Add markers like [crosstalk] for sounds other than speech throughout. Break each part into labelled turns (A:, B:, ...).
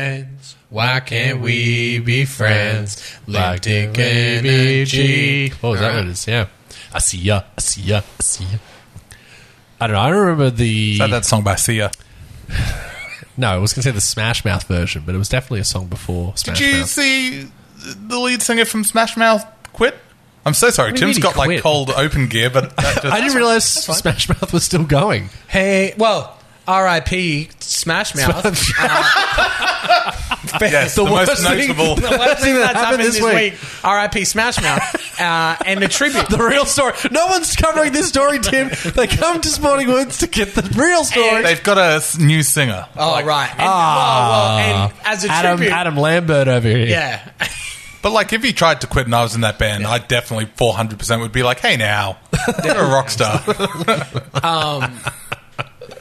A: Friends, why can't we be friends? Lactic energy.
B: Oh, is that what it is? Yeah. I see ya. I see ya. I see ya. I don't know. I remember the.
C: Is that that song by Sia?
B: No, I was going to say the Smash Mouth version, but it was definitely a song before Smash
C: Did you
B: Mouth.
C: see the lead singer from Smash Mouth quit? I'm so sorry.
B: do you mean
C: Tim's
B: he
C: got
B: quit?
C: like cold open gear,
B: [laughs]
C: but that
B: I
C: just,
B: didn't realize Smash Mouth was still going.
A: Hey, well, R.I.P. Smash Mouth. Uh,
B: [laughs]
C: yes, the, most notable.
A: The worst thing that's happened this week,
B: week.
A: R.I.P. Smash Mouth, uh, and the tribute.
B: [laughs] The real story. No one's covering this story, Tim. They come to Sporting Woods to get the real story.
C: They've got a s- new singer.
A: Oh, right. And, well, well, and as a
B: Ah. Adam,
A: tribute.
B: Adam Lambert over here.
A: Yeah.
C: But like, if he tried to quit and I was in that band, I definitely 400 percent would be like,
B: [laughs]
C: "Hey, now you're a rock star."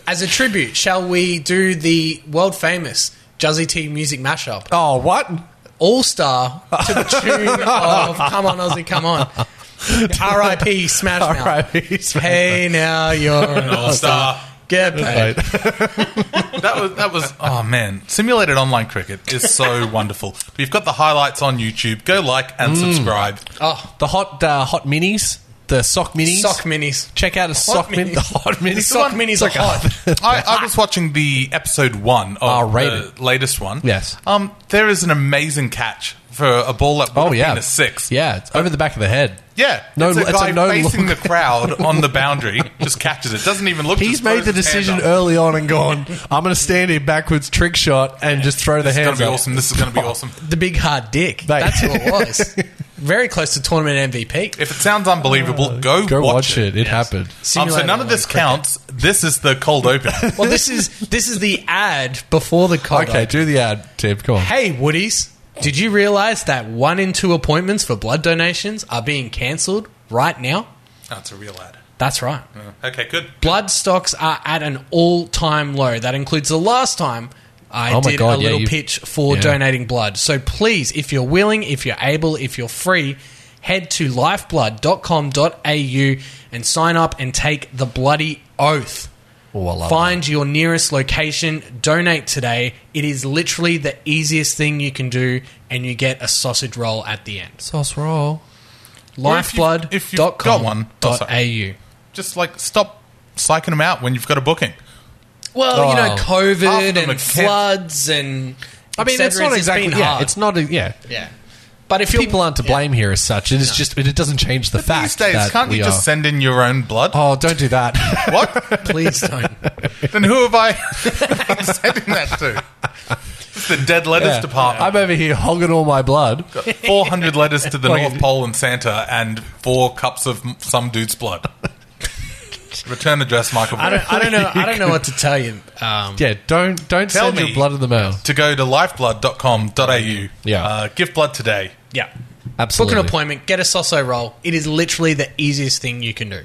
A: As a tribute, shall we do the world famous Juzzy T music mashup?
B: Oh, what?
A: All star to the
B: [laughs]
A: tune of Come On Aussie, Come On. R.I.P. Smash Mouth.
B: R.I.P. Smash
A: Hey, now you're an all star. Get paid.
C: that was that was. Oh man, simulated online cricket
B: [laughs]
C: is so wonderful. We've got the highlights on YouTube. Go like and
B: Mm.
C: subscribe.
A: Oh,
B: The hot uh, hot minis, the sock minis.
A: sock minis.
B: Check out a sock min.
A: minis.
B: The hot
A: The
B: minis.
A: sock minis are
B: [laughs]
A: hot.
C: I, I was watching the episode one
B: Ah,
C: of
B: rated.
C: the latest one.
B: Yes.
C: Um, there is an amazing catch for a ball that would
B: Oh
C: have
B: yeah,
C: been a six.
B: Yeah, it's over the back of the head.
C: Yeah.
B: No,
C: it's a
B: it's a
C: guy
B: no
C: facing
B: look. [laughs]
C: the crowd on the boundary, just catches it. Doesn't even look.
B: He's
C: just
B: made
C: throws
B: the
C: his hand
B: decision
C: up.
B: early on and gone. I'm going to stand here backwards, trick shot, and just throw the
C: This is
B: hands
C: gonna be
B: up.
C: awesome. This
B: [laughs]
C: is gonna be awesome.
A: The big hard dick.
B: They-
A: That's who it
B: [laughs]
A: was. Very close to tournament MVP.
C: If it sounds unbelievable, go,
B: Uh, Go watch, it. It happened.
C: Um, so
A: Simulated
C: none of this counts. This is
B: [laughs]
C: the cold open.
A: Well, this is this is the ad before the cold.
B: Okay,
A: open.
B: do the ad, Tim. Come on.
A: Hey, Woodies, did you realize that one in two appointments for blood donations are being cancelled right now?
C: That's a real ad. Uh,
A: That's right.
C: Okay, good.
A: Blood stocks are at an all-time low. That includes the last time I
B: Oh my
A: did
B: God,
A: a
B: yeah,
A: little
B: you-
A: pitch for
B: yeah.
A: donating blood. So please, if you're willing, if you're able, if you're free, head to lifeblood.com.au and sign up and take the bloody oath.
B: Oh, I love
A: Find your nearest location, donate today. It is literally the easiest thing you can do, and you get a sausage roll at the end.
B: sauce roll.
C: Or if you've- if you've got one- oh,
A: Lifeblood.com.au.
C: Just like stop psyching them out when you've got a booking.
A: Well, you know,
B: Oh.
C: Half of
A: COVID and
C: them are kept-
A: floods and.
B: I mean,
A: et
B: it's
A: cetera,
B: not exactly.
A: been
B: yeah,
A: hard.
B: it's not. A, yeah,
A: Yeah. But if
B: people aren't to
A: yeah.
B: blame here as such. It is just. It, it doesn't change the fact
C: These days,
B: that
C: can't
B: we
C: you
B: are-
C: just send in your own blood?
B: Oh, don't do
C: [laughs]
B: that.
C: What?
A: please
C: [laughs]
A: don't.
C: then who have I been sending that to? It's the dead letters
B: Yeah.
C: department.
B: I'm over here hogging all my blood.
C: Four hundred letters to the
B: Well,
C: North
B: you-
C: Pole and Santa, and four cups of m- some dude's blood. Return address, Michael.
A: I don't, [laughs] I don't know. I don't
C: [laughs]
A: know what to tell you. Um,
B: Yeah, don't don't
C: Tell
B: send
C: me.
B: your blood in the mail.
C: to go to lifeblood.com.au.
B: Yeah.
C: Uh, give blood today.
A: yeah. Book
B: Absolutely.
A: an appointment. Get a soso roll. It is literally the easiest thing you can do.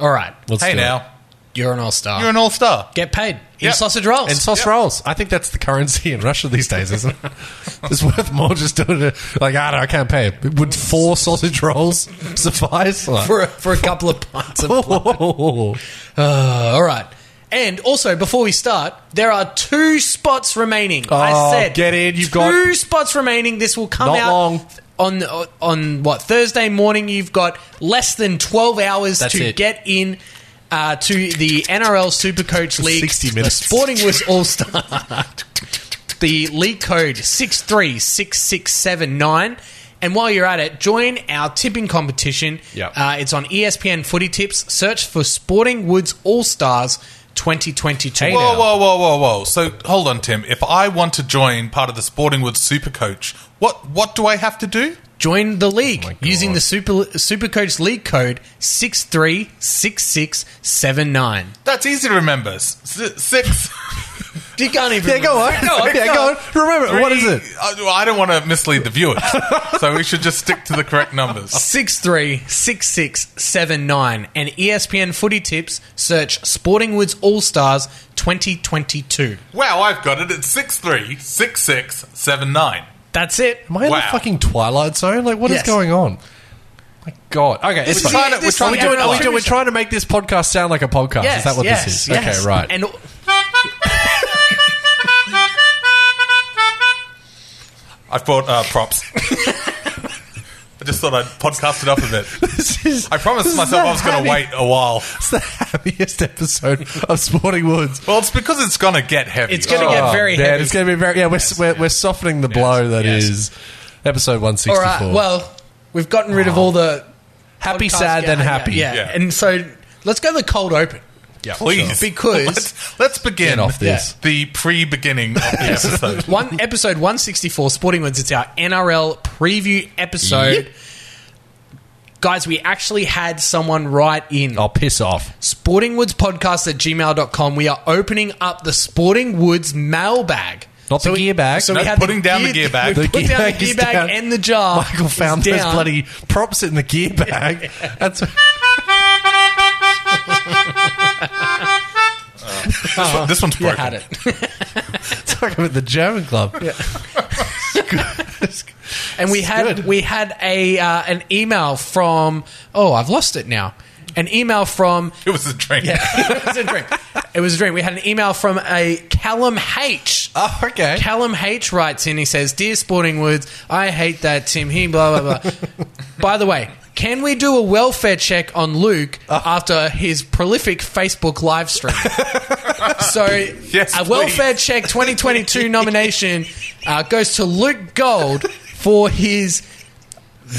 A: All right.
B: Let's
C: hey
B: do it.
C: now,
A: You're an all star.
C: you're an all star.
A: Get paid. Eat
C: Yep.
A: sausage rolls.
B: And sauce rolls. I think that's the currency in Russia these days, isn't
C: [laughs]
B: it? it's worth more just doing it. Like, I don't know, I can't pay it. Would four sausage rolls [laughs] suffice? Like,
A: for a, for a couple of pints of blood.
B: [laughs] oh,
A: Uh, all right. And also, before we start, there are two spots remaining. I
B: Oh,
A: said,
B: get in. You've
A: two
B: got-
A: spots remaining. This will come
B: Not
A: out
B: long.
A: on on what Thursday morning. You've got less than twelve hours
B: That's
A: to
B: it.
A: get in. Uh, to the NRL Supercoach League,
B: 60 minutes.
A: the Sporting was All Star, the league code six three six six seven nine, and while you're at it, join our tipping competition.
B: Yep.
A: Uh, it's on ESPN Footy Tips. Search for Sporting Woods All Stars 2022.
C: Whoa, whoa, whoa, whoa, whoa! So hold on, Tim. If I want to join part of the Sporting Woods Super Coach, what what do I have to do?
A: Join the league
B: Oh my God.
A: using the Super Supercoach League code 636679.
C: That's easy to remember. S- six. [laughs]
A: You can't even.
B: yeah, go on. [laughs] yeah, go on. Remember, what is it?
C: I, I don't want to mislead the viewers, so we should just stick to the correct [laughs] numbers.
A: 636679 and E ESPN Footy Tips search Sporting Woods All Stars 2022.
C: Wow, I've got it. It's six three six six seven nine.
A: That's it.
B: Am I in the
C: Wow.
B: fucking Twilight Zone? Like, what is
A: Yes.
B: going on? My God. Okay,
A: This
B: it's
A: is
B: fine.
A: the-
C: We're
A: this
C: trying
A: is
C: to-
A: the
C: we're trying to-
B: Are we
A: NRL.
B: doing- we're trying to make this podcast sound like a podcast.
A: Yes,
B: is that what
A: yes,
B: this is?
A: yes.
B: Okay, right.
A: And
C: I've brought uh, props. [laughs] I just thought I'd podcast it up a bit.
B: [laughs] This is,
C: I promised
B: this is
C: myself
B: the
C: I was going
B: happy-
C: to
B: [laughs]
C: wait a while.
B: It's the happiest episode of Sporting Woods.
C: Well, it's because it's going to get heavy. Oh.
A: It's gonna get very
B: man,
A: heavy.
B: Oh, It's going to be very. Yeah, we're, we're, we're softening the blow that
C: yes.
B: is episode
A: All
B: 164.
A: right. Well, we've gotten rid of all the
B: happy,
A: podcast-
B: sad, then
A: yeah,
B: happy.
A: Yeah.
C: Yeah.
A: And so let's go to the cold open.
B: yeah.
C: please [laughs]
A: Because-
C: let's, let's begin
B: Get off this.
C: the pre-beginning of [laughs] the
B: [laughs]
C: episode.
A: One episode 164 Sporting Wins. It's our NRL preview episode. Guys, we actually had someone write in.
B: I'll Oh, piss off.
A: sportingwoodspodcast at gmail.com. We are opening up the Sporting Woods mailbag.
B: Not the gear bag.
A: So
C: No,
A: we had
C: putting down the gear
A: [laughs]
C: bag.
A: We
B: The
A: put
B: gear
A: down
B: bag
A: the
B: is
A: gear bag
B: down.
A: and the jar.
B: Michael
A: is
B: found those
A: down.
B: bloody props in
A: [laughs]
B: the gear bag. That's [laughs]
C: this one's
A: You
C: broken.
A: had it.
B: it's like I'm at the German club.
A: [laughs] And we
B: [laughs] It's
A: had
B: good.
A: we had a uh, an email from oh I've lost it now. An email from [laughs]
C: It was a drink.
A: it was a drink. It was a drink. We had an email from a Callum H.
B: Oh, okay.
A: Callum H writes in, he says, Dear Sporting Woods, I hate that Tim He blah, blah,
B: [laughs]
A: blah. By the way, can we do a welfare check on Luke
B: Oh.
A: after his prolific Facebook live
B: [laughs]
A: stream? so,
C: Yes,
A: a welfare check
B: [laughs]
A: 2022 nomination uh, goes to Luke Gold for his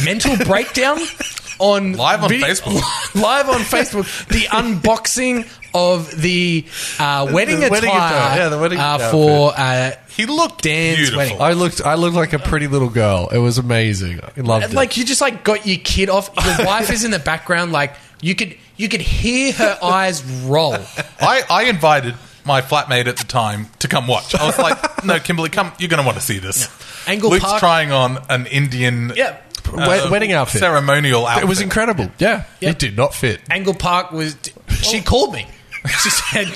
A: mental breakdown on
C: Live on
A: [laughs]
C: Facebook.
A: live on Facebook,
B: [laughs]
A: the unboxing of the uh, wedding,
B: The wedding
A: attire,
B: attire, yeah, the wedding
A: uh,
B: outfit.
A: for uh,
C: He looked
A: Dan's
C: beautiful.
A: wedding.
B: I looked. I looked like a pretty little girl. It was amazing. I loved it.
A: like you just like got your kid off. Your wife is in the background, like you could you could hear her eyes roll.
C: I, I invited my flatmate at the time to come watch. I was like, "No, Kimberly, come. You're going to want to see this."
A: Angle
C: Luke's
A: Park-
C: trying on an Indian uh,
A: Yeah. uh,
B: Wed- wedding outfit.
C: ceremonial outfit.
B: it was incredible. Yeah,
A: Yeah.
B: it did not fit.
A: Angle Park was. She called me. She said,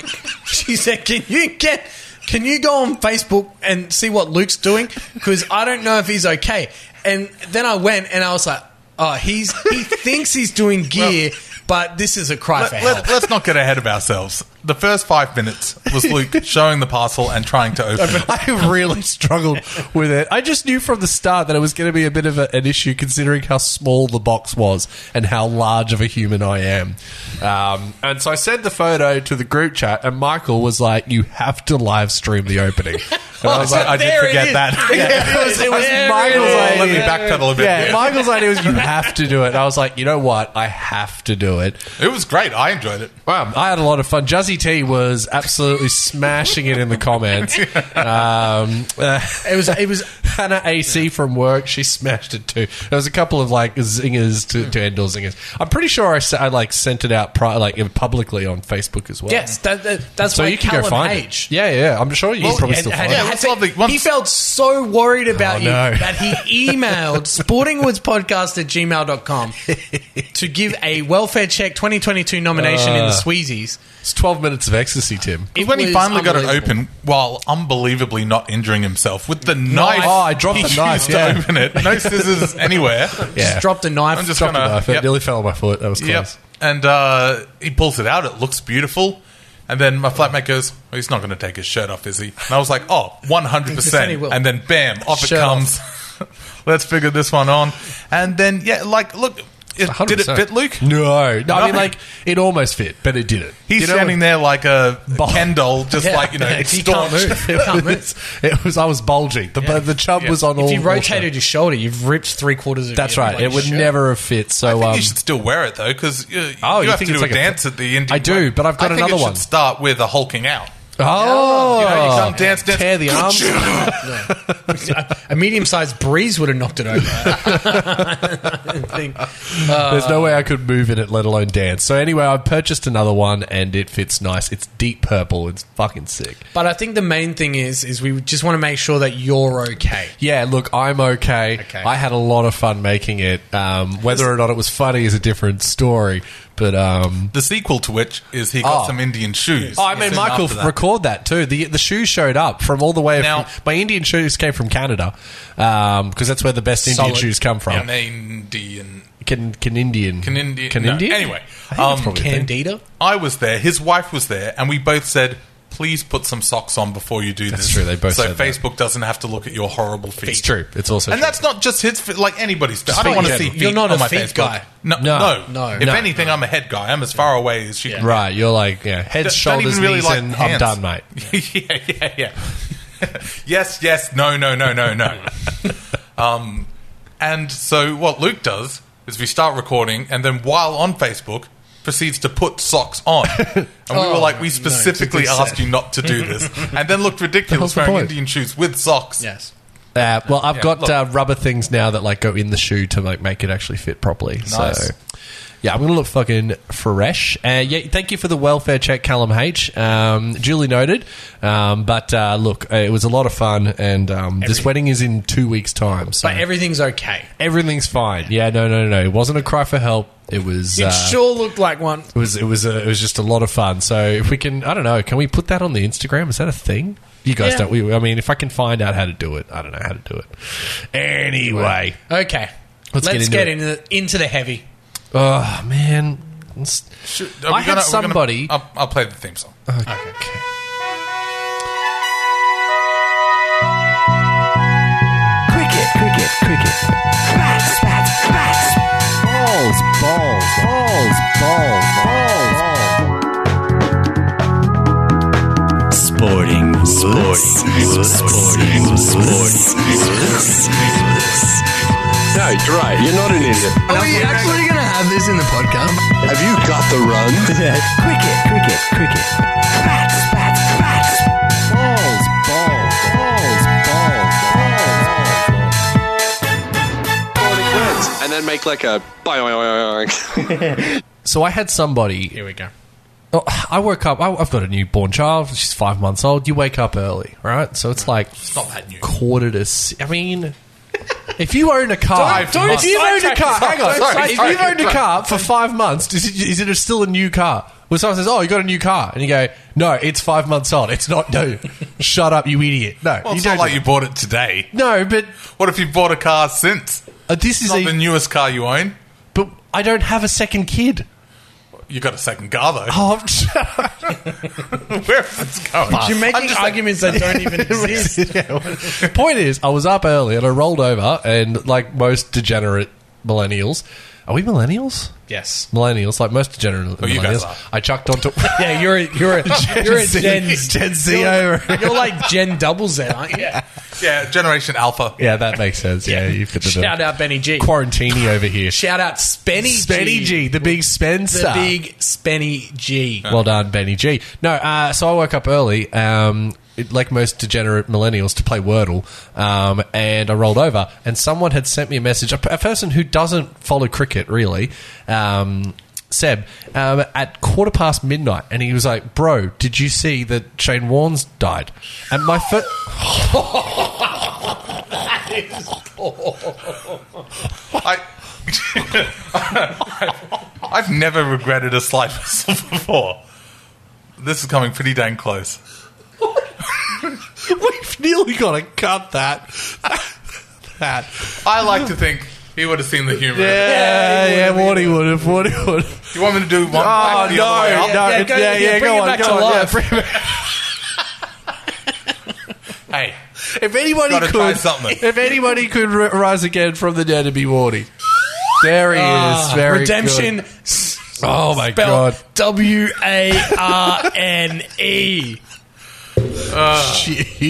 A: "She said, can you get, can you go on Facebook and see what Luke's doing? Because I don't know if he's okay." And then I went and I was like, "Oh, he's he thinks he's doing gear, but this is a cry for
C: Let,
A: help."
C: let, us not get ahead of ourselves. The first five minutes was [laughs] Luke showing the parcel and trying to open it.
B: [laughs] I really struggled with it. I just knew from the start that it was going to be a bit of a, an issue considering how small the box was and how large of a human I am. Um, and so I sent the photo to the group chat, and Michael was like, You have to live stream the opening. And I
C: [laughs]
B: was
C: so
B: like, I-
C: did
A: There it
C: forget
A: is.
C: that.
A: There
B: Yeah, it was- it was
A: There
B: Michael's
A: is.
B: idea.
C: Let me backpedal a bit.
B: yeah,
C: here.
B: Michael's idea was you have to do it. And I was like, you know what? I have to do it.
C: It was great. I enjoyed it.
B: Wow, I had a lot of fun. Juzzy T was absolutely smashing it in the comments. Um, uh,
A: It was it was
B: [laughs] Hannah AC from work, she smashed it too. There was a couple of like zingers to, to end all zingers. I'm pretty sure I, s- I, like sent it out pri- like publicly on Facebook as well.
A: yes. That, that, that's
B: so
A: why
B: you can
A: Callum
B: go find
A: H.
B: it. Yeah, yeah. I'm sure you can probably
A: And-
B: still
A: and-
B: find
A: yeah,
B: it.
C: it.
A: that's it.
C: Lovely. Once-
A: He felt so worried about
B: Oh,
A: you
B: no.
A: that he
B: [laughs]
A: emailed sportingwoodspodcast at gmail.com to give a welfare check 2022 nomination in the
B: Uh.
A: Sweezies.
B: It's 12 minutes of ecstasy, Tim.
A: It
C: when he
A: was
C: finally got it
A: unbelievable.
C: open, while unbelievably not injuring himself with the knife,
B: Oh, I dropped
C: he
B: the knife,
C: used
B: yeah.
C: to open it. No [laughs] scissors anywhere.
A: Just
B: Yeah.
A: dropped a knife.
C: I'm just
B: Dropped
C: gonna.
B: a knife. It
C: yep.
B: nearly fell on my foot. That was close.
C: Yep. And uh, he pulls it out. It looks beautiful. And then my flatmate goes, well, he's not going to take his shirt off, is he? And I was like,
B: [laughs]
C: oh, 100%.
A: He will.
C: and then bam, off
A: Shirt
C: it comes. [laughs] Let's figure this one on. And then, yeah, like, look, it, did it
B: 100%.
C: fit Luke?
B: No. no. I mean,
C: No.
B: like, it almost fit, but it didn't.
C: He's
B: You know,
C: standing there like a
B: Bul-
C: Ken doll, just
A: Yeah.
C: like, you know,
A: He can't
C: staunch.
B: [laughs]
A: move. He can't move.
B: It was. I was bulging. The the chub was on all.
A: If you
B: all
A: rotated
B: show.
A: your shoulder, you've ripped three quarters of
B: that's
A: your
B: right.
A: bloody
B: It would
A: shirt.
B: never have fit. So
C: I think
B: um,
C: you should still wear it, though, because you,
B: Oh,
C: you
B: you
C: have
B: think
C: to
B: it's
C: do a
B: like a-
C: dance at the Indian
B: I do,
C: wedding.
B: but I've got
C: I think
B: another
C: it should
B: one.
C: start with a hulking out.
B: oh,
C: You know, you can't dance, dance.
B: tear the arms.
A: [laughs] A medium sized breeze would have knocked it
B: [laughs]
A: over. [laughs] I think.
B: There's no
C: uh,
B: way I could move in it, let alone dance. So anyway, I purchased another one, and it fits nice. It's deep purple. It's fucking sick.
A: But I think the main thing is is we just want to make sure that you're okay.
B: Yeah, look, I'm okay.
A: Okay.
B: I had a lot of fun making it. Um, whether or not it was funny is a different story. But um,
C: The sequel to which is he got
B: Oh.
C: some Indian shoes.
B: Oh, I made
C: Soon
B: Michael
C: after that.
B: record that too. The the shoes showed up from all the way.
C: Now-
B: from, my Indian shoes came from Canada because that's where the best Indian
A: Solid.
B: shoes come from.
C: An Indian.
B: Can can Indian?
C: Can Indian-
B: Can
C: no,
B: Indian?
C: anyway,
B: I think that's
C: um,
B: probably a thing.
A: Candida?
C: I was there, his wife was there, and we both said, please put some socks on before you do
B: That's
C: this.
B: true, they both
C: so
B: said that.
C: Facebook doesn't have to look at your horrible feet.
B: It's true. It's also
C: And
B: true.
C: that's not just his, feet, like anybody's feet. I
B: feet
C: don't want
B: in
C: to see
B: general.
C: feet
A: You're not
C: on
A: a
C: my
A: feet
C: Facebook.
A: guy.
C: No,
B: No,
C: no,
A: no,
C: If
B: no.
C: anything, I'm a head guy. I'm as far away as you can.
B: right. You're like yeah, heads,
C: Don't
B: shoulders,
C: even really
B: knees,
C: like
B: and
C: hands.
B: I'm done, mate.
C: [laughs] yeah, yeah, [laughs] yeah. yes, yes, no, no, no, no, no. [laughs] um, and so what Luke does is we start recording, and then while on Facebook, proceeds to put socks
B: [laughs]
C: on. And we
B: Oh,
C: were like, we specifically
A: it's a good
C: asked you not to do
B: [laughs]
C: this, and then looked ridiculous
B: That was the
C: wearing
B: point.
C: Indian shoes with socks.
A: Yes.
B: Uh, well, I've
C: Yeah,
B: got
C: look.
B: uh, rubber things now that like go in the shoe to like make it actually fit properly.
C: Nice.
B: So, yeah, I'm gonna look fucking fresh. Uh, yeah, thank you for the welfare check, Callum H. Um, duly noted. Um, but uh, look, uh, it was a lot of fun, and um, this
A: Everything.
B: wedding is in two weeks' time, so
A: But everything's okay.
B: everything's fine. Yeah, no, no, no, no. It wasn't a cry for help. It was.
A: It
B: Uh,
A: sure looked like one.
B: it was it was a, it was just a lot of fun. So if we can, I don't know, can we put that on the Instagram? Is that a thing? You guys
A: Yeah.
B: don't. We, I mean, if I can find out how to do it, I don't know how to do it. Anyway,
A: Okay.
B: Let's
A: Let's,
B: get into
A: get,
B: it.
A: into, the, into the heavy.
B: oh man, It's-
C: Should-
B: I
C: are we
B: had
C: gonna- are we gonna-
B: somebody.
C: I'll, I'll play the theme song.
B: okay.
D: Cricket, cricket, cricket. Bats, bats, bats. Balls, balls, balls, balls, balls, balls. Sporting, sporting, sporting, sporting.
E: No, you're right. You're not an idiot.
F: Are we actually going to have this in the podcast?
E: Have you got the runs?
D: Cricket, cricket, cricket. Bats, bats, bats. Balls, balls, balls, balls, balls, balls.
E: And then make like a. [laughs]
B: So I had somebody.
A: Here we go.
B: oh, I woke up. I, I've got a newborn child. She's five months old. You wake up early, right? So it's like
C: Not that new.
B: quarter to. si- I mean. [laughs] If you own a car,
C: Don't- don't
B: if you owned a
C: sidetrack
B: car,
C: yourself.
B: hang on.
C: Sorry,
B: if
C: sorry.
B: you've owned a car for five months, is it, is it still a new car? When someone says, "Oh, you got a new car," and you go, "No, it's five months old. It's not
C: [laughs]
B: new." Shut up, you idiot! No,
C: Well,
B: you
C: it's not
B: don't.
C: like
B: do
C: you bought it today.
B: that. no, but
C: What if you bought a car since?
B: uh, this is
C: It's not
B: a.
C: the newest car you own.
B: but I don't have a second kid.
C: You got a second car though.
B: [laughs] Oh,
C: [laughs] Where is this going?
A: You're
C: I'm
A: making
C: just like-
A: arguments that don't
B: [laughs]
A: even exist.
B: The Point is, I was up early and I rolled over, and like most degenerate millennials, are we millennials?
A: yes.
B: Millennials, like most degenerate millennials,
C: Oh, you guys are.
B: I chucked onto. [laughs]
A: Yeah, you're a, you're a, you're a
B: Z-
A: Gen,
B: Gen Z
A: You're,
B: over.
A: you're like Gen double Z, aren't you? Yeah.
C: Yeah, Generation Alpha.
B: yeah, that makes sense. Yeah, you've got the
A: Shout out Benny G.
B: quarantini over here.
A: Shout out Spenny G.
B: Benny G, the big Spencer.
A: The big Spenny G.
B: Well done, Benny G. No, uh, so I woke up early, um, it- like most degenerate millennials, to play Wordle, um, and I rolled over, and someone had sent me a message, a, p- a person who doesn't follow cricket really, um, Seb, um, at quarter past midnight, and he was like, "Bro, did you see that Shane Warne's died?" And my [laughs] foot.
C: I, [laughs] I've never regretted a slight whistle before. This is coming pretty dang close.
B: We've nearly got to cut that. [laughs] that.
C: I like to think he would have seen the humor. in it.
B: Yeah, yeah, what he would have, what he would have.
C: Do you want me to do one?
B: Oh
C: back
B: no,
C: the other way up?
B: no,
A: Yeah,
B: yeah,
A: go-
B: yeah,
A: yeah, bring
B: go
A: it
B: on,
A: back
B: go
A: to
B: on, yeah,
A: life.
B: bring [laughs] it back-
C: Hey,
B: if anybody
C: Gotta
B: could,
C: try something.
B: if anybody could r- rise again from the dead, it'd be Wardy. There he is,
A: Ah,
B: very
A: Redemption.
B: good.
A: s-
B: Oh my
A: spelled
B: god,
A: W A R N
B: [laughs]
A: E.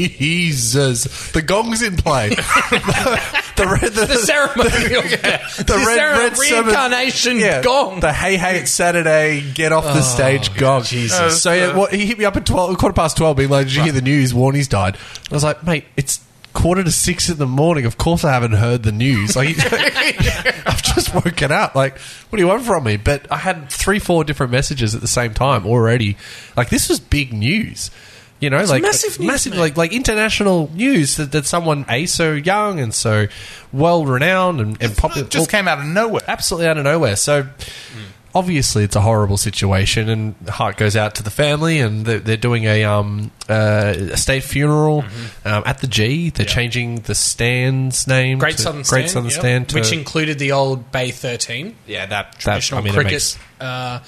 B: Jesus! The gong's in play. [laughs] the red, the,
A: The ceremonial.
B: the,
A: the
B: red,
A: cere-
B: red seven-
A: reincarnation
B: yeah,
A: gong. [laughs] Oh,
B: The hey hey it's Saturday, get off the stage gong. Jesus. So yeah, what, he hit me up at twelve, quarter past twelve, being like, "Did you hear the news? Warney's died." I was like, "Mate, it's." Quarter to six in the morning. Of course, I haven't heard the news. Like, [laughs] I've just woken up. Like, what do you want from me? But I had three, four different messages at the same time already. Like, this was big news. You know, like
A: massive news,
B: massive,
A: mate.
B: like like international news that, that someone a so young and so well renowned and, and popular
C: just came out of nowhere.
B: absolutely out of nowhere. So obviously, it's a horrible situation, and heart goes out to the family, and they're, they're doing a um uh, a state funeral
A: Mm-hmm.
B: um, at the G. They're changing the stand's name,
A: Great
B: to-
A: Southern Stand,
B: Great Southern
A: yep,
B: Stand, to-
A: which included the old Bay Thirteen
B: yeah, that
A: traditional
B: that, I mean, it
A: cricket
B: makes-
A: uh,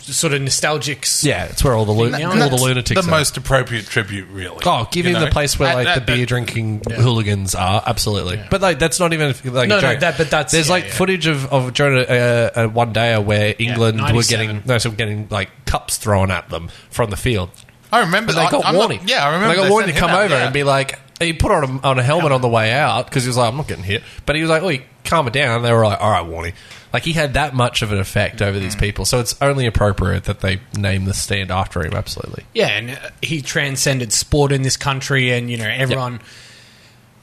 A: sort of nostalgic. s-
B: Yeah, it's where all the, lu-
A: And
B: all the
A: that's
B: lunatics
C: the
B: are.
C: most appropriate tribute, really.
B: Oh, give
C: You
B: him
C: know?
B: the place where
C: That-
B: like
C: that-
B: the beer
C: that-
B: drinking hooligans are absolutely. But like that's not even like
A: No, no,
B: a joke.
A: that- but that's-
B: there's
A: yeah,
B: like
A: yeah.
B: footage of of during a, a, a one dayer where England were
A: 97.
B: getting no, so getting like cups thrown at them from the field.
C: I remember
B: But they
C: I-
B: got
C: I'm not-
B: warning.
C: yeah, I remember
B: They got
C: they
B: warning
C: sent
B: to come
C: him out,
B: over
C: yeah.
B: and be like. He put on a, on a helmet on the way out because he was like, "I'm not getting hit," but he was like, "Oi, calm it down." They were like, "All right, warning." Like he had that much of an effect over these people, so it's only appropriate that they name the stand after him. Absolutely.
A: Yeah, and uh, he transcended sport in this country, and you know everyone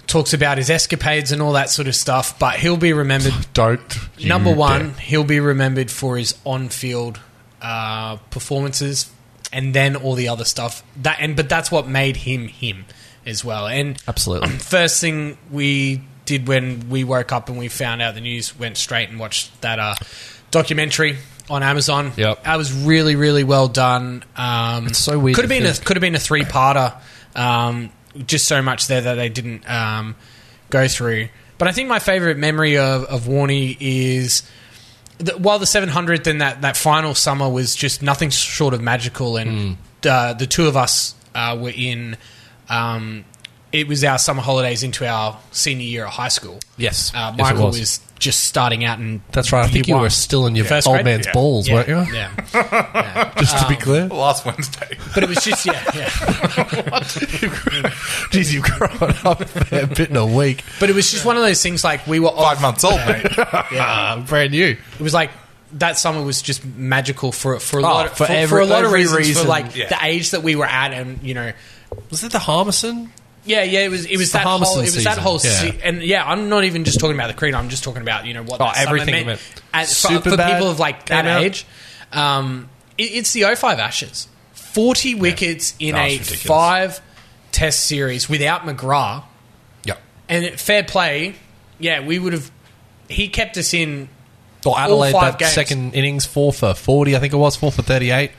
A: talks about his escapades and all that sort of stuff. But he'll be remembered.
B: Don't you
A: number one,
B: dare.
A: he'll be remembered for his on-field uh, performances, and then all the other stuff. That and but that's what made him him as well. And
B: Absolutely.
A: first thing we did when we woke up and we found out the news, went straight and watched that uh, documentary on Amazon.
B: Yep.
A: that was really really well done. Um,
B: It's so weird
A: Could have
B: to
A: been a
B: think.
A: could have been a three parter. Um, just so much there that they didn't um, go through. But I think my favorite memory of, of Warney is the, while the 700th and that, that final summer was just nothing short of magical, and
B: Hmm.
A: uh, the two of us uh, were in. Um, it was our summer holidays into our senior year at high school.
B: Yes,
A: uh,
B: yes, it
A: Michael
B: was.
A: was. just starting out, and
B: That's right. I think you were still in your
A: First
B: old
A: grade?
B: man's balls,
A: yeah,
B: weren't you?
A: yeah.
B: Just to be
C: [laughs]
B: clear.
C: Last Wednesday.
A: But it was just yeah, yeah.
B: Jeez, you've grown up a fair bit in a week.
A: But it was just one of those things like we were off
C: Five months old, mate.
B: [laughs] Ah, brand new.
A: it was like that summer was just magical for for a lot of,
B: Ah,
A: for,
B: for
A: for
B: every-
A: a lot of
B: every
A: reasons
B: reason.
A: for like
C: Yeah.
A: the age that we were at and you know
B: Was it the Harmison?
A: yeah yeah it was it was
B: the
A: that whole
B: Harmison
A: it was that
B: season,
A: whole
B: yeah.
A: se- and yeah I'm not even just talking about the creed I'm just talking about you know what
B: Oh,
A: that summer
B: everything
A: meant
B: meant.
A: At- for, for
B: Superbad
A: people of like that
B: came out.
A: age um it, it's the 05 Ashes 40 wickets in
B: That
A: a
B: was ridiculous.
A: five test series without McGrath
B: Yep.
A: and it- fair play yeah we would have he kept us in
B: Or Adelaide,
A: five
B: that
A: games.
B: second innings, four for 40, I think it was, four for 38.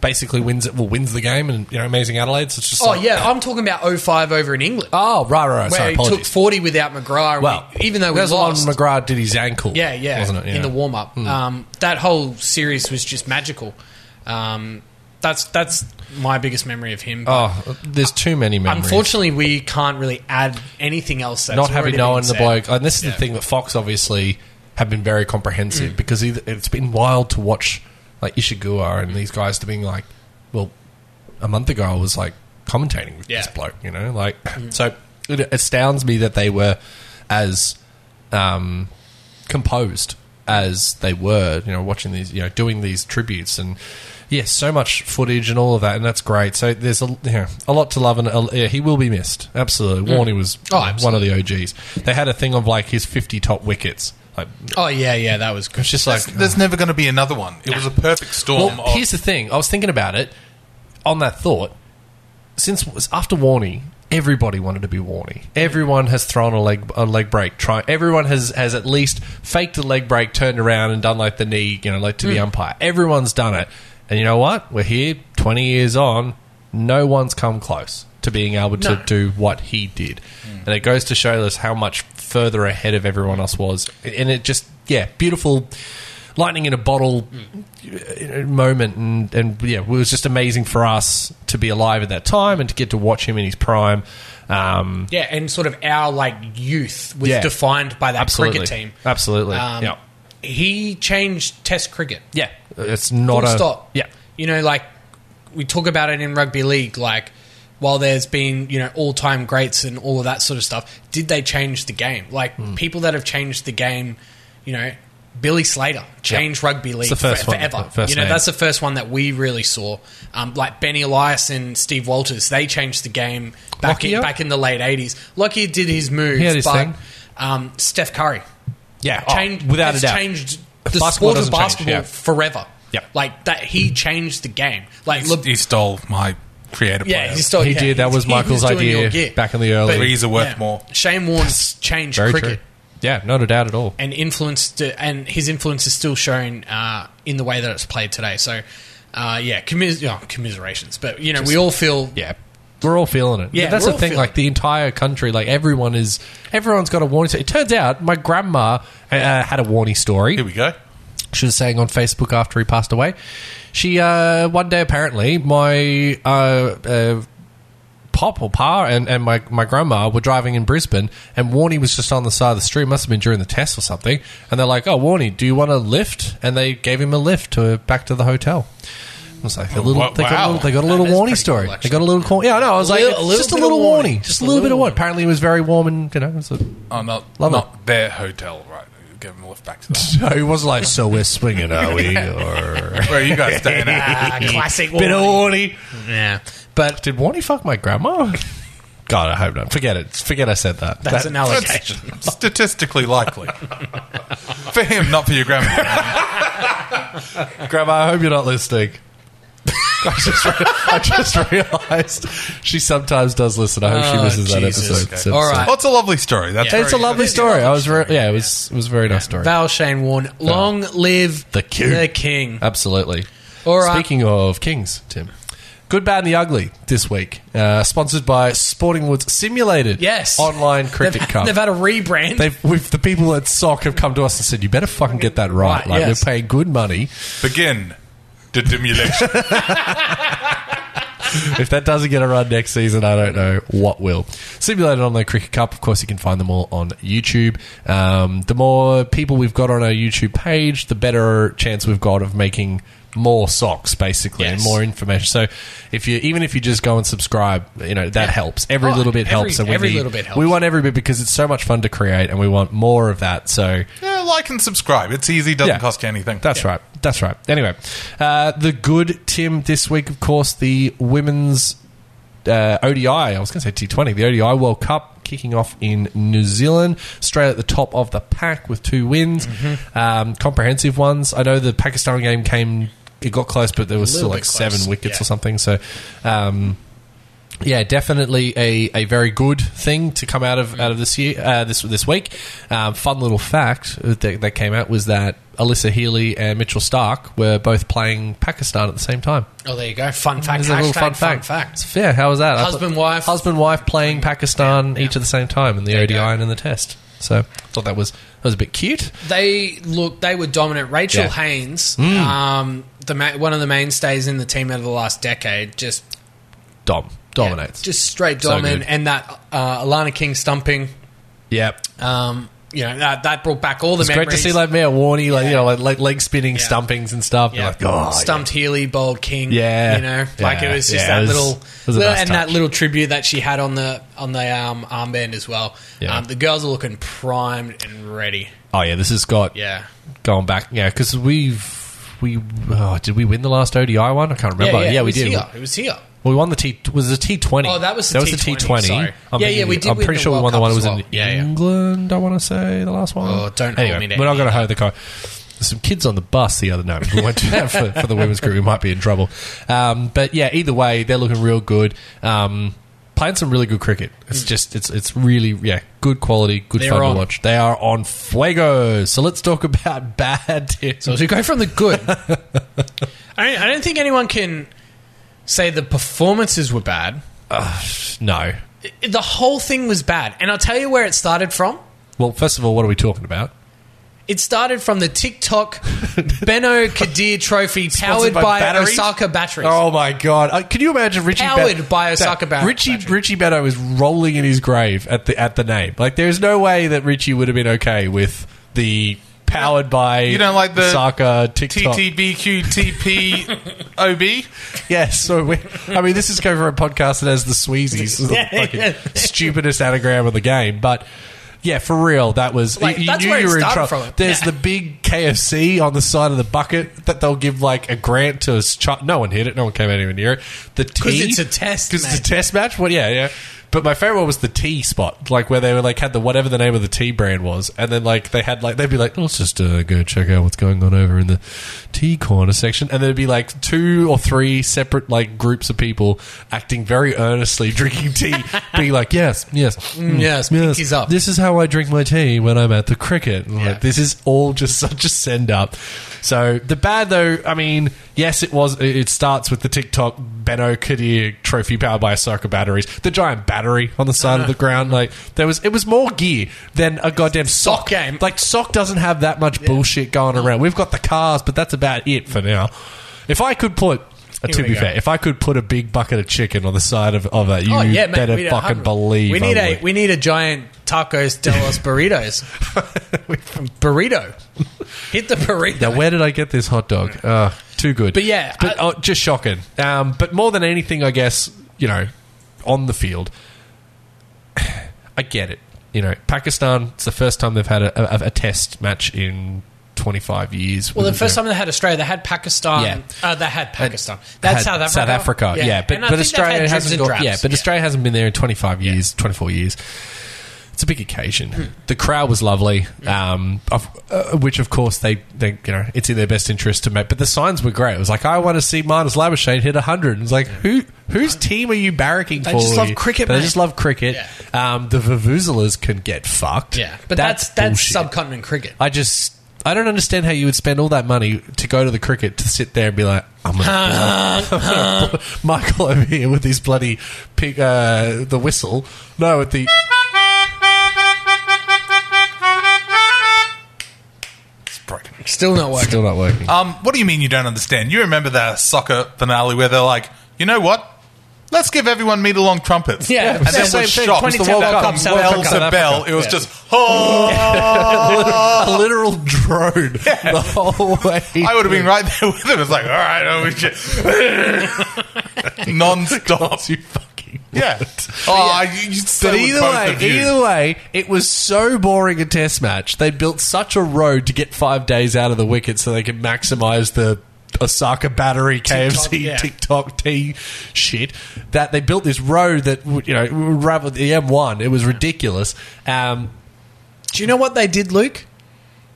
B: Basically wins it, well, wins the game and, you know, amazing Adelaide. So it's just
A: oh
B: like-
A: yeah I'm talking about 05 over in England
B: Oh, right, right,
A: where
B: right. Sorry,
A: he took
B: apologies.
A: 40 without McGrath. and
B: well,
A: we- even though we
B: that was
A: lost,
B: when McGrath did his ankle.
A: yeah, yeah,
B: Wasn't it?
A: in
B: Yeah. Hmm.
A: the warm up, um, that whole series was just magical. Um, that's that's my biggest memory of him. but
B: Oh, there's too many
A: Uh,
B: memories.
A: unfortunately, we can't really add anything else. That's
B: not
A: already
B: having known
A: been
B: the
A: said.
B: bloke. And this is the thing that Fox obviously have been very
A: Mm.
B: comprehensive because either, it's been wild to watch like Ishiguro and these guys to being like, well, a month ago I was like commentating with this
A: Yeah. Mm.
B: bloke, you know, like so it astounds me that they were as um, composed as they were, you know, watching these, you know, doing these tributes and yeah, so much footage and all of that, and that's great. So there's a you know, a lot to love, and a, yeah, he will be missed. Absolutely, Warney was
A: Oh,
B: one of the OGs. They had a thing of like his 50 top wickets. Like
A: Oh yeah, yeah, that was good.
B: it's just like
C: There's, there's never going to be another one. It was a perfect storm.
B: well,
C: of,
B: here's the thing. I was thinking about it on that thought. Since after Warney, everybody wanted to be Warney. Everyone has thrown a leg a leg break. Try everyone has has at least faked a leg break, turned around and done like the knee, you know, like to the
C: Hmm.
B: umpire. Everyone's done it, and you know what? We're here, twenty years on. No one's come close to being able to
A: No.
B: do what he did,
C: Hmm.
B: and it goes to show us how much further ahead of everyone else was. And it just, yeah, beautiful lightning in a bottle
C: Hmm.
B: uh, moment and, and yeah it was just amazing for us to be alive at that time and to get to watch him in his prime um,
A: yeah, and sort of our like youth was
B: Yeah.
A: defined by that
B: absolutely
A: cricket team.
B: absolutely
A: Um,
B: yeah
A: He changed Test cricket.
B: yeah it's
A: full
B: not a
A: stop.
B: yeah
A: You know, like we talk about it in rugby league, like while there's been, you know, all time greats and all of that sort of stuff, did they change the game? Like
B: Hmm.
A: people that have changed the game, you know, Billy Slater changed rugby league
B: the first
A: for,
B: one,
A: forever.
B: the first
A: you know,
B: name.
A: that's the first one that we really saw. Um, like Benny Elias and Steve Walters, they changed the game back
B: Lockyer?
A: in back in the late eighties. Lockyer did his moves,
B: He had his
A: but
B: thing.
A: um, Steph Curry
B: yeah
A: changed
B: oh, without
A: has
B: a doubt
A: changed the
B: Basketball
A: sport of
B: doesn't change,
A: basketball
B: yeah.
A: forever.
B: Yep.
A: like that he changed the game. Like Le-
C: he stole my creative
A: yeah,
C: player.
A: he still
B: He
A: yeah,
B: did, that was Michael's
A: doing
B: idea
A: your gig.
B: back in the early-
C: Threes are worth more.
A: Shane Warne's changed
B: very
A: cricket
B: true yeah not a doubt at all
A: and influenced, and his influence is still shown uh, in the way that it's played today. So, uh, yeah, commis- oh, commiserations. But you know, we all feel [laughs]
B: yeah we're all feeling it.
A: Yeah,
B: that's
A: we're
B: the
A: all
B: thing.
A: feeling
B: Like
A: it.
B: the entire country, like everyone is, everyone's got a warning. It turns out my grandma uh, had a warning story.
C: Here we go.
B: she was saying on Facebook after he passed away. She uh, one day apparently my uh, uh, pop or pa and, and my, my grandma were driving in Brisbane and Warney was just on the side of the street, must have been during the test or something, and they're like, Oh Warney, do you want a lift? And they gave him a lift to back to the hotel. I was like a little,
C: Wow.
B: they, got a little they got a little
G: That is
B: Warney
G: pretty
B: story.
G: cool,
B: they got a little corn yeah, I know, I was
A: A
B: like
A: little- a
B: "It's
A: little
B: just a
A: bit
B: little
A: of Warney.
B: Warney. Just a little, bit of Warney. Apparently he was very warm and you know, it was a-
C: Oh, not,
B: Love
C: not their hotel, right? Give them a lift back to them.
B: no, he was like, [laughs] So we're swinging, are [laughs] we? Or
C: [laughs] Where are you guys
B: [laughs]
C: staying at?
A: Ah, classic
B: bit of Warney.
A: Yeah.
B: But did Warnie fuck my grandma? God, I hope not. Forget it. Forget I said that.
A: That's
B: That-
A: an
B: [laughs]
A: allegation.
C: Statistically likely. [laughs] for him, not for
B: [laughs]
C: your grandma.
B: grandma, I hope you're not listening. [laughs] I just, re- I just realized she sometimes does listen. I hope she
A: Oh,
B: misses that
A: Jesus.
B: episode.
A: Okay.
B: So-
A: All
B: so-
A: right.
C: Well, it's a lovely story. That's
B: It's a
C: very-
B: lovely story. I was, re- yeah, it was, it was a very nice story.
A: Val Shane Warne. Long live
B: The Uh, king.
A: The king.
B: Absolutely.
A: All right.
B: Speaking of kings, Tim. Good, bad, and the ugly this week. Uh, sponsored by Sporting Woods Simulated.
A: Yes.
B: Online cricket
A: they've,
B: cup.
A: They've had a rebrand.
B: They've, we've, the people at SOC have come to us and said, "You better fucking get that right.
A: Right,
B: like
A: yes.
B: we're paying good money.
C: Begin. The demulation.
B: [laughs] if that doesn't get a run next season, I don't know what will." Simulated on the Cricket Cup. Of course, you can find them all on YouTube. Um, the more people we've got on our YouTube page, the better chance we've got of making more socks, basically, and
A: Yes.
B: more information. So, if you even if you just go and subscribe, you know that helps. Every
A: Oh,
B: little bit
A: every-
B: helps. and we
A: every
B: need-
A: little bit helps.
B: We want every bit because it's so much fun to create, and we want more of that. So.
C: yeah, like and subscribe. It's easy. Doesn't
B: Yeah.
C: cost you anything.
B: That's
C: Yeah.
B: right. That's right. Anyway, uh, the good Tim this week, of course, the women's uh, ODI. I was going to say T20, the ODI World Cup kicking off in New Zealand. Australia at the top of the pack with two wins,
C: Mm-hmm.
B: um, comprehensive ones. I know the Pakistan game came, it got close, but there was still
A: little
B: like
A: bit
B: seven
A: close,
B: wickets
A: yeah.
B: or something. So. Um, yeah, definitely a, a very good thing to come out of
A: Mm.
B: out of this year uh, this this week. Um, fun little fact that, that came out was that Alyssa Healy and Mitchell Stark were both playing Pakistan at the same time.
A: oh, there you go. Fun fact.
B: There's a little
A: Hashtag
B: fun fact.
A: fact.
B: It's fair. How was that? I thought-
A: Husband, wife.
B: husband wife playing Pakistan each at the same time in the
A: you
B: ODI
A: go.
B: and in the Test. So I thought that was that was a bit cute.
A: They look. They were dominant. Rachel
B: Yeah. Hmm.
A: Haynes, um, the ma- one of the mainstays in the team over the last decade, just
B: Dom dominates.
A: yeah, just straight
B: So
A: dominant.
B: good.
A: and that uh, Alana King stumping.
B: yep.
A: Um, you know that, that brought back all the
B: It's
A: memories.
B: great to see like Mia Warney, like you
A: Yeah.
B: know, like, like leg spinning, stumpings and stuff. You're
A: Yeah.
B: like, oh, yeah.
A: Stumped Healy, Bold King.
B: Yeah.
A: you know, like
B: Yeah.
A: it was just
B: Yeah,
A: that
B: it was-
A: little,
B: it was a
A: little-
B: nice
A: and that
B: touch.
A: little tribute that she had on the on the um, armband as well.
B: Yeah.
A: Um, the girls are looking primed and ready.
B: Oh yeah, this has got
A: Yeah,
B: going back. Yeah, because we've we oh, did we win the last ODI one? I can't remember. Yeah,
A: it
B: we
A: was
B: did.
A: Here. It was here.
B: We won the T. Was the T twenty?
A: Oh, that was the T20, sorry.
B: I'm
A: Yeah, yeah, we did
B: I'm
A: win
B: pretty
A: the
B: sure we
A: World
B: won the
A: Cup
B: one
A: as
B: that was in
A: well. Yeah, yeah.
B: England. I want to say the last one.
A: Oh, don't hold
B: anyway,
A: me to
B: We're not
A: any
B: going to hold the car. There's some kids on the bus the other night. [laughs] We went to that for, for the women's group. We might be in trouble. Um, but yeah, either way, they're looking real good. Um, playing some really good cricket. It's just it's it's really yeah good quality, good
A: Hmm. They're
B: fun
A: on.
B: to watch. They are on fuego. So let's talk [laughs] about bad. Tips.
A: So as we go from the
B: [laughs]
A: good, I, don't, I don't think anyone can say the performances were bad.
B: Uh, No.
A: I- The whole thing was bad, and I'll tell you where it started from.
B: Well, first of all, what are we talking about?
A: It started from the TikTok
B: [laughs]
A: Benno Kadir Trophy powered
B: Sponsored by
A: by,
B: batteries?
A: Osaka Batteries.
B: Oh my god! Uh, can you imagine Richie?
A: Powered
B: Bet-
A: by Osaka
B: that-
A: Bat-
B: Richie
A: Battery.
B: Richie Beto is rolling in his grave at the at the name. Like there is no way that Richie would have been okay with the powered by
C: You don't like the
B: Osaka TikTok.
C: TTBQTPOB.
B: [laughs] Yes, so we, I mean, this is going for a podcast that has the Sweezies,
A: [laughs]
B: the fucking stupidest anagram of the game. But yeah, for real, that was
A: Like,
B: you,
A: that's
B: knew
A: where
B: you
A: it
B: were in
A: started
B: trouble.
A: from.
B: There's
A: Yeah.
B: the big KFC on the side of the bucket that they'll give like a grant to a child. No one hit it. No one came anywhere near it. The because
A: it's a test
B: Because it's a
A: match.
B: test match. Well, yeah, yeah. But my favorite one was the tea spot, like where they were like had the whatever the name of the tea brand was, and then like they had like they'd be like, let's just uh, go check out what's going on over in the tea corner section, and there'd be like two or three separate like groups of people acting very earnestly [laughs] drinking tea, being like, yes, yes, mm,
A: yes, pinkies up.
B: This is how I drink my tea when I'm at the cricket. And, like,
A: Yeah.
B: [laughs] this is all just such a send up. So the bad though, I mean. Yes, it was. It it starts with the TikTok Benno Kadir trophy powered by Ahsoka batteries, the giant battery on the side of
A: Uh-huh.
B: the ground. Like there was, it was more gear than a goddamn sock
A: game.
B: Like sock doesn't have that much bullshit going around. We've got the cars, but that's about it for now. If I could put. to
A: we
B: be
A: go.
B: fair, if I could put a big bucket of chicken on the side of, of that, you
A: oh yeah, mate,
B: better
A: we need a
B: fucking
A: hundred.
B: believe.
A: We need
B: I
A: a
B: would.
A: we need a giant tacos
B: [laughs]
A: Delos burritos. burrito, hit the
B: [laughs]
A: burrito.
B: Now, where did I get this hot dog? Uh, too good.
A: But yeah,
B: but
A: I-
B: oh, just shocking. Um, but more than anything, I guess you know, on the field, [sighs] I get it. You know, Pakistan. It's the first time they've had a, a, a test match in twenty five years.
A: Well, the
B: with-
A: first
B: you know,
A: time they had Australia, they had Pakistan.
B: Yeah.
A: Uh, they had Pakistan.
B: had
A: That's South Africa.
B: South Africa, yeah. But,
A: And I think they've
B: but
A: had
B: Australia
A: dribs
B: hasn't
A: and
B: got.
A: drabs.
B: Yeah, but Australia hasn't been there in twenty five years, twenty four years. It's a big occasion.
A: Hmm.
B: The crowd was lovely, um, of, uh, which of course they, they, you know, it's in their best interest to make. But the signs were great. It was like, I want to see Marnus Labuschagne hit hundred. It's like, who, whose team are you barracking
A: They
B: for?
A: just love
B: you?
A: cricket,
B: They
A: mate.
B: just love cricket. Um, the Vuvuzelas can get fucked.
A: Yeah, but that's that's
B: bullshit.
A: subcontinent cricket.
B: I just I don't understand how you would spend all that money to go to the cricket to sit there and be like, I'm
C: [laughs]
B: gonna, blow- [laughs] I'm gonna blow Michael over here with his bloody pig, uh, the whistle. No, with the
A: Still not working.
B: still not
C: [laughs]
B: working.
C: Um, what do you mean you don't understand? You remember that soccer finale where they're like, you know what? Let's give everyone meter long trumpets.
A: Yeah, it
C: and
A: was
C: then
A: the
C: we're
A: same thing.
C: shocked.
A: 2010
C: That
A: World Cup,
C: come
A: South
C: bell
A: Africa,
C: to
A: South
C: bell.
A: Africa.
C: It was
A: Yeah.
C: just oh.
B: a literal drone the whole way.
C: I would have been right there with him. It's like, all right, oh, we just [laughs] non-stop.
B: you [laughs] fucking.
C: Yeah. Oh, you, you so
B: But
C: with
B: either
C: both
B: way,
C: of you.
B: either way, it was so boring a test match. They built such a road to get five days out of the wicket so they could maximise the Osaka battery, KFC,
A: yeah.
B: TikTok tea shit. That they built this road that would, you know would rival the M1. It was ridiculous. Um,
A: Do you know what they did, Luke?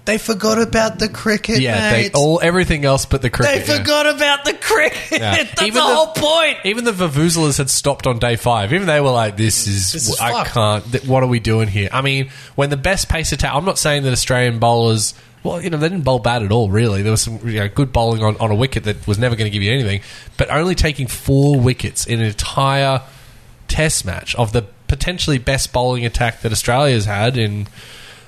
A: They forgot about the cricket.
B: yeah,
A: mate.
B: they all everything else but the
A: They
B: cricket. yeah.
A: forgot about the cricket.
B: Yeah.
A: That's
B: Even
A: the
B: the-
A: whole point.
B: Even the Vuvuzelas had stopped on day five. Even they were like, "This is,
A: This is
B: I
A: fucked.
B: can't. Th- what are we doing here?" I mean, when the best pace attack, I'm not saying that Australian bowlers. Well, you know, they didn't bowl bad at all. Really, there was some you know, good bowling on, on a wicket that was never going to give you anything. But only taking four wickets in an entire Test match of the potentially best bowling attack that Australia's had in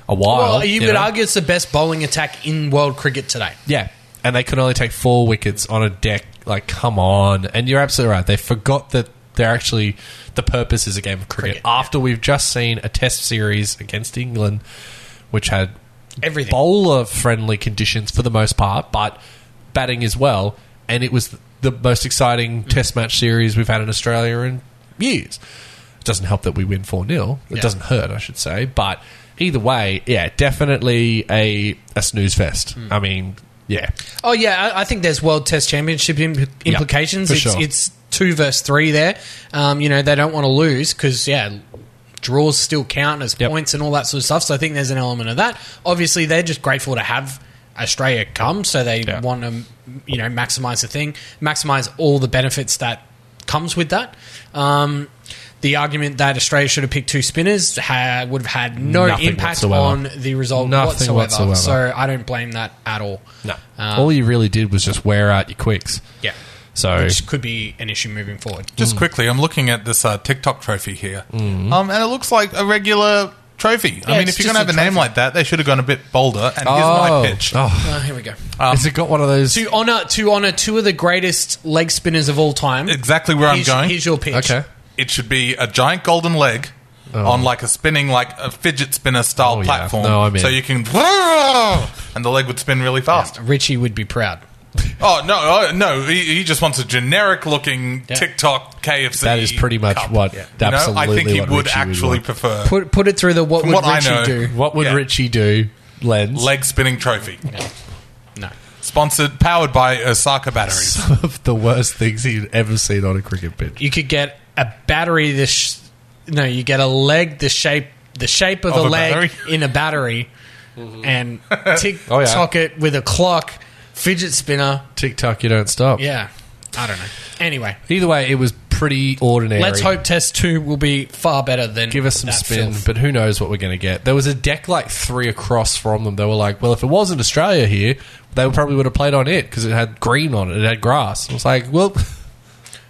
B: a while.
A: Well, you,
B: you
A: could
B: know?
A: argue it's the best bowling attack in world cricket today.
B: Yeah. And they could only take four wickets on a deck. Like, come on. And you're absolutely right. They forgot that they're actually the purpose is a game of
A: Cricket,
B: cricket. After we've just seen a test series against England, which had
A: Everything.
B: bowler friendly conditions for the most part, but batting as well. And it was the most exciting
C: Mm.
B: test match series we've had in Australia in years. It doesn't help that we win 4 0. It
A: Yeah.
B: doesn't hurt, I should say. But either way, yeah, definitely a, a snooze fest.
C: Mm.
B: I mean, yeah.
A: Oh yeah, I, I think there's World Test Championship im- implications.
B: for
A: it's,
B: sure.
A: it's two versus three there. Um, you know they don't want to lose because yeah, draws still count as
B: Yep.
A: points and all that sort of stuff. So I think there's an element of that. Obviously, they're just grateful to have Australia come, so they
B: Yeah.
A: want to you know maximize the thing, maximize all the benefits that comes with that. Um, the argument that Australia should have picked two spinners ha- would have had no
B: Nothing
A: impact
B: whatsoever.
A: on the result
B: Nothing
A: whatsoever.
B: whatsoever.
A: So I don't blame that at all. Um,
B: All you really did was just wear out your quicks.
A: yeah.
B: So,
A: Which could be an issue moving forward.
C: Just
B: Hmm.
C: quickly, I'm looking at this uh, TikTok trophy here, um, and it looks like a regular trophy. I
A: Yeah,
C: mean,
A: it's
C: if you're gonna have
A: just
C: a
A: a
C: name like that, they should have gone a bit bolder. And
B: oh,
C: here's my pitch. Um,
B: oh.
A: Uh, here we go.
B: has it got one of those?
A: To honor to honor two of the greatest leg spinners of all time.
C: Exactly where I'm
A: here's,
C: going.
A: Here's your pitch.
B: Okay.
C: it should be a giant golden leg on like a spinning, like a fidget spinner style
B: Oh, yeah.
C: platform.
B: No, I'm in.
C: So you can, [laughs] and the leg would spin really fast.
A: Richie would be proud.
C: Oh no, oh, no! He, he just wants a generic looking
A: Yeah.
C: TikTok KFC.
B: That is pretty much
C: cup.
B: what-
C: You know, I
B: absolutely
C: think he
B: what
C: would
B: Richie would
C: actually
B: want.
C: prefer
A: Put put it through the what
C: From
A: would
C: what I
A: Richie
C: know-
A: do?
B: what would
C: yeah.
B: Richie do? Lens.
C: leg spinning trophy.
A: No.
C: Sponsored, powered by Osaka batteries.
B: [laughs] Some of the worst things he'd ever seen on a cricket pitch.
A: You could get a battery this sh- no, you get a leg the shape the shape of,
C: Of
A: a
C: a
A: leg
C: battery? Mm-hmm.
A: in a battery
C: [laughs]
A: and tick
B: Oh, yeah.
A: tock it with a clock, fidget spinner.
B: Tic Tac, you don't stop.
A: Yeah. I don't know. Anyway.
B: Either way, it was pretty ordinary.
A: Let's hope test two will be far better than
B: Give us some
A: that
B: spin,
A: filth.
B: but who knows what we're going to get. There was a deck like three across from them. They were like, well, if it wasn't Australia here, they probably would have played on it because it had green on it. It had grass. I was like, well, [laughs]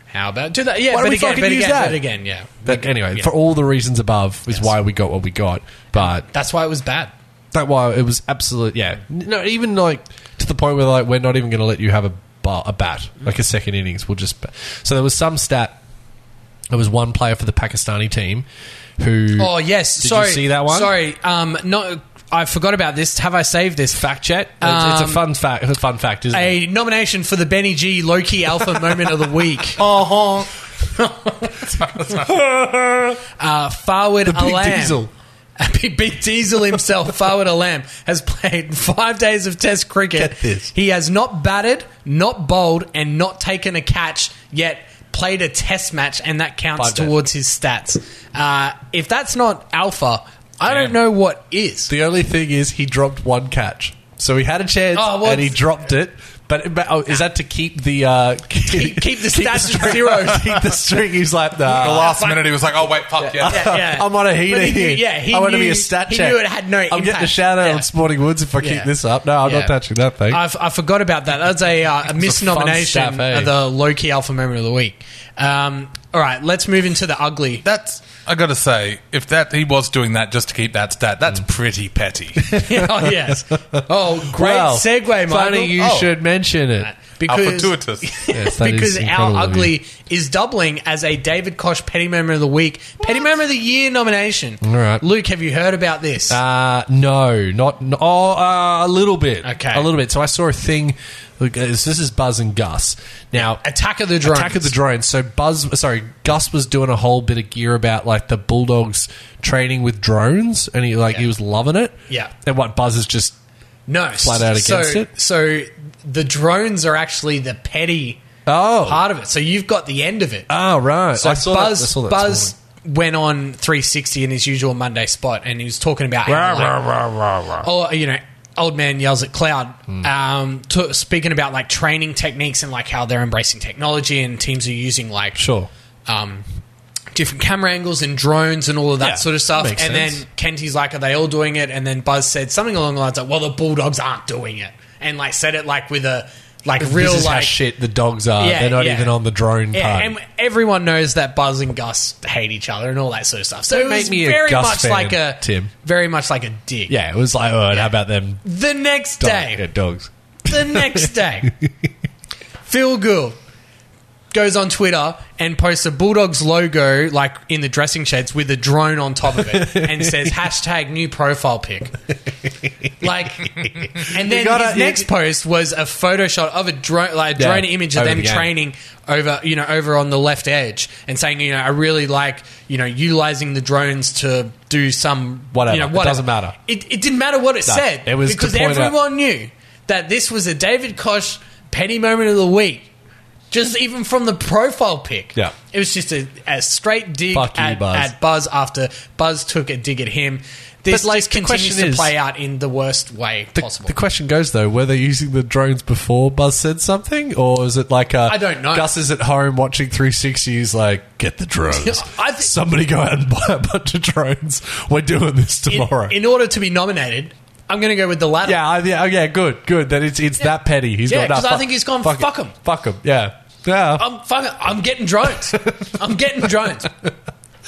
A: How about do that? Yeah,
B: Why don't
A: but
B: we
A: again,
B: fucking
A: but
B: use
A: again,
B: that?
A: but again, yeah.
B: but anyway,
A: yeah.
B: for all the reasons above is why we got what we got. But
A: That's why it was bad.
B: that why it was absolute. Yeah, no, even like to the point where like we're not even going to let you have a bar, a bat
A: Mm.
B: like a second innings. We'll just so there was some stat. There was one player for the Pakistani team who.
A: Oh yes,
B: Did
A: sorry.
B: you see that one?
A: Sorry, um, no, I forgot about this. Have I saved this fact chat?
B: It's, it's
A: Um,
B: a fun fact. A fun fact, isn't it?
A: a nomination for the Benny G low key
B: [laughs]
A: alpha moment of the week.
C: Uh-huh.
A: Uh, Farward
B: Big
A: Alam,
B: Diesel.
A: [laughs] Big, Big Diesel himself, [laughs] Farward Alam, has played five days of Test cricket.
B: Get this.
A: He has not batted, not bowled, and not taken a catch yet. Played a Test match, and that counts
B: Five days.
A: towards his stats. Uh, if that's not alpha, I
C: Damn.
A: don't know what is.
B: The only thing is he dropped one catch, so he had a chance
A: Oh, well,
B: and he
A: it's-
B: dropped it. But, but oh, is that to keep the uh, [laughs] keep,
A: keep the stats at
B: string-
A: zero.
B: [laughs] keep the string. He's like
A: [laughs]
C: The
B: nah.
C: last minute, he was like, oh, wait, fuck, yeah.
A: yeah.
B: I'm on a heater
A: But he knew-
B: here.
A: yeah, he
B: I want to be
A: knew-
B: a stat
A: he
B: check.
A: knew it had no
B: I'm getting a
A: impact.
B: shout out
A: Yeah.
B: on Sporting Woods if I keep
A: Yeah.
B: this up. No, I'm
A: Yeah. Uh,
B: not touching that thing.
A: I've, I forgot about that. That's a, uh, a missed
B: fun
A: nomination
B: stuff, eh?
A: of the low key alpha memory of the week. Um, all right, let's move into the ugly.
C: [laughs]
A: [laughs]
C: That's, I gotta say, if that he was doing that just to keep that stat, that's
B: [laughs]
C: pretty petty.
A: oh yes. Oh, great
B: Well,
A: segue, Michael.
B: Funny you
A: Oh.
B: should mention it.
C: How
A: because
B: [laughs]
C: fortuitous.
B: Yes, that is
A: because
B: incredible
A: our
B: of you.
A: ugly is doubling as a David Kosh Petty Member of the Week, Petty Member of the Year nomination. All
B: right.
A: Luke, have you heard about this?
B: Uh, no, not no, oh, uh, a little bit.
A: Okay.
B: a little bit. So I saw a thing. Look, uh, this is Buzz and Gus. Now,
A: Attack of the Drones.
B: Attack of the drones. So Buzz, sorry, Gus was doing a whole bit of gear about like the bulldogs training with drones, and he like he was loving it.
A: Yeah.
B: and what Buzz is just
A: no,
B: flat out
A: so-
B: against it?
A: So the drones are actually the petty
B: oh
A: part of it. So you've got the end of it.
B: oh right.
A: So
B: I saw
A: Buzz,
B: that, I saw that
A: Buzz went on 360 in his usual Monday spot, and he was talking about how, like, oh, you know, old man yells at cloud,
B: Hmm.
A: um, to, speaking about like training techniques and like how they're embracing technology and teams are using like
B: Sure.
A: um, different camera angles and drones and all of that
B: Yeah,
A: sort of stuff. And
B: makes sense.
A: then Kenty's like, are they all doing it? And then Buzz said something along the lines of, well, the Bulldogs aren't doing it, and like said it like with a like real
B: this is how
A: like
B: shit the dogs are.
A: Yeah,
B: They're not
A: yeah.
B: even on the drone
A: yeah,
B: part.
A: and everyone knows that Buzz and Gus hate each other and all that sort of stuff. So
B: Don't
A: it
B: make
A: was
B: me a
A: very
B: Gus
A: much
B: fan,
A: like a
B: Tim.
A: very much like a dig.
B: yeah, it was like, oh, and how about them
A: The next
B: dog-
A: day,
B: yeah, dogs?
A: the next day, Phil Gould goes on Twitter and posts a Bulldogs logo like in the dressing sheds with a drone on top of it and says hashtag new profile pic. Like, and then
B: gotta-
A: his next
B: you-
A: post was a Photoshop of a drone, like a
B: Yeah,
A: drone image of
B: over
A: them
B: the game.
A: training over, you know, over on the left edge and saying, you know, I really like, you know, utilizing the drones to do some
B: Whatever.
A: You know,
B: It doesn't matter.
A: It, it didn't matter what it
B: No,
A: said.
B: it was to
A: because
B: point out-
A: everyone knew that this was a David Kosh petty moment of the week. Just even from the profile pic.
B: Yeah.
A: It was just a, a straight dig
B: Fuck you,
A: at,
B: Buzz.
A: at Buzz after Buzz took a dig at him. This
B: But, like,
A: just
B: the
A: continues
B: question
A: to
B: is-
A: play out in the worst way
B: The,
A: possible.
B: the question goes though: Were they using the drones before Buzz said something, or is it like I
A: I don't know.
B: Gus is at home watching 360. He's like, "Get the drones!
A: [laughs] I thi-
B: Somebody go out and buy a bunch of drones. We're doing this
A: in,
B: tomorrow."
A: in order to be nominated, I'm going to go with the latter.
B: yeah, I, yeah, oh, yeah, good, good. That it's it's that petty. He's
A: Yeah,
B: got
A: because I think he's gone,
B: Fuck,
A: "Fuck
B: it.
A: 'em." Oh.
B: fuck him. Yeah, yeah.
A: I'm, fucking, I'm getting drones. I'm getting drones.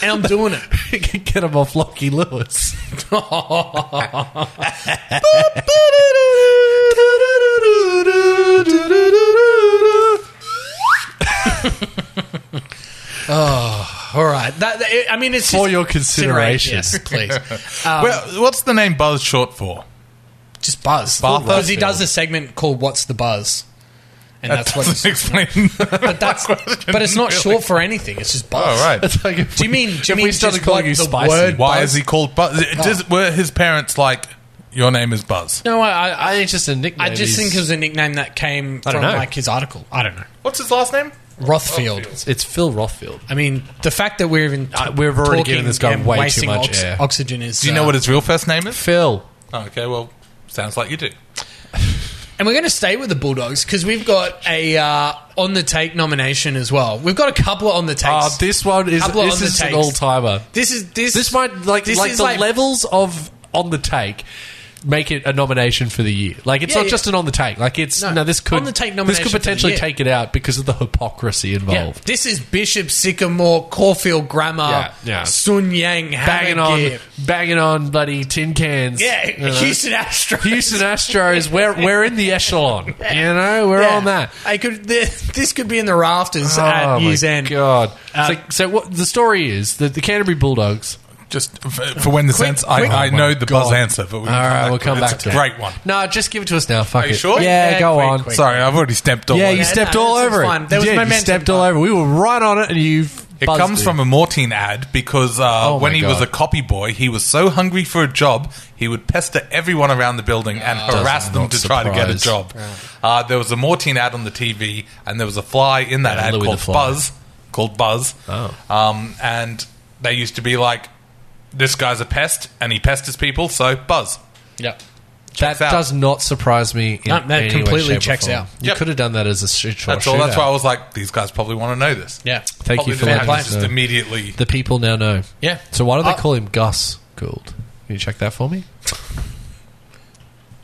A: And I'm doing it.
B: [laughs] [laughs]
A: [laughs]
B: Get him off Lockie Lewis.
A: All right. That, that- I mean, it's
B: For
A: just-
B: your [laughs] consideration.
A: Yes, please.
C: Well, what's the name Buzz short for?
A: Just Buzz.
C: Bartha?
A: Because he does a segment called What's the Buzz. And that's
C: [laughs]
A: what it's,
C: Doesn't explain.
A: but that's but it's not short for anything. It's just Buzz.
C: All right.
B: It's like if
A: Do you
B: we-
A: mean- do you
B: if
A: mean
B: we started
A: just
B: calling
A: what
B: you
A: the
B: spicy?
A: word-
C: Why
A: Buzz?
C: is he called Buzz? It does- were his parents like, your name is Buzz?
A: No, I I,
B: I think it's just a nickname.
A: I just think it was a nickname that came
B: I
A: from
B: don't know.
A: like his article. I don't know.
C: What's his last name?
A: Rothfield.
B: it's, it's Phil Rothfield.
A: I mean, the fact that we're even
B: Uh, we've already given this guy
A: and
B: way too
A: wasting
B: much air.
A: oxygen is. uh,
C: Do you know what his real first name is?
B: Phil.
C: Oh, okay, well, sounds like you do.
A: And we're going to stay with the Bulldogs because we've got a uh, on the take nomination as well. We've got a couple of on the takes.
B: Uh, this one is
A: Couple of
B: this
A: on the
B: is an
A: takes.
B: all timer.
A: this is this
B: This might like
A: this
B: like
A: is
B: the levels of on the take make it a nomination for the year. Like it's
A: Yeah,
B: not
A: yeah.
B: just an on the take. Like it's
A: No,
B: no, this could
A: on the take
B: this
A: nomination
B: could
A: for the
B: potentially
A: year.
B: take it out because of the hypocrisy
A: Yeah.
B: involved.
A: This is Bishop Sycamore, Caulfield Grammar,
B: Oh. Yeah, yeah.
A: Sun Yang,
B: Banging on, banging on bloody tin cans.
A: yeah,
B: you know.
A: Houston Astros.
B: Houston Astros. We're we're in the echelon. You know,
A: [laughs]
B: we're
A: Yeah.
B: on that.
A: I could. th- This could be in the rafters
B: oh
A: at year's
B: my
A: end. Uh,
B: god! so, so what the story is that the Canterbury Bulldogs.
C: Just for, for when the sense,
A: quick.
C: I, I
B: Oh my
C: know the
B: God.
C: buzz answer, but
B: All
C: we can
B: right,
C: come
B: uh, we'll come
C: back
B: back
C: to
B: to
C: it. It's a
B: it.
C: great one.
B: No, just give it to us now. Fuck
C: Are you
B: it.
C: sure?
B: Yeah,
A: Yeah,
B: go
A: quick,
B: on.
A: quick.
C: Sorry, I've already stepped all
B: Yeah,
C: over
B: you
A: no,
C: it.
B: stepped
A: no,
B: all
A: this is
B: over
A: fine.
B: it.
A: There was
B: yeah, you
A: momentum,
B: stepped
A: but-
B: all over. it. We were right on it, and you've.
C: It comes from a Mortine ad because uh,
B: Oh
C: when
B: my
C: he was
B: God.
C: a copy boy, he was so hungry for a job, he would pester everyone around the building and harass
B: doesn't-
C: them
B: not
C: to try to get a
B: surprised.
C: job. Uh, there was a Mortine ad on the TV, and there was a fly in that
B: Yeah,
C: ad
B: Louis the
C: called
B: Fly.
C: Buzz, called Buzz.
B: Oh.
C: Um, and they used to be like, "This guy's a pest, and he pesters people, so Buzz."
B: Yep. That
C: out.
B: does not surprise me. In
A: No, that
B: any way,
A: completely
B: shape, or
A: checks
B: form.
A: out.
B: You
C: Yep.
B: could have done that as a street shot.
C: That's all. That's why I
B: shootout.
C: was like, "These guys probably want to know this."
A: Yeah,
B: Thank you
C: Probably
B: for
C: the
A: fair
B: letting
A: play.
B: us
C: fans
B: know.
C: just immediately.
B: The people now know.
A: yeah.
B: So why do they
A: Uh,
B: call him Gus Gould? Can you check that for me?
C: Uh,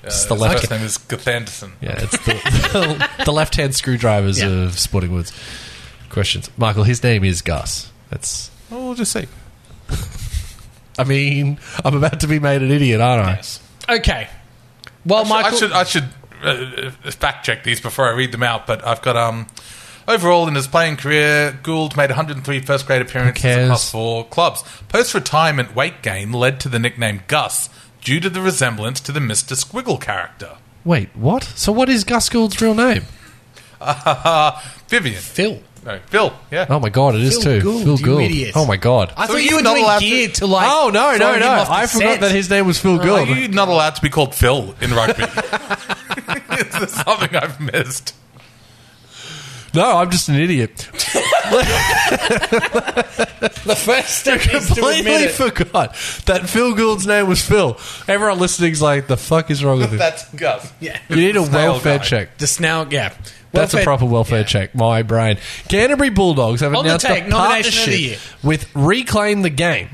B: It's the
C: his
B: left-
C: first name is Gathanderson.
B: [laughs] Yeah, it's the, [laughs] the left-hand screwdrivers
A: Yeah.
B: of Sporting Woods. Questions, Michael. His name is Gus. That's.
C: Oh, we'll just see.
B: I mean, I'm about to be made an idiot, aren't I?
A: Okay.
B: Oh,
A: Well, Michael.
C: I should I should uh, uh, fact check these before I read them out, but I've got um. Overall, in his playing career, Gould made 103 first grade appearances
B: cares?
C: across four clubs. Post retirement weight gain led to the nickname Gus due to the resemblance to the Mr. Squiggle character.
B: Wait, what? So what is Gus Gould's real name?
C: Uh, Vivian.
A: Phil.
C: No, Phil, yeah.
B: Oh my god, it is
A: Phil
B: too.
A: Gould,
B: Phil
A: you
B: Gould.
A: idiot.
B: Oh my god.
A: I
C: So
A: thought
C: he's
A: you were
C: not
A: doing
C: allowed to-
A: geared to, like.
B: oh no, no,
A: throwing
B: no!
A: him off the
B: I forgot
A: set. Oh,
B: that his name was Oh, Phil
C: Are
B: Gould.
C: you not allowed to be called Phil in rugby? [laughs] this is something I've missed.
B: [laughs] No, I'm just an
A: [laughs]
B: idiot.
A: The first step is to admit
B: Completely
A: it.
B: forgot that Phil Gould's name was Phil. Everyone listening's like, the fuck
A: [laughs]
B: is wrong with this?
C: That's Gus.
A: Yeah.
B: You need a
C: Snail
B: welfare
C: guy.
B: check.
A: The snout. Yeah.
B: That's a
A: Welfare-
B: proper welfare check. My brain. Canterbury Bulldogs have
A: On the
B: announced
A: take,
B: a
A: nomination of
B: partnership
A: the year.
B: with Reclaim the Game,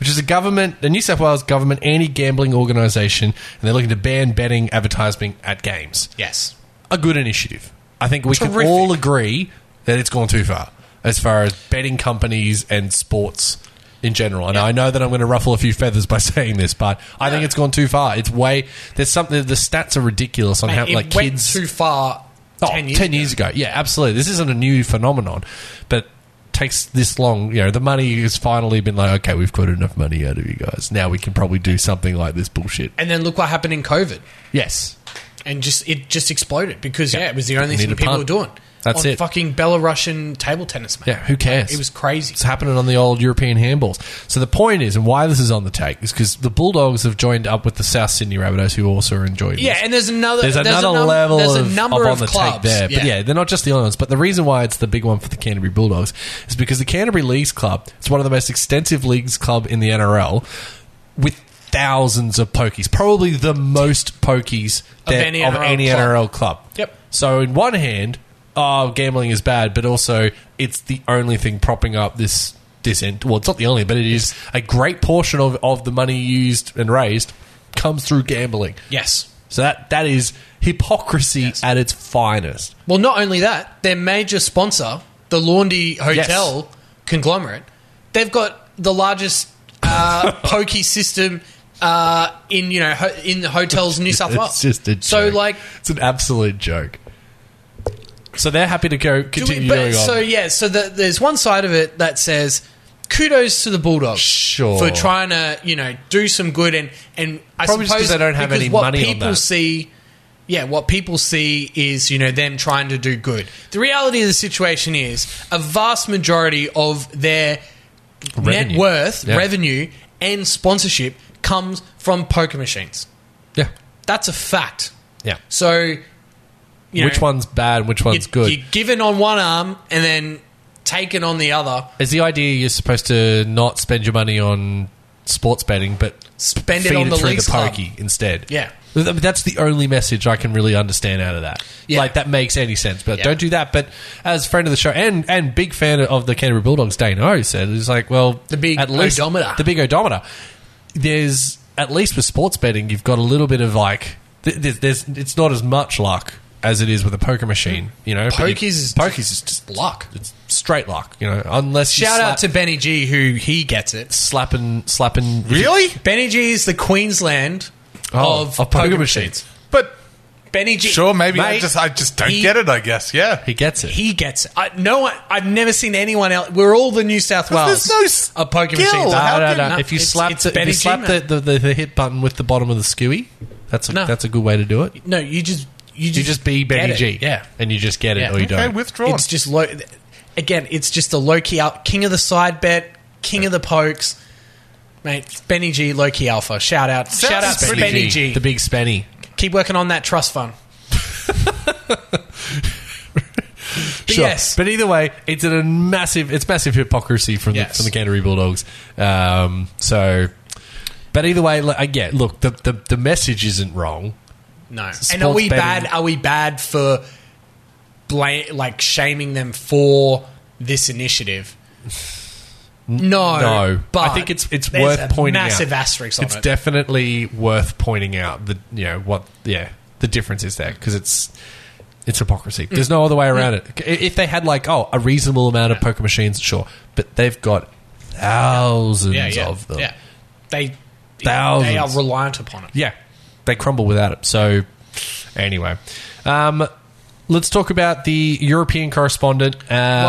B: which is a government, the New South Wales government anti-gambling organisation, and they're looking to ban betting advertising at games.
A: Yes.
B: A good initiative. I think we can
A: Terrific.
B: all agree that it's gone too far as far as betting companies and sports in general. And I know that I'm going to ruffle a few feathers by [laughs] saying this, but I think it's gone too far. It's way there's something the stats are ridiculous on how
A: Mate, it
B: like
A: went
B: kids
A: too far.
B: Oh,
A: 10 years ago.
B: ago. Yeah, absolutely. This isn't a new phenomenon, but takes this long. You know, the money has finally been like, okay, we've got enough money out of you guys. Now we can probably do something like this bullshit.
A: And then look what happened in COVID,
B: Yes.
A: and just it just exploded because yeah,
B: Yeah.
A: it was the only
B: Need
A: thing
B: a
A: people
B: punt.
A: were doing.
B: That's
A: on
B: it.
A: Fucking Belarusian table tennis, mate.
B: Yeah, who cares?
A: It was crazy.
B: It's happening on the old European handballs. So the point is, and why this is on the take, is because the Bulldogs have joined up with the South Sydney Rabbitohs, who also are enjoying
A: Yeah,
B: this.
A: and there's another.
B: there's another
A: a num-
B: level
A: There's
B: of,
A: a number
B: of on
A: of
B: the
A: clubs.
B: take there. But yeah, they're not just the only ones. But the reason why it's the big one for the Canterbury Bulldogs is because the Canterbury Leagues Club is one of the most extensive leagues club in the NRL with thousands of pokies. Probably the most pokies
A: Of
B: that-
A: any
B: of
A: NRL
B: any
A: club.
B: NRL club.
A: Yep.
B: So in one hand, oh, gambling is bad, but also it's the only thing propping up this this end. Well, it's not the only, but it is a great portion of, of the money used and raised comes through gambling.
A: Yes.
B: So that that is hypocrisy at its finest.
A: Well, not only that, their major sponsor, the Laundry Hotel conglomerate, they've got the largest
B: [laughs]
A: uh, pokey system uh, in you know ho- in the hotels in New South Wales.
B: It's just a joke.
A: so like
B: it's an absolute joke. So they're happy to go
A: do
B: continue
A: we, but,
B: going on.
A: so yeah, so the, there's one side of it that says kudos to the Bulldogs
B: Sure.
A: for trying to you know do some good and and I
B: Probably just
A: suppose
B: 'cause they don't have
A: because
B: any
A: what
B: money on
A: people
B: that.
A: see. Yeah, what people see is, you know, them trying to do good. The reality of the situation is a vast majority of their net
B: Revenue.
A: worth,
B: Yeah.
A: revenue, and sponsorship comes from poker machines.
B: yeah,
A: That's a fact.
B: yeah.
A: So, you
B: which
A: know,
B: one's bad? Which one's
A: you-
B: good?
A: You're given on one arm and then taken on the other.
B: is the idea you're supposed to not spend your money on sports betting, but
A: Spend it
B: feed
A: on the
B: through
A: Leagues
B: the
A: Club.
B: pokey instead.
A: Yeah.
B: Th- I mean, that's the only message I can really understand out of that.
A: Yeah.
B: Like that makes any sense, but
A: Yeah.
B: don't do that. But as friend of the show and and big fan of the Canterbury Bulldogs, Dane O said, "It's like well,
A: The big
B: at least,
A: odometer.
B: the big odometer. There's at least with sports betting, you've got a little bit of like th- there's, there's it's not as much luck." As it is with a poker machine, you know. but you-
A: Pokies is
B: pokies is just
A: luck.
B: It's straight luck, you know. Unless you
A: Shout
B: slap-
A: out to Benny G, who he gets it.
B: slapping slapping
C: Really?
A: Benny G is the Queensland
B: Oh,
A: of,
B: of poker
A: poker
B: machines.
A: machines.
C: But
A: Benny G.
C: sure, maybe I
A: Mate,
C: just I just don't
A: he-
C: get it. I guess. Yeah.
B: he gets it
A: He gets it. I, no one. I've never seen anyone else. We're all the New South Wales.
C: there's no s-
A: a poker
C: skill.
A: machine.
B: no,
C: How
B: no,
C: can-
B: no.
A: no,
B: if you
A: it's-
B: slap
A: it's
B: the, if
A: Benny
B: you
A: G,
B: slap the,
A: mate.
B: the, the, the hit button with the bottom of the skewy that's a,
A: No.
B: that's a good way to do it
A: No, you just you just,
B: you just be
A: get
B: Benny
A: it.
B: G
A: Yeah,
B: and you just get it
A: Yeah.
B: or you
C: Okay,
B: don't
C: withdrawn.
A: it's just low. Again, it's just a low key out king of the side bet, king of the pokes, mate. it's Benny G, low key alpha. Shout out, shout out, to
C: pretty
A: Benny G.
B: the big spenny
A: Keep working on that trust [laughs] fund. But Yes,
B: but either way it's a massive it's massive hypocrisy from the
A: Yes.
B: from the Canterbury Bulldogs um, so but either way like, I- yeah look the, the the message isn't wrong
A: no. And
B: sports
A: are we
B: betting-
A: bad? Are we bad for bla- like shaming them for this initiative? No,
B: no
A: But
B: I think it's it's
A: there's
B: worth
A: a
B: pointing out
A: massive asterisk on
B: it's
A: it.
B: definitely worth pointing out the you know what yeah the difference is there because it's it's hypocrisy. There's no other way around it. I- If they had like oh a reasonable amount of poker machines, sure, but they've got thousands
A: yeah, yeah,
B: of them.
A: Yeah, they they are
B: Thousands.
A: reliant upon it.
B: Yeah, they crumble without it. So anyway, um, let's talk about the European correspondent. Uh,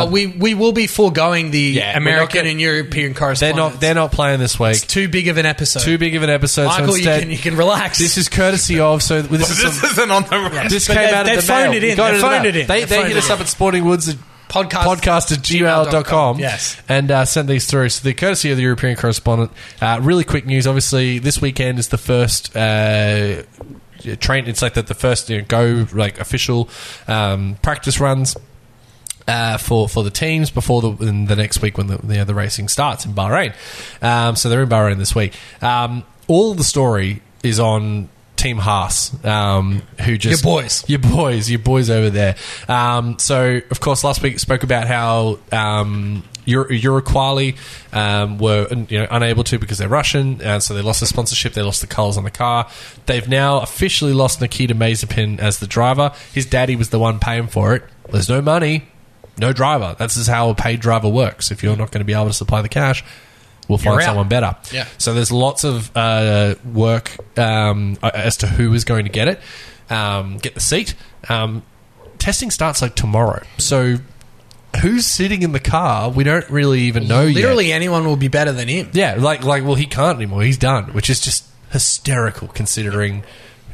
A: well, we we will be foregoing the
B: Yeah, we're not
A: American
B: gonna-
A: and European
B: they're
A: correspondence.
B: not they're not playing this week.
A: It's too big of an episode.
B: Too big of an episode.
A: Michael, you
B: so instead,
A: can you can relax.
B: this is courtesy of. So this is
C: This
B: some,
C: isn't on the.
B: This
A: But
B: came
A: they-
B: out of
A: they
B: the mail.
A: phoned it in.
B: You got
A: They
B: the
A: phoned
B: mail.
A: it in.
B: They,
A: They
B: they
A: phoned
B: hit
A: it
B: us
A: in.
B: up at sportingwoods at
A: Podcast-
B: podcast at gmail.com
A: Yes.
B: and uh, sent these through. So the courtesy of the European correspondent. Uh, really quick news. Obviously, this weekend is the first. Uh, Train. It's like the, the first you know, go like official um, practice runs uh, for for the teams before the in the next week when the you know, the racing starts in Bahrain. Um, so they're in Bahrain this week. Um, all the story is on Team Haas, um, who just
A: Your boys.
B: your boys, your boys over there. Um, so of course, last week spoke about how. Um, Ur- Uruguay um, were you know, unable to because they're Russian, and so they lost the sponsorship. They lost the colours on the car. They've now officially lost Nikita Mazepin as the driver. His daddy was the one paying for it. There's no money no driver. That's just how a paid driver works. If you're not going to be able to supply the cash, we'll find
A: You're out.
B: someone better.
A: Yeah.
B: So there's lots of uh, work um, as to who is going to get it, um, get the seat. Um, testing starts like tomorrow. So who's sitting in the car? We don't really even know yet.
A: Literally, anyone will be better than him.
B: Yeah, like like well, he can't anymore. He's done, which is just hysterical considering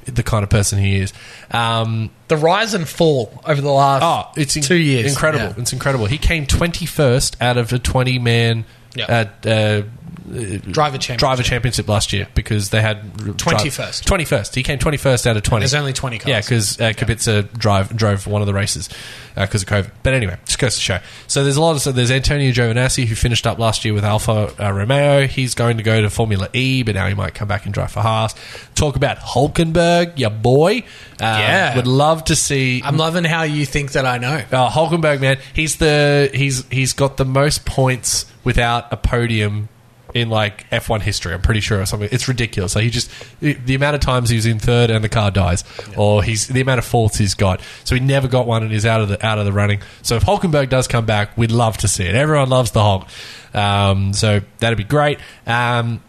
B: the kind of person he is. Um,
A: The rise and fall over the last
B: Oh, it's in-
A: two years.
B: Incredible!
A: Yeah.
B: It's incredible. He came twenty first out of a twenty man
A: Yeah.
B: uh, uh,
A: driver champion.
B: driver championship last year because they had
A: 21st.
B: Twenty first. He came twenty first out of twenty.
A: There's only 20 cars.
B: Yeah, because uh, Kubica drive drove one of the races because of COVID. But anyway, just goes to show. So there's a lot of so there's Antonio Giovinazzi who finished up last year with Alfa uh, Romeo. He's going to go to Formula E, but now he might come back and drive for Haas. Talk about Hulkenberg, your boy. Uh,
A: Yeah.
B: would love to see.
A: I'm loving how you think that I know.
B: Uh, Hulkenberg, man, he's the he's he's got the most points without a podium in like F1 history. I'm pretty sure or something. It's ridiculous. Like he just the the amount of times he was in third and the car dies, or he's the amount of faults he's got. So he never got one and is out of the out of the running. So if Hulkenberg does come back, we'd love to see it. Everyone loves the Hulk, um, so that'd be great. Um,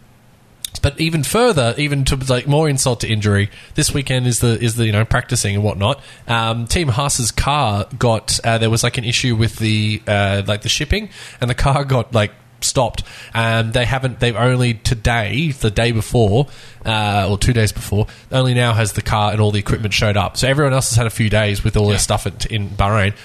B: but even further, even to like more insult to injury, this weekend is the is the you know practicing and whatnot. Um, Team Haas's car got uh, there was like an issue with the uh, like the shipping, and the car [laughs] got like stopped. Um, they haven't. They've only today, the day before, uh, or two days before, only now has the car and all the equipment showed up. So everyone else has had a few days with all their stuff at, in Bahrain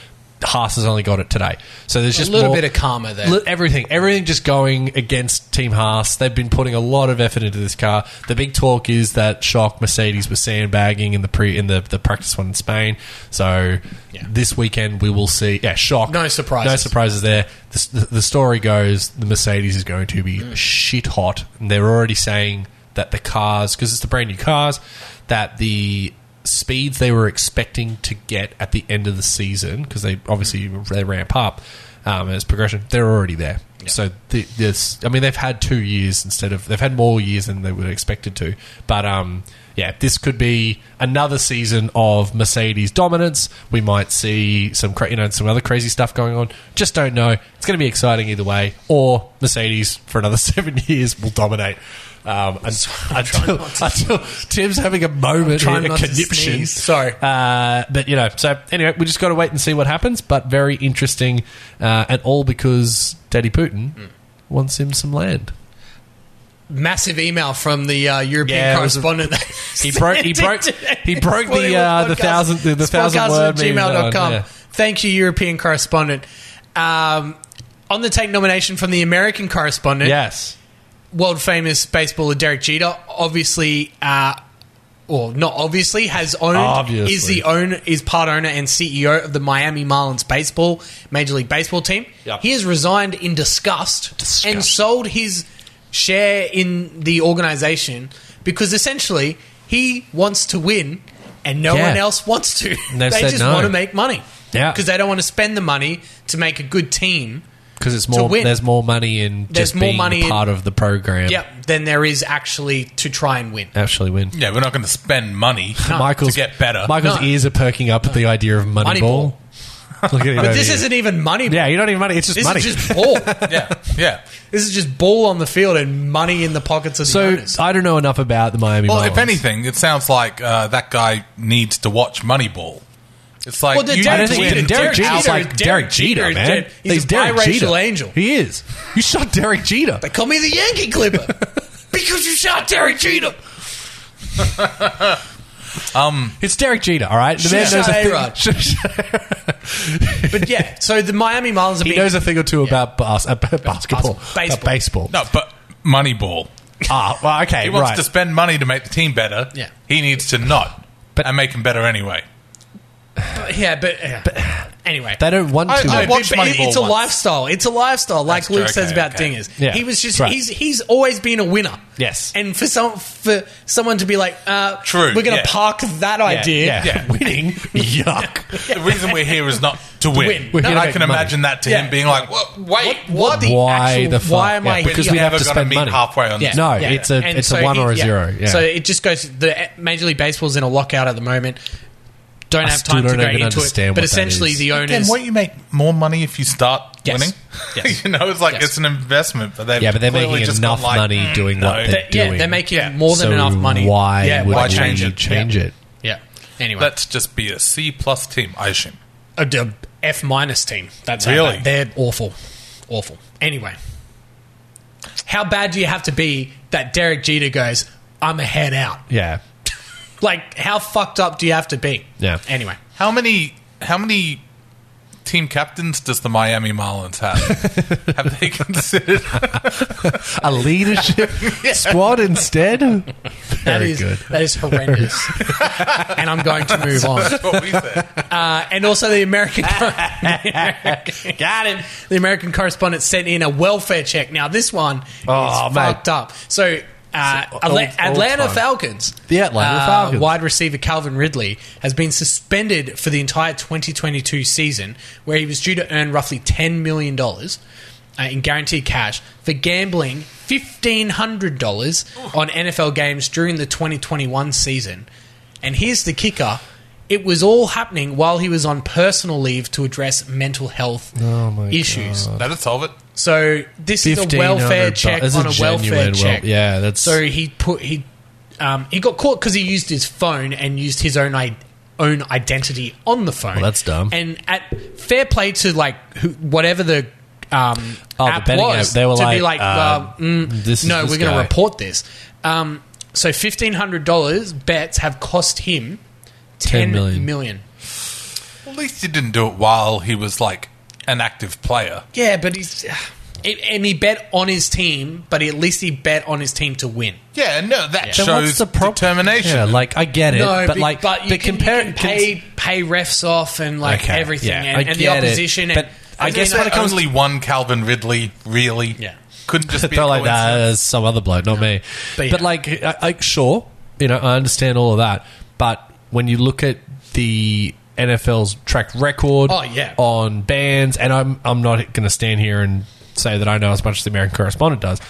B: Haas has only got it today. So there's just
A: a little
B: more-
A: bit of karma there.
B: Li- everything, everything just going against Team Haas. They've been putting a lot of effort into this car. The big talk is that shock Mercedes was sandbagging in the pre in the, the practice one in Spain. So this weekend we will see. Yeah, shock.
A: No surprises.
B: No surprises there. The, the, the story goes the Mercedes is going to
A: Mm.
B: be shit hot, and they're already saying that the cars because it's the brand new cars that the speeds they were expecting to get at the end of the season because they obviously
A: Mm.
B: they ramp up um, as progression they're already there so the, this I mean they've had two years instead of they've had more years than they were expected to but um yeah this could be another season of Mercedes dominance we might see some cra- you know some other crazy stuff going on just don't know it's going to be exciting either way or Mercedes for another [laughs] seven years will dominate
A: [laughs]
B: um, un- until, until Tim's having a moment,
A: trying
B: here, a
A: not to
B: conniption.
A: sneeze. Sorry.
B: Uh, but you know, so anyway, we just got to wait and see what happens. But very interesting, uh, and all because Daddy Putin
A: Hmm.
B: wants him some land.
A: Massive email from the uh, European
B: Yeah, it was a-
A: correspondent.
B: [laughs] He broke- he broke- he broke the, uh, the thousand- the- the thousand word meme
A: gmail.com.
B: down, yeah.
A: Thank you, European correspondent. Um, on the take nomination from the American correspondent,
B: Yes,
A: world famous baseballer Derek Jeter, obviously, uh, or not obviously, has owned
B: Obviously.
A: is the own is part owner and CEO of the Miami Marlins baseball Major League Baseball team.
B: Yep.
A: He has resigned in disgust, and sold his share in the organization because essentially he wants to win. And no
B: Yeah.
A: one else wants to. [laughs]
B: And they've
A: they
B: said
A: just
B: no.
A: want to make money.
B: Yeah.
A: Because they don't want to spend the money to make a good team.
B: because it's more.
A: win.
B: There's more money in
A: There's
B: just
A: more
B: being
A: money in-
B: part of the program.
A: Yep. Than there is actually to try and win.
B: actually win.
C: Yeah, we're not going to spend [laughs] money
B: Michael's
C: to get better.
B: Michael's
A: No.
B: ears are perking up at the idea of Moneyball.
A: [laughs]
B: Look at it
A: But
B: over
A: this
B: here.
A: isn't even money.
B: Yeah, you don't even money. It's just
A: This
B: money.
A: is just ball.
B: [laughs]
C: yeah, yeah.
A: this is just ball on the field and money in the pockets of the
B: so
A: owners.
B: I don't know enough about the Miami.
C: Well,
B: Marlins.
C: if anything, it sounds like uh, that guy needs to watch Moneyball. It's like
A: Well, the
C: you
A: Derek
B: I
C: need
B: don't
C: to
B: think
A: Jeter- Derek
B: Derek
C: win.
B: Jeter's
A: Jeter-
B: like
A: Derek
B: Derek Jeter,
A: Jeter is
B: man.
A: dead. He's a
B: Derek
A: biracial
B: Jeter.
A: angel.
B: He is. You shot Derek Jeter.
A: they call me the Yankee
B: [laughs]
A: Clipper because you shot Derek Jeter.
B: It's Derek Jeter, all right. The man
A: Shut
B: knows a
A: up,
B: thing.
A: A-Rod. But yeah, so the Miami Marlins are
B: He
A: being
B: knows a thing or two about bas- uh, about basketball,
A: Baseball.
B: About baseball.
C: No, but Moneyball.
B: Ah, well, okay,
C: He wants
B: right.
C: to spend money to make the team better.
A: Yeah.
C: He needs to not
B: But-
C: and make him better anyway.
A: yeah, but, yeah. anyway.
B: they don't want
C: I-
B: to.
C: I
B: though.
C: watched
A: But it-
C: Moneyball
A: it's a
C: once.
A: lifestyle. It's a lifestyle, like
C: That's
A: Luke
C: true.
A: says
C: Okay,
A: about
C: okay.
A: dingers.
B: Yeah,
A: he was just
B: right.
A: he's he's always been a winner.
B: Yes.
A: and for some for someone to be like, uh,
C: True,
A: we're going to
C: yeah.
A: park that
B: yeah,
A: idea.
B: yeah.
C: Yeah.
A: [laughs]
B: winning. Yuck.
C: The reason we're here is not to win.
A: win. We're
B: here
C: And
B: to
C: I
B: make
C: can
B: money.
C: imagine that to
A: Yeah.
C: him being like, "Wha- wait,
A: What, what the
B: Why
A: actual,
B: the fuck?
A: Why am
B: Yeah,
A: I
B: because
A: here?
B: we
C: We're
B: have
C: never
B: to
C: gonna
B: spend
C: meet
B: money.
C: halfway on this.
B: No, it's a-
A: And
B: it's a one or a
A: yeah.
B: zero, yeah.
A: So it just goes. The Major League Baseball's in a lockout at the moment. Don't
B: I
A: have
B: still
A: time
B: don't
A: to go
B: even
A: into
B: understand
A: it. But
B: what that
A: essentially,
B: is.
A: the
C: Again,
A: owners.
C: won't you make more money if you start
A: Yes.
C: winning?
A: Yes.
C: [laughs] you know, it's like
A: Yes.
C: it's an investment, but they
B: Yeah, but they're
C: clearly
B: making
C: just
B: enough
C: gone like,
B: money
C: "Mm,
B: doing
C: no."
B: what they're
A: yeah,
B: doing.
A: they're making more than
B: So
A: enough money.
B: Why
A: Yeah,
B: would
A: why
B: we
C: change it?
B: Change it.
A: Yeah. Anyway,
C: Let's just be a C plus team, I assume.
A: a, a F minus team. That's how
C: Really?
A: bad- they're awful, awful. Anyway, how bad do you have to be that Derek Jeter goes? I'm a head out. [laughs]
B: Yeah.
A: Like, how fucked up do you have to be?
B: Yeah.
A: Anyway,
C: How many how many team captains does the Miami Marlins have? [laughs] have they considered
A: [laughs]
B: A leadership squad instead.
A: that
B: Very
A: is
B: good.
A: that is horrendous,
B: [laughs]
A: and I'm going to move on.
C: what we said?
A: Uh, and also the
B: [laughs]
A: American, got him. The American correspondent sent in a welfare check. Now this one
B: Oh,
A: is
B: mate.
A: fucked up. So. Uh,
B: So,
A: Atla-
B: all- all
A: Atlanta
B: time.
A: Falcons.
B: The Atlanta
A: uh,
B: Falcons.
A: Wide receiver Calvin Ridley has been suspended for the entire 2022 season, where he was due to earn roughly $10 million uh, in guaranteed cash for gambling $1,500 on NFL games during the 2021 season. And here's the kicker it was all happening while he was on personal leave to address mental health
B: Oh my
A: issues.
C: That'd solve it.
A: So this is a welfare
B: $1,500.
A: check
B: That's
A: on
B: a
A: a, welfare
B: genuine wel-
A: check.
B: yeah, that's-
A: so he put he um, he got caught because he used his phone and used his own I- own identity on the phone.
B: Well, that's dumb.
A: And at fair play to like who, whatever the um,
B: Oh, the
A: app
B: betting
A: was
B: app. They were
A: to be like,
B: like, um,
A: well, mm,
B: this is
A: no,
B: this
A: we're going
B: guy.
A: to report this. Um, so fifteen hundred dollars bets have cost him ten
B: $10 million.
A: million.
C: Well, at least he didn't do it while he was like an active player.
A: Yeah, but he's. [sighs] And he bet on his team, but at least he bet on his team to win.
C: Yeah, no, that
B: Then
C: shows
B: what's the prob-
C: determination.
B: Yeah, like I get it, but
A: be-
B: like,
A: but you can, you
B: compare
A: can pay pay refs off and like
B: Okay,
A: everything,
B: yeah, I
A: and, and the
B: get it,
A: opposition.
B: but
A: and,
B: I guess
A: mean,
B: when it comes
C: only one Calvin Ridley, really.
A: Yeah.
C: couldn't [laughs] just be a
B: They're like that.
C: coincidence.
B: There's some other bloke, not me.
A: But
B: But,
A: yeah.
B: like, I, I, sure, you know, I understand all of that. But when you look at the NFL's track record,
A: Oh, yeah.
B: on bans, and I'm I'm not going to stand here and say that I know as much as the American correspondent does,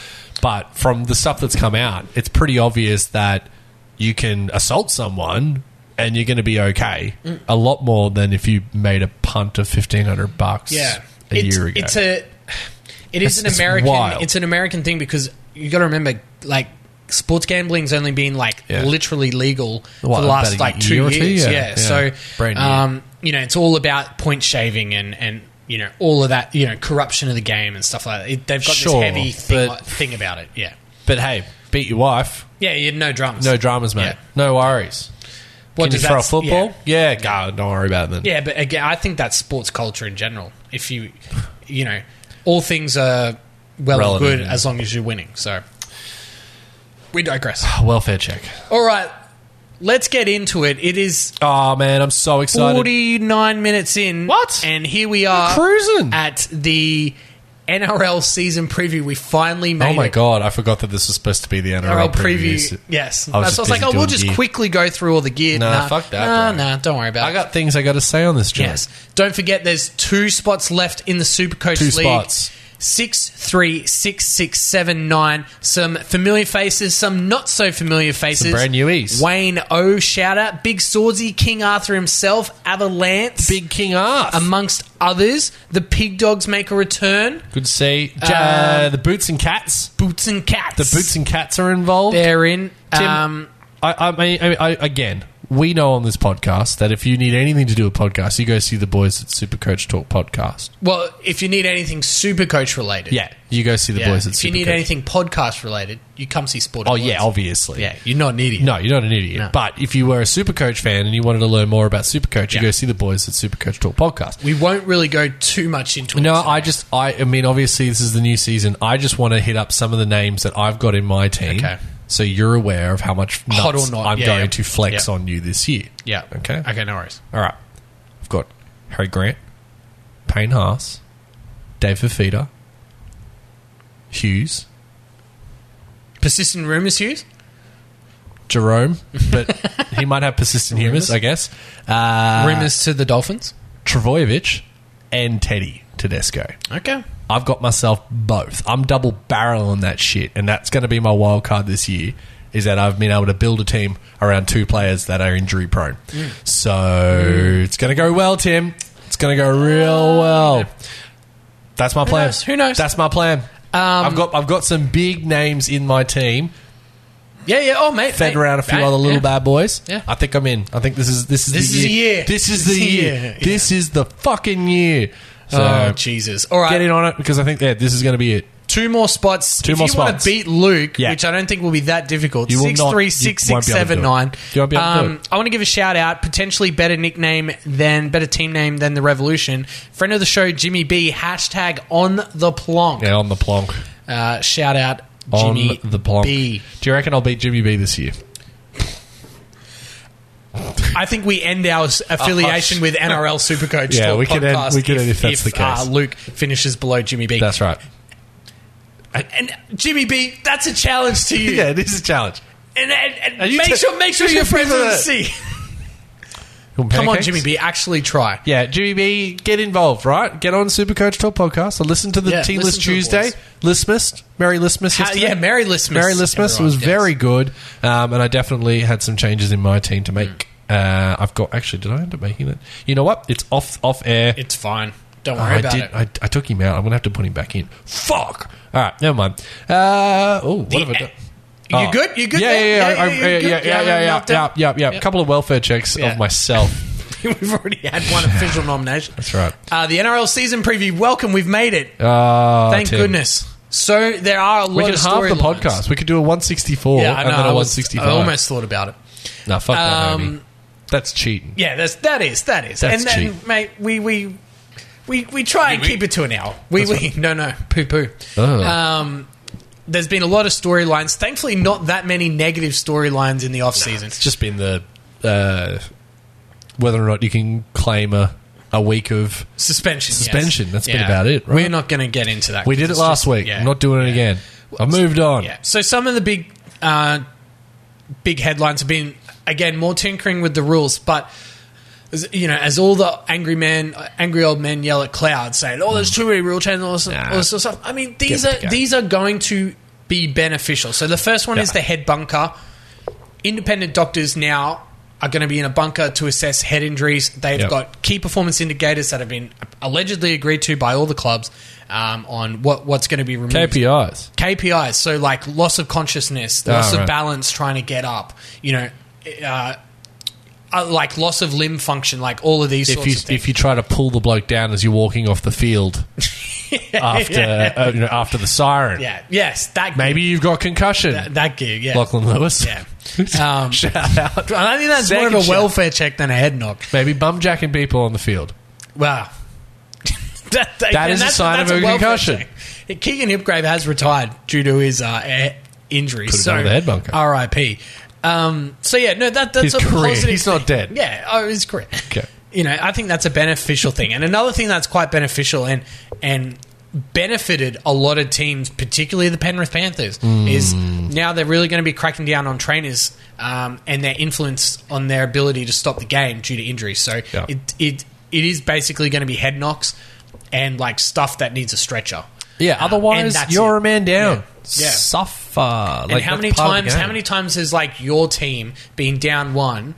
B: but from the stuff that's come out, it's pretty obvious that you can assault someone. And you're going to be okay
A: Mm.
B: a lot more than if you made a punt of fifteen hundred bucks
A: yeah,
B: a
A: it's,
B: year ago.
A: It's a it is
B: It's-
A: an
B: it's
A: American.
B: wild.
A: It's an American thing because you got to remember, like sports gambling's only been like
B: Yeah.
A: literally legal for
B: What,
A: the last
B: about a
A: like
B: year
A: two
B: or two?
A: years.
B: Yeah,
A: Yeah,
B: yeah.
A: so
B: Brand new.
A: um, you know, it's all about point shaving and and. You know all of that. You know corruption of the game and stuff like that. It, they've got
B: Sure,
A: this heavy thing,
B: but-
A: thing about it. Yeah,
B: but hey, beat your wife.
A: yeah. You no dramas.
B: No dramas, mate.
A: Yeah.
B: No worries.
A: What
B: Can you
A: does
B: throw a
A: that-
B: football?
A: yeah.
B: Yeah, God, don't worry about it then.
A: Yeah, but again, I think that's sports culture in general. If you, you know, all things are well
B: Relevant,
A: and good
B: yeah.
A: as long as you're winning. So we digress.
B: Welfare check.
A: All right, let's get into it. It is
B: Oh man, I'm so excited.
A: 49 minutes in.
B: What?
A: And here we are
B: cruising.
A: at the NRL season preview. We finally made
B: oh my
A: it.
B: god, I forgot that this was supposed to be the
A: NRL
B: NRL preview.
A: preview, yes.
B: I
A: That's what
B: was just
A: I was like,
B: busy
A: oh, we'll
B: doing
A: just
B: gear.
A: quickly go through all the gear.
B: Nah, fuck that,
A: Nah,
B: bro.
A: nah, don't worry about it.
B: I got things I got to say on this. Job.
A: Yes. Don't forget, there's two spots left in the Supercoach
B: Two
A: League.
B: spots.
A: Six, three, six, six, seven, nine. Some familiar faces, some not so familiar faces.
B: brand newies.
A: Wayne O. Shout out. Big Swordsy, King Arthur himself, Avalanche.
B: Big King Arf.
A: Amongst others, the Pig Dogs make a return.
B: Good to see
A: Um,
B: Ja- the Boots and Cats.
A: Boots and Cats.
B: The Boots and Cats are involved.
A: They're in.
B: Tim-
A: um,
B: I, I mean, I, I, again, we know on this podcast that if you need anything to do with podcasts, you go see the boys at Supercoach Talk Podcast.
A: well, if you need anything Supercoach related.
B: Yeah, you go see the
A: Yeah.
B: boys at
A: If you need
B: Supercoach.
A: anything podcast related, you come see Sport.
B: Oh
A: Boys.
B: yeah, obviously.
A: Yeah, you're not an idiot.
B: No, you're not an idiot.
A: No.
B: But if you were a Supercoach fan and you wanted to learn more about Supercoach,
A: Yeah.
B: you go see the boys at Supercoach Talk Podcast.
A: We won't really go too much into it.
B: No,
A: today.
B: I just, I, I mean, obviously this is the new season. I just want to hit up some of the names that I've got in my team,
A: Okay.
B: so you're aware of how much nuts
A: Hot or not,
B: I'm
A: yeah,
B: going
A: yeah.
B: to flex
A: Yeah.
B: on you this year.
A: Yeah.
B: Okay.
A: Okay, no worries.
B: All right, I've got Harry Grant, Payne Haas, Dave Fafita, Hughes,
A: Persistent rumors, Hughes?
B: Jerome,
A: [laughs]
B: but he might have persistent humors, I guess. Uh,
A: rumors to the Dolphins?
B: Travojevic and Teddy Tedesco.
A: Okay.
B: I've got myself both. I'm double barreling that shit, and that's going to be my wild card this year. Is that I've been able to build a team around two players that are injury prone. So it's going to go well, Tim. It's going to go real well. That's my plan.
A: knows? Who knows? Um,
B: That's my plan. I've got I've got some big names in my team.
A: Yeah, yeah. Oh, mate.
B: Fed
A: mate,
B: around a few
A: mate,
B: other little
A: yeah.
B: bad boys.
A: Yeah.
B: I think I'm in. I think this is this is
A: This
B: the
A: is the
B: year.
A: year.
B: This is the
A: This is the
B: year.
A: year. Yeah.
B: This is the fucking year. So
A: Oh, Jesus. All right.
B: get in on it because I think yeah, this is going to be it.
A: Two more spots.
B: Two
A: if
B: more
A: you want
B: spots.
A: to beat Luke,
B: Yeah.
A: which I don't think will be that difficult,
B: You will
A: six
B: not-
A: three
B: you
A: six
B: won't
A: six
B: be able to do
A: seven
B: it.
A: nine.
B: You won't be able to do
A: Um, I want to give a shout out. Potentially better nickname than better team name than the Revolution. Friend of the show, Jimmy B. Hashtag on the plonk.
B: Yeah, on the plonk.
A: Uh, shout out,
B: On
A: Jimmy
B: the plonk.
A: B.
B: Do you reckon I'll beat Jimmy B this year?
A: I think we end our s- affiliation with NRL Supercoach.
B: [laughs] Yeah,
A: Talk
B: we could end-
A: podcast
B: we could end if that's the
A: uh,
B: case.
A: Luke finishes below Jimmy B.
B: That's right.
A: And Jimmy B, that's a challenge to you.
B: Yeah, this is a challenge.
A: And, and, and
B: you
A: make
B: ta-
A: sure make sure
B: you
A: your
B: ta-
A: friends
B: uh,
A: can see. Come on, Jimmy B, actually try.
B: Yeah, Jimmy B, get involved, right? Get on Supercoach Talk Podcast. I listened to the
A: Yeah,
B: Team
A: listen
B: List
A: to the
B: Tuesday.
A: boys.
B: Listmas, Merry Listmas.
A: Ha-
B: yesterday.
A: yeah, Merry Listmas.
B: Merry Listmas
A: everyone.
B: was
A: Yes.
B: very good, um, and I definitely had some changes in my team to make.
A: Hmm.
B: Uh, I've got actually, did I end up making it? You know what? It's off off air.
A: It's fine. Don't
B: Oh,
A: worry
B: I
A: about
B: did.
A: it.
B: I, I took him out. I'm gonna have to put him back in. Fuck. All right, never mind. Uh, oh, what
A: The
B: have I
A: e-
B: done?
A: You
B: Oh.
A: good? You good?
B: Yeah,
A: there?
B: yeah, yeah, I-
A: you
B: yeah,
A: good?
B: yeah, yeah,
A: You
B: yeah, yeah,
A: knocked
B: yeah,
A: out?
B: yeah, yeah. A couple of welfare checks
A: Yeah.
B: of myself.
A: [laughs] We've already had
B: [laughs]
A: one official nomination.
B: That's right.
A: Uh, the NRL season preview. Welcome. We've made it.
B: Oh,
A: [laughs] Thank
B: Tim.
A: goodness. So there are a lot
B: We can
A: of
B: half the
A: storylines.
B: podcast. We could do a 164
A: Yeah, I
B: and
A: know.
B: then a
A: I, was,
B: 165.
A: I almost thought about it.
B: No, fuck that, homie.
A: Um,
B: That's cheating.
A: Yeah, that's, that is that is,
B: That's
A: and then
B: cheap.
A: mate, we we we we try and
H: Wee-wee.
A: keep it to an hour. We we no no poo poo.
B: Oh.
A: Um, there's been a lot of storylines. Thankfully, not that many negative storylines in the off season.
B: It's just been the uh, whether or not you can claim a, a week of
A: suspension, yes.
B: Suspension, that's been about it, right?
A: We're not going to get into that.
B: we
A: 'cause
B: did it
A: it's
B: last
A: just-
B: week.
A: yeah.
B: I'm not doing it again. I moved on.
A: Yeah. So some of the big, uh, big headlines have been again more tinkering with the rules, but as- you know, as all the angry men, angry old men yell at clouds saying, "Oh, there's too many rule changes," all this, all this sort of stuff. I mean, these
B: Give it
A: are
B: a go.
A: these are going to be beneficial. So the first one is the head bunker. Independent doctors now are going to be in a bunker to assess head injuries. They've
B: Yep.
A: got key performance indicators that have been allegedly agreed to by all the clubs um, on what, what's going to be removed.
B: KPIs.
A: KPIs, so like loss of consciousness, loss
B: Ah, right.
A: of balance, trying to get up, you know, uh, uh, like loss of limb function, like all of these
B: If
A: sorts
B: you
A: of things.
B: if you try to pull the bloke down as you're walking off
A: [laughs]
B: the field after uh, you know, after the siren,
A: yeah, yes, that
B: maybe you've got concussion.
A: gig, that gig, yeah,
B: Lachlan Lewis.
A: yeah.
B: [laughs]
A: Um, I think that's
B: Second
A: more of
B: shout.
A: a welfare check than a head knock.
B: Maybe bum jacking people on the field.
A: Wow. [laughs] that,
B: That is a sign of a
A: welfare
B: concussion.
A: check. Keegan Hipgrave has retired due to his uh, eh, injury.
B: Could've
A: so
B: done with a head bunker.
A: R.I.P. Um, so yeah, no, that, that's
B: His
A: a
B: career.
A: positive.
B: He's not
A: thing.
B: dead.
A: Yeah, oh, his career.
B: Okay.
A: You know, I think that's a beneficial thing, and another thing that's quite beneficial and and benefited a lot of teams, particularly the Penrith Panthers,
B: Hmm.
A: is now they're really going to be cracking down on trainers um, and their influence on their ability to stop the game due to injury. So
B: Yeah.
A: it it it is basically going to be head knocks and like stuff that needs a stretcher.
B: Yeah.
A: Um, and
B: Otherwise,
A: that's
B: you're
A: it.
B: a man down.
A: Yeah. Yeah.
B: Suffer.
A: And how many times? How many times has like your team been down one,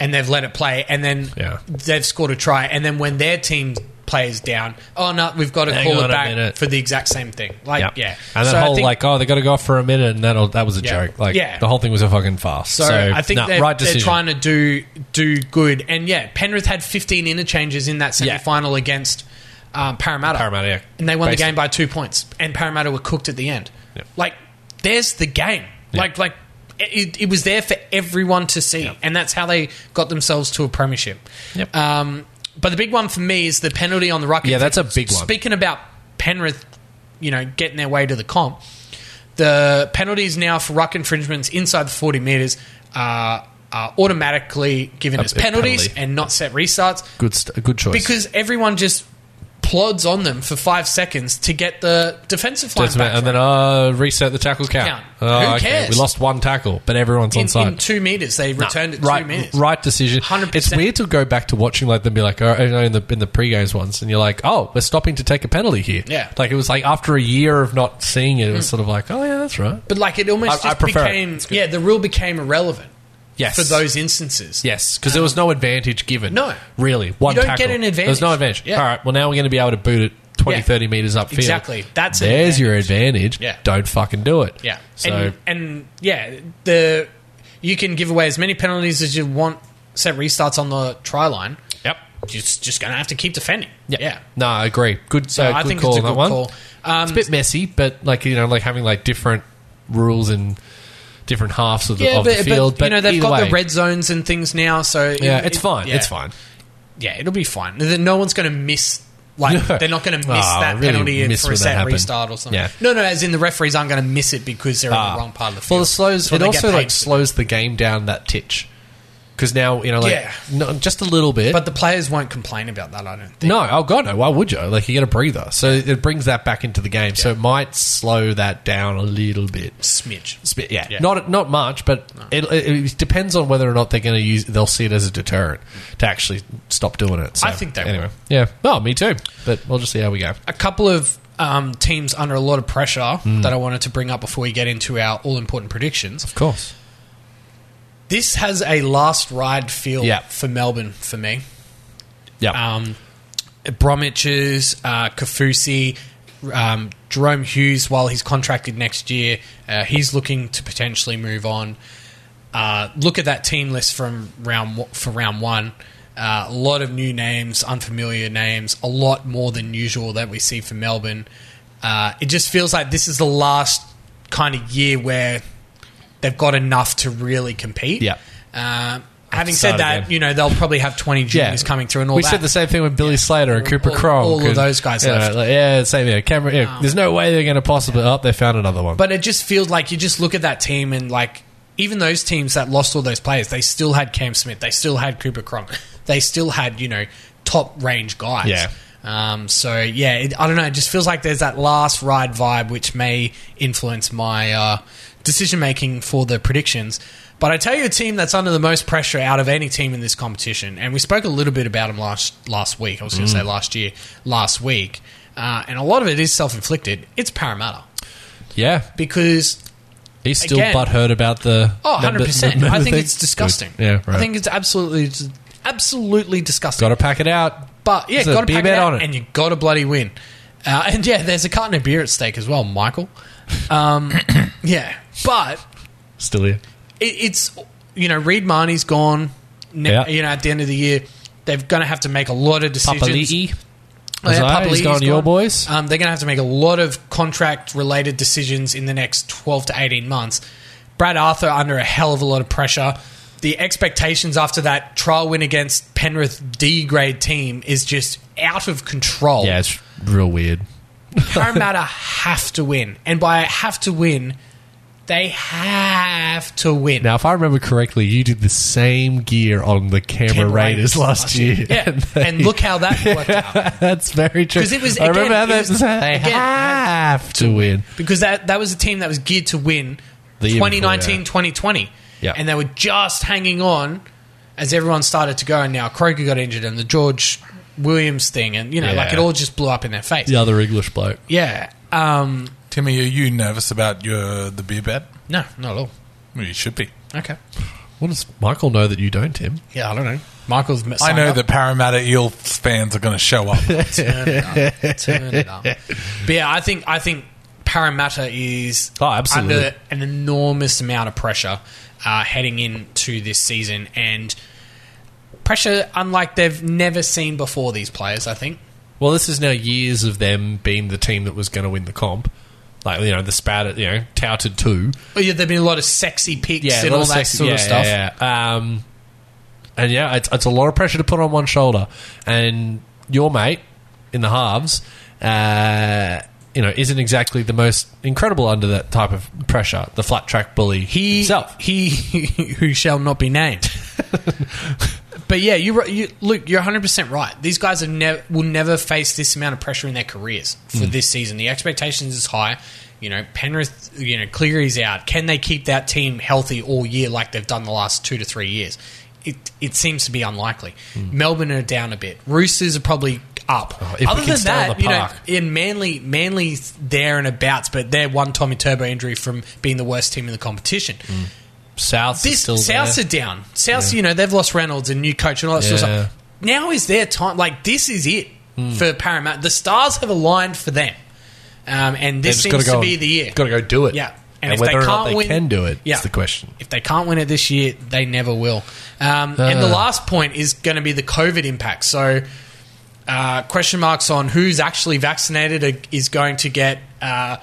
A: and they've let it play, and then
B: Yeah.
A: they've scored a try, and then when their team plays down, oh no, we've got to
B: Hang
A: call
B: on
A: it
B: a
A: back
B: minute.
A: for the exact same thing. Like
B: Yeah,
A: yeah,
B: And that
A: So I
B: whole
A: think-
B: like, oh, they got to go off for a minute, and that that was a
A: Yeah.
B: joke. Like,
A: Yeah.
B: the whole thing was a fucking farce.
A: So,
B: So,
A: I think
B: nah,
A: they're,
B: right
A: they're
B: decision.
A: trying to do do good. And yeah, Penrith had 15 interchanges in that
B: Yeah.
A: semi final against um, Parramatta.
B: Parramatta, yeah.
A: And they won the
B: Basically.
A: game by two points. And Parramatta were cooked at the end.
B: Yeah.
A: Like, there's the game.
B: Yeah.
A: Like, like it, it was there for everyone to see. And that's how they got themselves to a premiership.
B: Yep.
A: Um, but the big one for me is the penalty on the ruck.
B: Yeah, that's a big one.
A: Speaking about Penrith, you know, getting their way to the comp, the penalties now for ruck infringements inside the 40 metres are, are automatically given
B: A
A: as
B: big
A: penalties
B: penalty.
A: and not set restarts
B: good, st- good choice.
A: because everyone just plods on them for five seconds to get the defensive line
B: That's
A: back
B: about- and then uh, reset the tackle count.
A: Count.
B: Oh,
A: Who
B: okay.
A: cares?
B: We lost one tackle, but everyone's on
A: in,
B: side.
A: in two metres. They returned it two
B: right,
A: metres.
B: right decision.
A: 100%.
B: It's weird to go back to watching like them be like, oh, you know, in the in the pre games ones, and you're like, oh, we're stopping to take a penalty here.
A: Yeah. Mm.
B: like it was like after a year of not seeing it, it was sort of like, oh yeah, that's right.
A: But like it almost
B: I- I
A: just
B: prefer it.
A: became, yeah, the rule became irrelevant
B: Yes,
A: for those instances.
B: Yes, because there was no advantage given.
A: No.
B: really, one
A: You don't
B: tackle.
A: get an advantage.
B: There's no advantage.
A: Yeah.
B: All right. Well, now we're going to be able to boot it 20,
A: Yeah.
B: 30 meters upfield.
A: Exactly. That's an
B: there's your advantage.
A: Yeah.
B: Don't fucking do it.
A: Yeah.
B: So
A: and, and yeah, the you can give away as many penalties as you want set restarts on the try line.
B: yep.
A: You're just, just going to have to keep defending.
B: Yep.
A: Yeah.
B: No, I agree. Good.
A: So
B: uh,
A: I
B: good
A: think
B: call
A: it's a good
B: on that one.
A: call. Um,
B: It's a bit messy, but like you know, like having like different rules and different halves of the,
A: yeah,
B: of
A: but,
B: the field.
A: but, you know they've
B: either
A: got
B: way,
A: the red zones and things now, so
B: Yeah,
A: it-
B: it's
A: it-
B: fine.
A: yeah.
B: It's fine.
A: Yeah, it'll be fine. Then No one's going to miss. [laughs] Like
B: No.
A: they're not going to miss
B: Oh, I
A: that
B: really
A: penalty and
B: miss
A: for
B: when
A: a
B: that
A: set
B: happened.
A: restart or something.
B: Yeah.
A: No, no, as in the referees aren't going to miss it because they're in
B: Ah.
A: the wrong part of the field.
B: Well, it slows.
A: That's what
B: It
A: they
B: also
A: get paid
B: like
A: to do.
B: slows the game down that titch. Because now you know, like,
A: Yeah.
B: no, just a little bit.
A: But the players won't complain about that. I don't think.
B: No, oh god, no. Why would you? Like you get a breather, so it brings that back into the game. So it might slow that down a little bit.
A: Smidge.
B: Sp- Yeah.
A: Yeah.
B: not not much, but it, it, it depends on whether or not they're going to use. They'll see it as a deterrent to actually stop doing it. So,
A: I think they will.
B: anyway. Yeah, well, me too. But we'll just see how we go.
A: a couple of um, teams under a lot of pressure that I wanted to bring up before we get into our all important predictions.
B: Of course,
A: This has a last ride feel
B: Yeah.
A: for Melbourne for me.
B: yeah,
A: Um, Bromwich's, uh, Kafusi, um, Jerome Hughes, while he's contracted next year, uh, he's looking to potentially move on. Uh, look at that team list from round one- for round one. Uh, a lot of new names, unfamiliar names, a lot more than usual that we see for Melbourne. Uh, it just feels like this is the last kind of year where they've got enough to really compete.
B: Yeah.
A: Um, Having
B: Start
A: said that,
B: again.
A: you know they'll probably have twenty juniors coming through and all
B: we
A: that.
B: said the same thing with Billy Slater and Cooper
A: all-
B: Crowe.
A: all of
B: and-
A: those guys
B: you know,
A: left. Um,
B: like, yeah, same here. Cameron, yeah, there's no way they're going to possibly. Oh, they found another one.
A: But it just feels like you just look at that team and like even those teams that lost all those players, they still had Cam Smith, they still had Cooper Cronk, they still had you know top range guys.
B: Yeah.
A: Um, so yeah, it, I don't know. It just feels like there's that last ride vibe, which may influence my uh, decision making for the predictions. But I tell you, a team that's under the most pressure out of any team in this competition, and we spoke a little bit about them last last week. I was going to say last year, last week, uh, and a lot of it is self inflicted. It's Parramatta
B: yeah,
A: because
B: he's still
A: Again-
B: butthurt about the.
A: oh
B: member-
A: 100%
B: member
A: i think
B: thing.
A: it's disgusting
B: Good. Yeah, right.
A: i think it's absolutely absolutely disgusting
B: got to pack it out.
A: but yeah
B: So
A: gotta
B: be
A: pack it
B: bad
A: out
B: on it.
A: and you gotta bloody win uh, and yeah there's a carton of beer at stake as well michael
B: [coughs]
A: um, yeah but
B: Still here.
A: it, it's you know Reed Marnie's gone. Ne-
B: Yeah.
A: You know at the end of the year they're going to have to make a lot of decisions.
B: Papali'i.
A: Oh, yeah,
B: Azai, he's
A: Papali'i's
B: gone to your boys.
A: Um, they're going to have to make a lot of contract related decisions in the next twelve to eighteen months. Brad Arthur under a hell of a lot of pressure. The expectations after that trial win against Penrith D grade team is just out of control.
B: Yeah, it's real weird.
A: [laughs] Parramatta have to win, and by have to win, they have to win.
B: Now, if I remember correctly, you did the same gear on the Canberra,
A: Canberra
B: Raiders,
A: Raiders
B: last, year.
A: Yeah, and,
B: [laughs] they-
A: look how that worked out.
B: that's very true.
A: 'Cause it was-
B: I remember
A: again,
B: how
A: it
B: they,
A: was-
B: they
A: [laughs] again,
B: have to win.
A: Because that that was a team that was geared to win
B: The year before,
A: 2019
B: yeah.
A: 2020.
B: Yeah.
A: And they were just hanging on as everyone started to go. And now Croker got injured and the George Williams thing. And, you know, like it
B: Yeah.
A: all just blew up in their face.
B: The other English bloke.
A: Yeah. Um,
C: Timmy, are you nervous about your the beer bet?
A: no, not at all.
C: Well, you should be.
A: Okay.
B: What does Michael know that you don't, Tim?
A: Yeah, I don't know. Michael's
C: I know that Parramatta Eels fans are going to show up.
A: Turn it
B: [laughs]
A: up. But yeah, I think I think Parramatta is
B: Oh, absolutely.
A: under an enormous amount of pressure uh, heading into this season, and pressure unlike they've never seen before. These players, I think.
B: Well, this is now years of them being the team that was going to win the comp. Like, you know, the spat at, you know, touted two.
A: But yeah, there've been a lot of sexy picks
B: a
A: and
B: lot
A: all that
B: sexy-
A: sort of
B: yeah,
A: stuff.
B: Yeah, yeah. Um, and yeah, it's, it's a lot of pressure to put on one shoulder. And your mate in the halves, uh, you know, isn't exactly the most incredible under that type of pressure. The flat track bully
A: He
B: himself.
A: he [laughs] who shall not be named. but yeah, you, you Luke, you're 100 percent right. These guys have never will never face this amount of pressure in their careers for
B: Hmm.
A: this season. The expectations is high. You know, Penrith, you know, Cleary's out. Can they keep that team healthy all year like they've done the last two to three years? It, it seems to be unlikely. Melbourne are down a bit. Roosters are probably up.
B: Hmm. Oh, if
A: Other
B: we can
A: than
B: stay on
A: that,
B: the
A: you know,
B: park.
A: in Manly, Manly's there and abouts, but they're one Tommy Turbo injury from being the worst team in the competition.
B: South
A: This
B: is still
A: Souths
B: there.
A: are down. Souths, you know, they've lost Reynolds and new coach and all that sort of
B: Yeah. Hmm.
A: stuff. Now is their time. Like this is it for Paramount. The stars have aligned for them, um, and this
B: They've
A: seems
B: just gotta
A: to
B: go
A: be
B: and-
A: the year.
B: Got to go do it.
A: Yeah.
B: And,
A: And if they
B: whether or not
A: can't
B: they
A: win-
B: can do it,
A: Yeah.
B: is the question.
A: If they can't win it this year, they never will. Um, and the
B: Ah.
A: last point is going to be the COVID impact. So, uh, question marks on who's actually vaccinated are- is going to get uh,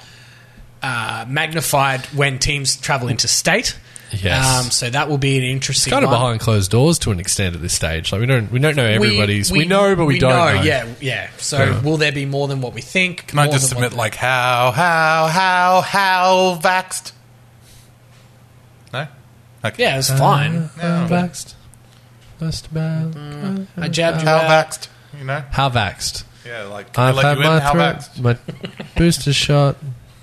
A: uh, magnified when teams travel interstate.
B: Yes.
A: Um, so that will be an interesting.
B: Kind of
A: one.
B: behind closed doors to an extent at this stage. Like we don't, we don't know everybody's. We, know, but we, don't. Know.
A: Yeah, yeah. So will there be more than what we think?
C: Can I just submit like how how how how vaxed? No. Okay.
A: Yeah, it's fine.
B: Vaxxed. Just about-
A: I jabbed you
C: How
A: out.
C: vaxed? You know.
B: How vaxxed?
C: Yeah, like can
B: I've
C: they let
B: had
C: you in?
B: my,
C: How
B: throat,
A: [laughs]
C: vaxed?
B: my booster shot.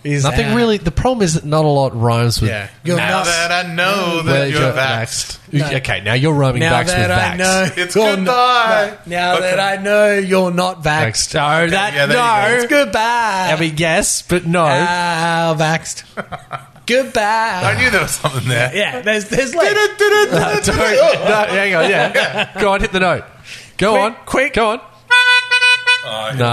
A: Is
B: Nothing
A: that-
B: really. The problem is that not a lot rhymes with.
A: Yeah. You're
C: Now
A: not.
C: that I know
B: where
C: that you're vaxed,
B: You- Okay, now you're rhyming
A: now
B: vaxxed
A: that
B: with
A: I
B: vaxxed.
A: know,
C: it's
A: you're not-
C: goodbye.
A: Now
C: Okay.
A: that I know you're not vaxxed.
B: Vaxxed. Oh, that
C: yeah, there
B: no.
C: you go.
A: It's goodbye.
B: I mean, yes, but no.
A: Ah,
C: [laughs]
A: vaxxed.
C: I
A: goodbye.
C: knew there was something there.
A: Yeah, there's there's like
B: Don't-
C: [laughs]
B: [laughs] no, Uh, hang on,
A: [laughs]
B: yeah. Go on, hit the note. Go
A: Quick,
B: on,
A: quick. Uh,
B: Go on.
C: Oh,
B: No,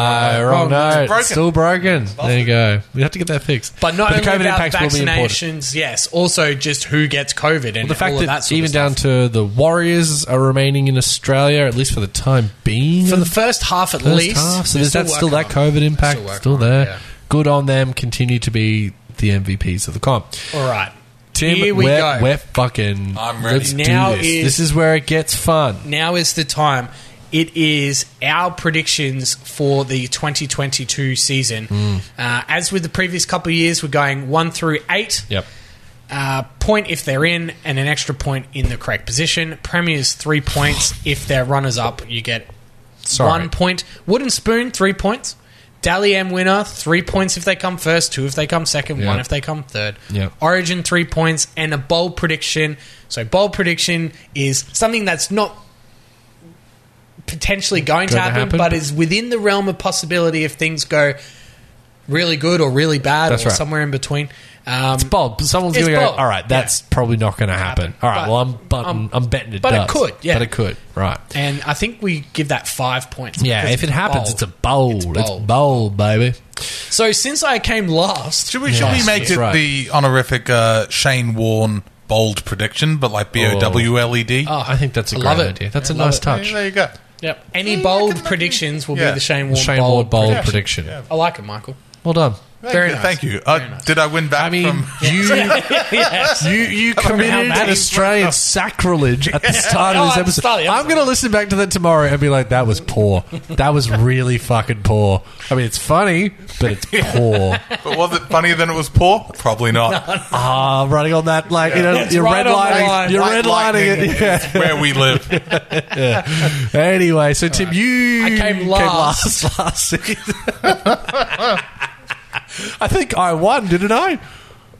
A: Wrong.
B: wrong, note.
C: It's broken.
B: Still broken. There you go. We have to get that fixed.
A: but not
B: the
A: only
B: COVID
A: about
B: impacts will be important.
A: vaccinations, yes, also just who gets COVID and
B: The fact
A: all
B: that,
A: of that sort
B: even
A: of stuff.
B: down to the Warriors are remaining in Australia, at least for the time being,
A: for the first half at
B: first
A: least.
B: half. So
A: they're
B: there's that still that
A: working on
B: COVID
A: it.
B: impact
A: They're
B: still,
A: working on it,
B: there. Good on them. Continue to be the MVPs of the comp.
A: yeah. All right.
B: Tim,
A: Here we
B: we're,
A: go.
B: we're fucking.
C: I'm ready.
B: Let's
A: Now
B: do this.
A: is-
B: this is where it gets fun.
A: Now is the time. It is our predictions for the 2022 season.
B: Mm.
A: Uh, as with the previous couple of years, we're going one through eight.
B: Yep.
A: Uh, point if they're in, and an extra point in the correct position. Premier's three
B: [sighs]
A: points. if they're runners up, you get
B: Sorry.
A: one point. Wooden Spoon, three points. Dally M winner, three points if they come first, two if they come second,
B: Yeah.
A: one if they come third.
B: Yeah.
A: Origin, three points, and a bold prediction. So, bold prediction is something that's not potentially going, to
B: Going to
A: happen,
B: happen.
A: but is within the realm of possibility if things go really good or really bad
B: That's
A: or
B: right.
A: somewhere in between. Um,
B: Bob, someone's
A: It's
B: going to go,
A: Bob.
B: all right, that's probably not going to happen.
A: Happen.
B: All right,
A: But-
B: well, I'm, button,
A: I'm-
B: I'm betting it
A: but it
B: does.
A: could, yeah.
B: But it could, right.
A: and I think we give that five points.
B: Yeah,
A: because
B: if it happens,
A: bold.
B: it's a bowl. It's bold,
A: bold.
B: baby.
A: So, since I came last,
C: Should we, should we
B: Yes,
C: make
B: that's
C: it
B: right.
C: the honorific uh, Shane Warne bold prediction, but like B O W L E D?
B: Oh, I think that's a
A: I
B: great
A: love it.
B: idea. That's a nice touch.
C: There you go.
A: Yep. Any
C: Yeah, I
A: bold
C: can- I can-
A: predictions will
C: yeah.
A: be the Shane Warne
B: Shane
A: bold.
B: Ward bold
A: prediction.
B: prediction.
A: I like it, Michael.
B: Well done.
C: Thank
A: Very
C: you.
A: nice.
C: Thank you. Uh,
A: Very nice.
C: Did I win back
B: I mean,
C: from.
B: [laughs] you
A: [laughs] yes.
B: you you
A: how
B: committed
A: bad
B: an
A: he's
B: Australian sacrilege at the start
A: Oh, at
B: of this
A: the
B: episode.
A: start of the
B: I'm going to listen back to that tomorrow and be like, "That was poor. That was really fucking poor." I mean, it's funny, but it's
A: [laughs]
B: poor.
C: But was it funnier than it was poor?
B: [laughs]
C: Probably not.
B: Ah, running on that like you know, you're
A: right on the
B: redlining,
A: line.
B: you're redlining
C: White lightning
B: it. Yeah.
C: is Where we live.
B: Anyway, so Tim, you
A: I came last.
B: last last season. [laughs] I think I won, didn't I?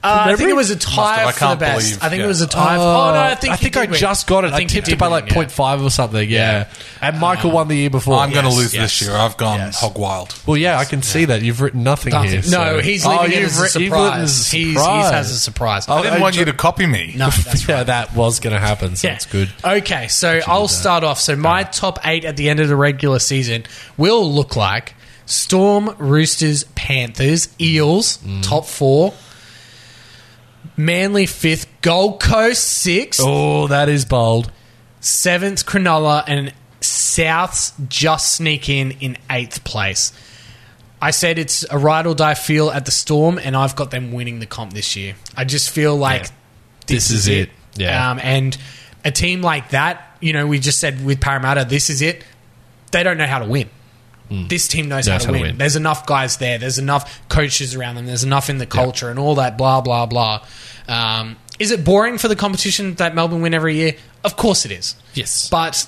A: Uh, I think
B: Memory?
A: it was a tie
C: I
A: for the
C: can't
A: best.
C: believe-
A: I think
C: yeah.
A: it was a tie. for- oh, no, I think
B: I,
A: you did win.
B: just got it. I,
A: think you
B: tipped
A: did
B: it by
A: win,
B: like
A: yeah.
B: point five 0.5 or something. Yeah, and Michael won the year before.
C: I'm going to
A: Yes,
C: lose
A: yes,
C: this year. I've gone
A: yes.
C: hog wild.
B: Well, yeah, I can see that you've written nothing, here.
A: Nothing.
B: so-
A: No, he's leaving it as a
B: writ- you've written
A: surprise.
B: as a
A: He's,
B: surprise.
A: he's has a surprise.
B: Oh,
C: I didn't want you to copy me.
A: no, that's
B: [laughs] yeah,
A: right.
B: that was going to happen. So
A: Yeah.
B: it's good.
A: Okay, so I'll start off. So my top eight at the end of the regular season will look like Storm, Roosters, Panthers, Eels,
B: Mm.
A: top four, Manly fifth, Gold Coast sixth,
B: Oh, that is bold.
A: seventh Cronulla and Souths just sneak in in eighth place. I said it's a ride or die feel at the Storm, and I've got them winning the comp this year. I just feel like
B: This is it. Yeah.
A: Um, and a team like that, you know, we just said with Parramatta, this is it. They don't know how to win. This team knows, how, to, win. There's enough guys there. There's enough coaches around them. There's enough in the culture and all that. Blah blah blah. Um, is it boring for the competition that Melbourne win every year? Of course it is.
B: Yes.
A: But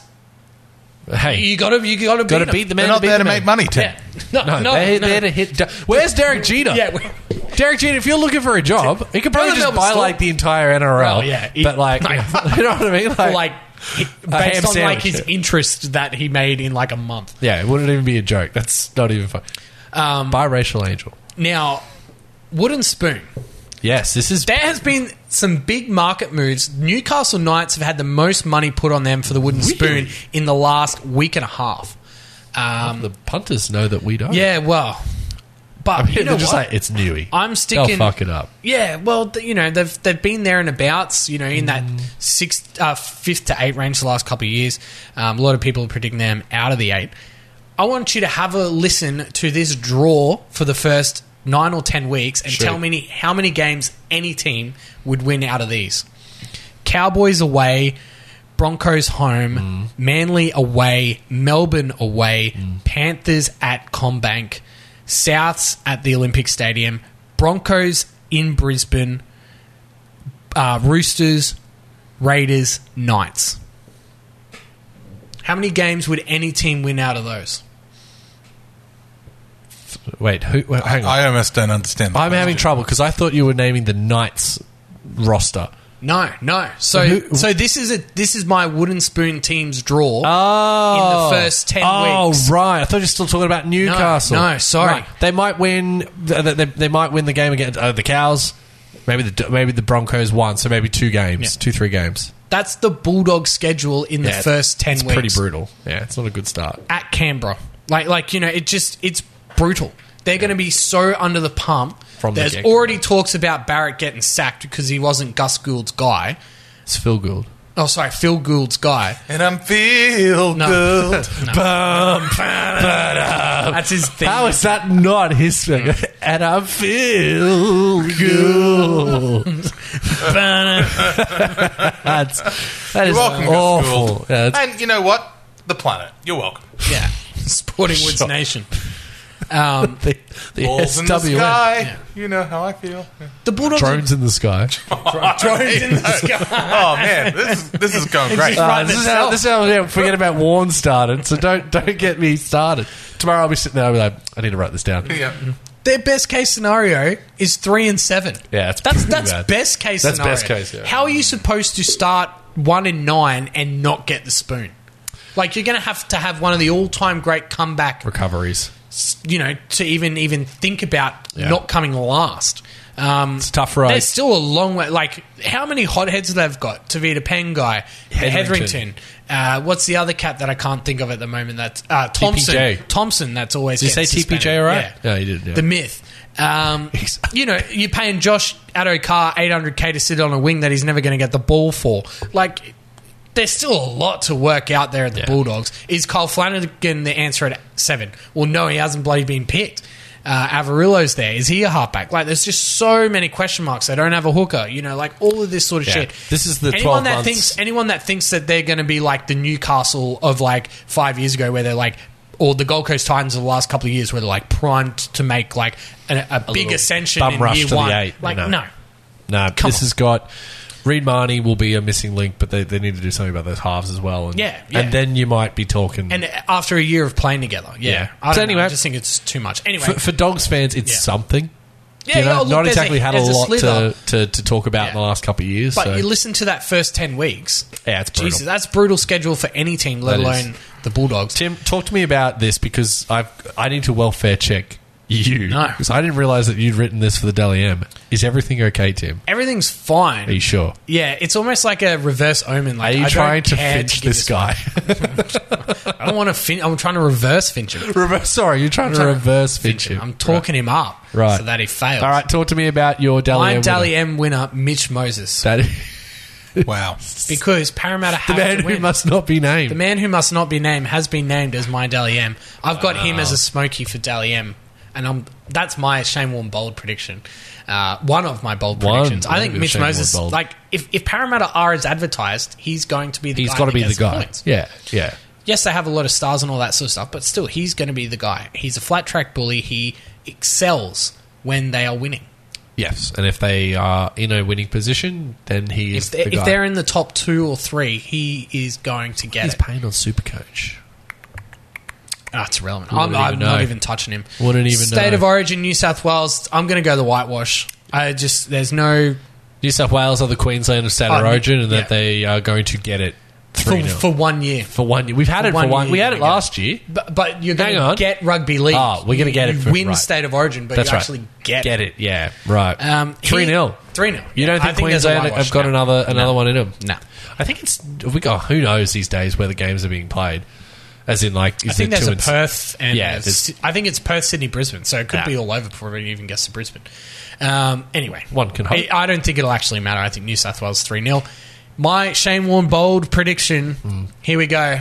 B: hey,
A: you got to you got to
B: got to beat the man.
C: They're not
B: beat
C: there
B: the
C: to
B: man.
C: make money, Tim.
A: Yeah. No,
B: No,
A: no,
B: they're
A: no.
B: there to hit. Where's Derek Jeter?
A: Yeah, we-
B: Derek Jeter, if you're looking for a job, you could probably
A: Other
B: just
A: than
B: buy
A: the
B: like the entire NRL.
A: Well, yeah. [laughs]
B: but like,
A: Like-
B: [laughs] you know what I mean? [laughs] Like,
A: like it-
B: ham
A: based on like
B: sandwich,
A: his
B: yeah.
A: interest that he made in like a month.
B: yeah, it wouldn't even be a joke. That's not even fun.
A: Um,
B: Biracial angel.
A: now, wooden spoon.
B: Yes, this is
A: There has been some big market moves. Newcastle Knights have had the most money put on them for the wooden spoon in the last week and a half. Um,
B: the punters know that we don't.
A: yeah, well, but you know
B: they're just
A: what?
B: like it's newy.
A: I'm
B: They'll
A: sticking-
B: fuck it up.
A: Yeah, well, th- you know they've they've been there and abouts. You know, in that
B: Mm.
A: sixth, uh, fifth to eight range the last couple of years. Um, a lot of people are predicting them out of the eight. I want you to have a listen to this draw for the first nine or ten weeks and tell me how many games any team would win out of these. Cowboys away, Broncos home,
B: Mm.
A: Manly away, Melbourne away, Panthers at Combank, Souths at the Olympic Stadium, Broncos in Brisbane, uh, Roosters, Raiders, Knights. How many games would any team win out of those?
B: Wait, who? wait, hang on.
C: I almost don't understand.
B: I, am having trouble because I thought you were naming the Knights roster.
A: No, no. So,
B: Who-
A: so this is a this is my wooden spoon team's draw.
B: Oh,
A: first 10
B: oh,
A: weeks.
B: right. I thought you were still talking about Newcastle.
A: no, sorry.
B: They might win. They, they, they might win the game against uh, the Cows. Maybe the maybe the Broncos won. So maybe two games, two three games.
A: That's the Bulldog schedule in
B: Yeah,
A: the first ten
B: It's
A: weeks.
B: pretty brutal. Yeah, it's not a good start.
A: at Canberra. Like, like you know, it just it's brutal. They're going to be so under the pump.
B: From the
A: There's
B: get-go.
A: already talks about Barrett getting sacked because he wasn't Gus Gould's guy.
B: It's Phil Gould.
A: Oh, sorry, Phil Gould's guy.
C: and I'm feel
A: No. [laughs]
C: good.
B: Um, [laughs]
A: That's his thing.
B: How is that [laughs] [laughs] not his thing? and I feel good. That's that is
C: welcome, Gus
B: awful.
C: Gould.
B: Yeah, it's-
C: And you know what? The planet. You're welcome.
A: yeah, [laughs] Sporting Woods Nation. Um,
B: the, the
C: Balls in the
B: SWN.
C: sky. You know how
A: [laughs]
C: I feel.
A: the Bulldogs are
B: Drones in the sky. [laughs]
A: drones [laughs] in the sky.
C: [laughs] Oh man, this is, this is going great.
A: just-
B: Uh, this, is how, this is how yeah, forget about Warren started. So don't don't get me started. Tomorrow I'll be sitting there. I'll be like, I need to write this down.
A: [laughs]
C: yeah.
A: Their best case scenario is three and seven.
B: Yeah, it's
A: that's
B: pretty
A: that's
B: bad.
A: best case.
B: That's
A: scenario.
B: best case, yeah.
A: How are you supposed to start one in nine and not get the spoon? Like you're going to have to have one of the all-time great comeback
B: Recoveries.
A: you know, to even even think about
B: Yeah.
A: not coming last. Um,
B: It's a tough road.
A: There's still a long way. Like, how many hotheads they've got? Tavita Penn guy,
B: Hetherington.
A: Hetherington. Uh, what's the other cat that I can't think of at the moment? That's uh, Thompson.
B: TPJ.
A: Thompson. That's always.
B: Did you
A: getting
B: say TPJ
A: suspended.
B: alright?
A: Yeah.
B: Yeah, you did, yeah.
A: The myth.
B: [laughs]
A: Um, you know, you're paying Josh Adokar 800k to sit on a wing that he's never going to get the ball for. Like, there's still a lot to work out there at the Bulldogs. Is Kyle Flanagan the answer at seven? Well, no, he hasn't bloody been picked. Uh, Avarillo's there. Is he a halfback? Like, there's just so many question marks. They don't have a hooker. You know, like all of this sort of
B: Yeah.
A: shit.
B: This is the
A: anyone
B: 12
A: that
B: months.
A: thinks anyone that thinks that they're going to be like the Newcastle of like five years ago, where they're like. Or the Gold Coast Titans of the last couple of years, where they're like primed to make like a, a, big
B: little
A: ascension
B: bum
A: in
B: rush
A: year
B: to the
A: one.
B: eight,
A: like
B: you know.
A: no,
B: No,
A: Come
B: this
A: on.
B: has got. Reed Marnie will be a missing link, but they, they need to do something about those halves as well. And,
A: Yeah, yeah.
B: and then you might be talking.
A: and after a year of playing together, yeah.
B: Yeah.
A: I don't
B: So
A: know,
B: anyway-
A: I just think it's too much. Anyway,
B: for, for dogs fans, it's
A: Yeah.
B: something.
A: Yeah,
B: you know,
A: yeah, look,
B: not
A: there's
B: exactly had a
A: there's
B: lot
A: slither,
B: to, to, to talk about in the
A: Yeah.
B: last couple of years.
A: But
B: so.
A: you listen to that first ten weeks.
B: Yeah, it's brutal.
A: Jesus, that's brutal schedule for any team, let
B: That is.
A: alone the Bulldogs.
B: Tim, talk to me about this because I've I need to welfare check you
A: No.
B: because I didn't realize that you'd written this for the Deli M. Is everything okay, Tim?
A: Everything's
B: Are you
A: fine.
B: sure?
A: Yeah, it's almost like a reverse omen.
B: Are
A: Like,
B: you
A: I don't
B: trying to
A: care
B: finch
A: give
B: this guy?
A: I don't want to fin- I'm trying to reverse finch him.
B: [laughs] reverse, sorry, you're trying to
A: trying to
B: reverse finch him.
A: I'm talking him up
B: Right.
A: so that he fails.
B: All right, talk to me about your Deli
A: I'm
B: M.
A: Dally M winner, Mitch Moses,
B: That,
C: [laughs] Wow.
A: because Parramatta
B: [laughs] the
A: has
B: man
A: to
B: who
A: win.
B: must not be named.
A: The man who must not be named has been named as my Dally M. I've got him as a smoky for Dally M, and I'm that's my Shane Warne bold prediction. Uh, one of my bold
B: One.
A: predictions. I
B: That'd
A: think
B: be a
A: Mitch
B: Shane Warne
A: Moses,
B: bold.
A: like if, if Parramatta are as advertised, he's going to be the
B: He's
A: guy
B: got to
A: that
B: be the
A: gets
B: guy.
A: points.
B: Yeah, yeah.
A: Yes, they have a lot of stars and all that sort of stuff, but still, he's going to be the guy. He's a flat track bully. He excels when they are winning.
B: Yes, and if they are in a winning position, then he is
A: If they
B: the guy.
A: if they're in the top two or three, he is going to get
B: He's
A: it.
B: paying on Supercoach.
A: Ah, it's irrelevant.
B: Wouldn't
A: I'm, I'm
B: even
A: not
B: know.
A: even touching him.
B: Wouldn't even
A: State
B: know.
A: of origin, New South Wales. I'm going to go the whitewash. I just there's no
B: New South Wales are the Queensland of state
A: Oh,
B: origin, and
A: yeah.
B: that they are going to get it
A: for,
B: three
A: for one year.
B: for one year. We've had
A: for
B: it
A: one
B: for one.
A: year
B: We
A: you're
B: had it
A: gonna get
B: last year.
A: But, but you're going
B: Hang on.
A: to get rugby league.
B: Ah, we're gonna get
A: You-
B: it
A: you
B: for-
A: win
B: right.
A: state of origin, but
B: That's
A: you
B: right.
A: actually get,
B: Get it? Yeah, right.
A: Um,
B: three 0
A: Three 0
B: You don't think Queensland have got another another one in them?
A: No.
B: I think it's we got who knows these days where the games are being played. As in, like, is
A: I think
B: there
A: there's
B: two
A: a
B: and s-
A: Perth and
B: Yeah,
A: a
B: there's-
A: Sy- I think it's Perth, Sydney, Brisbane. So it could
B: Yeah.
A: be all over before we even gets to Brisbane. Um, anyway,
B: One can hope.
A: I, I don't think it'll actually matter. I think New South Wales three 0 My Shane Warne bold prediction.
B: Hmm.
A: Here we go.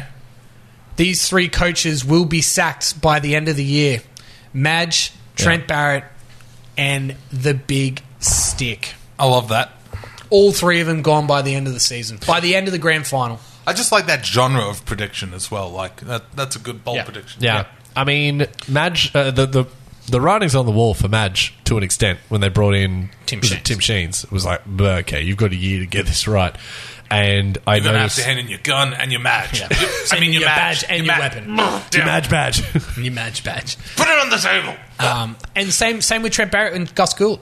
A: These three coaches will be sacked by the end of the year. Madge, Trent Barrett, and the Big Stick.
C: I love that.
A: All three of them gone by the end of the season. By the end of the grand final.
C: I just like that genre of prediction as well. Like that, that's a good bold
A: Yeah.
C: prediction.
B: Yeah. I mean, Madge, uh, the, the the writing's on the wall for Madge to an extent when they brought in
A: Tim
B: was it
A: Sheens.
B: Tim Sheens. It was like, "Bruh, okay, you've got a year to get this right. And I
C: You're gonna have
B: noticed
C: to hand in your gun and your match. [laughs] I mean your,
A: your
C: match
A: badge and your weapon.
B: Tim Madge [laughs] Badge.
A: New Madge badge.
C: Put it on the table.
A: Um, and same same with Trent Barrett and Gus Gould.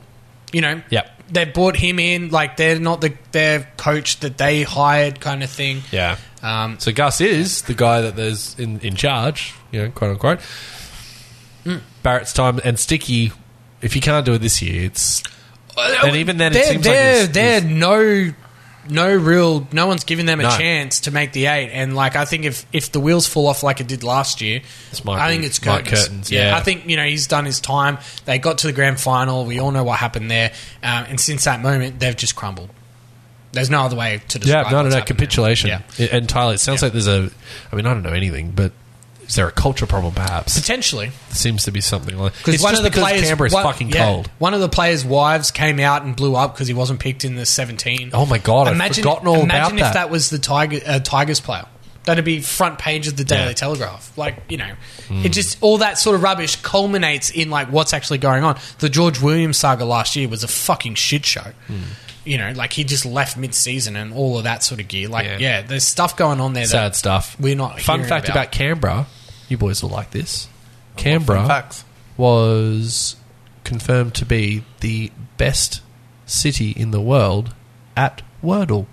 A: You know,
B: Yep.
A: they brought him in like they're not the their coach that they hired kind of thing.
B: yeah.
A: Um,
B: So Gus is the guy that there's in, in charge, you know, quote unquote. Barrett's time and Sticky. If you can't do it this year, it's and even then, it
A: they're
B: seems like
A: they're,
B: it's-
A: they're no no real no one's giving them a
B: No.
A: chance to make the eight. And like I think if if the wheels fall off like it did last year,
B: It's Mike-
A: I think it's
B: Mike
A: curtains.
B: Curtains, yeah.
A: I think you know he's done his time. They got to the grand final. We all know what happened there. Um, and since that moment, they've just crumbled. There's no other way to describe.
B: Yeah, no, no,
A: what's
B: no.
A: happened now.
B: Capitulation
A: Yeah.
B: I- entirely. It sounds like there's a. I mean, I don't know anything, but Is there a culture problem? Perhaps
A: potentially.
B: seems to be something like
A: Because
B: it's
A: one
B: just
A: of the
B: because
A: players,
B: Canberra is
A: one-
B: fucking
A: yeah,
B: cold.
A: One of the players' wives came out and blew up because he wasn't picked in the seventeen.
B: Oh my God, I've forgotten all about
A: imagine if
B: that.
A: that was the Tiger, uh, Tigers player. That'd be front page of the Daily
B: Yeah. Hmm.
A: Telegraph. Like you know, it just all that sort of rubbish culminates in like what's actually going on. The George Williams saga last year was a fucking shit show.
B: Hmm.
A: You know, like he just left mid-season and all of that sort of gear. Like,
B: Yeah.
A: yeah, there's stuff going on there.
B: Sad
A: That
B: stuff.
A: We're not.
B: Fun
A: hearing
B: fact about.
A: about
B: Canberra, you boys will like this. Canberra
C: Facts.
B: was confirmed to be the best city in the world at Wordle.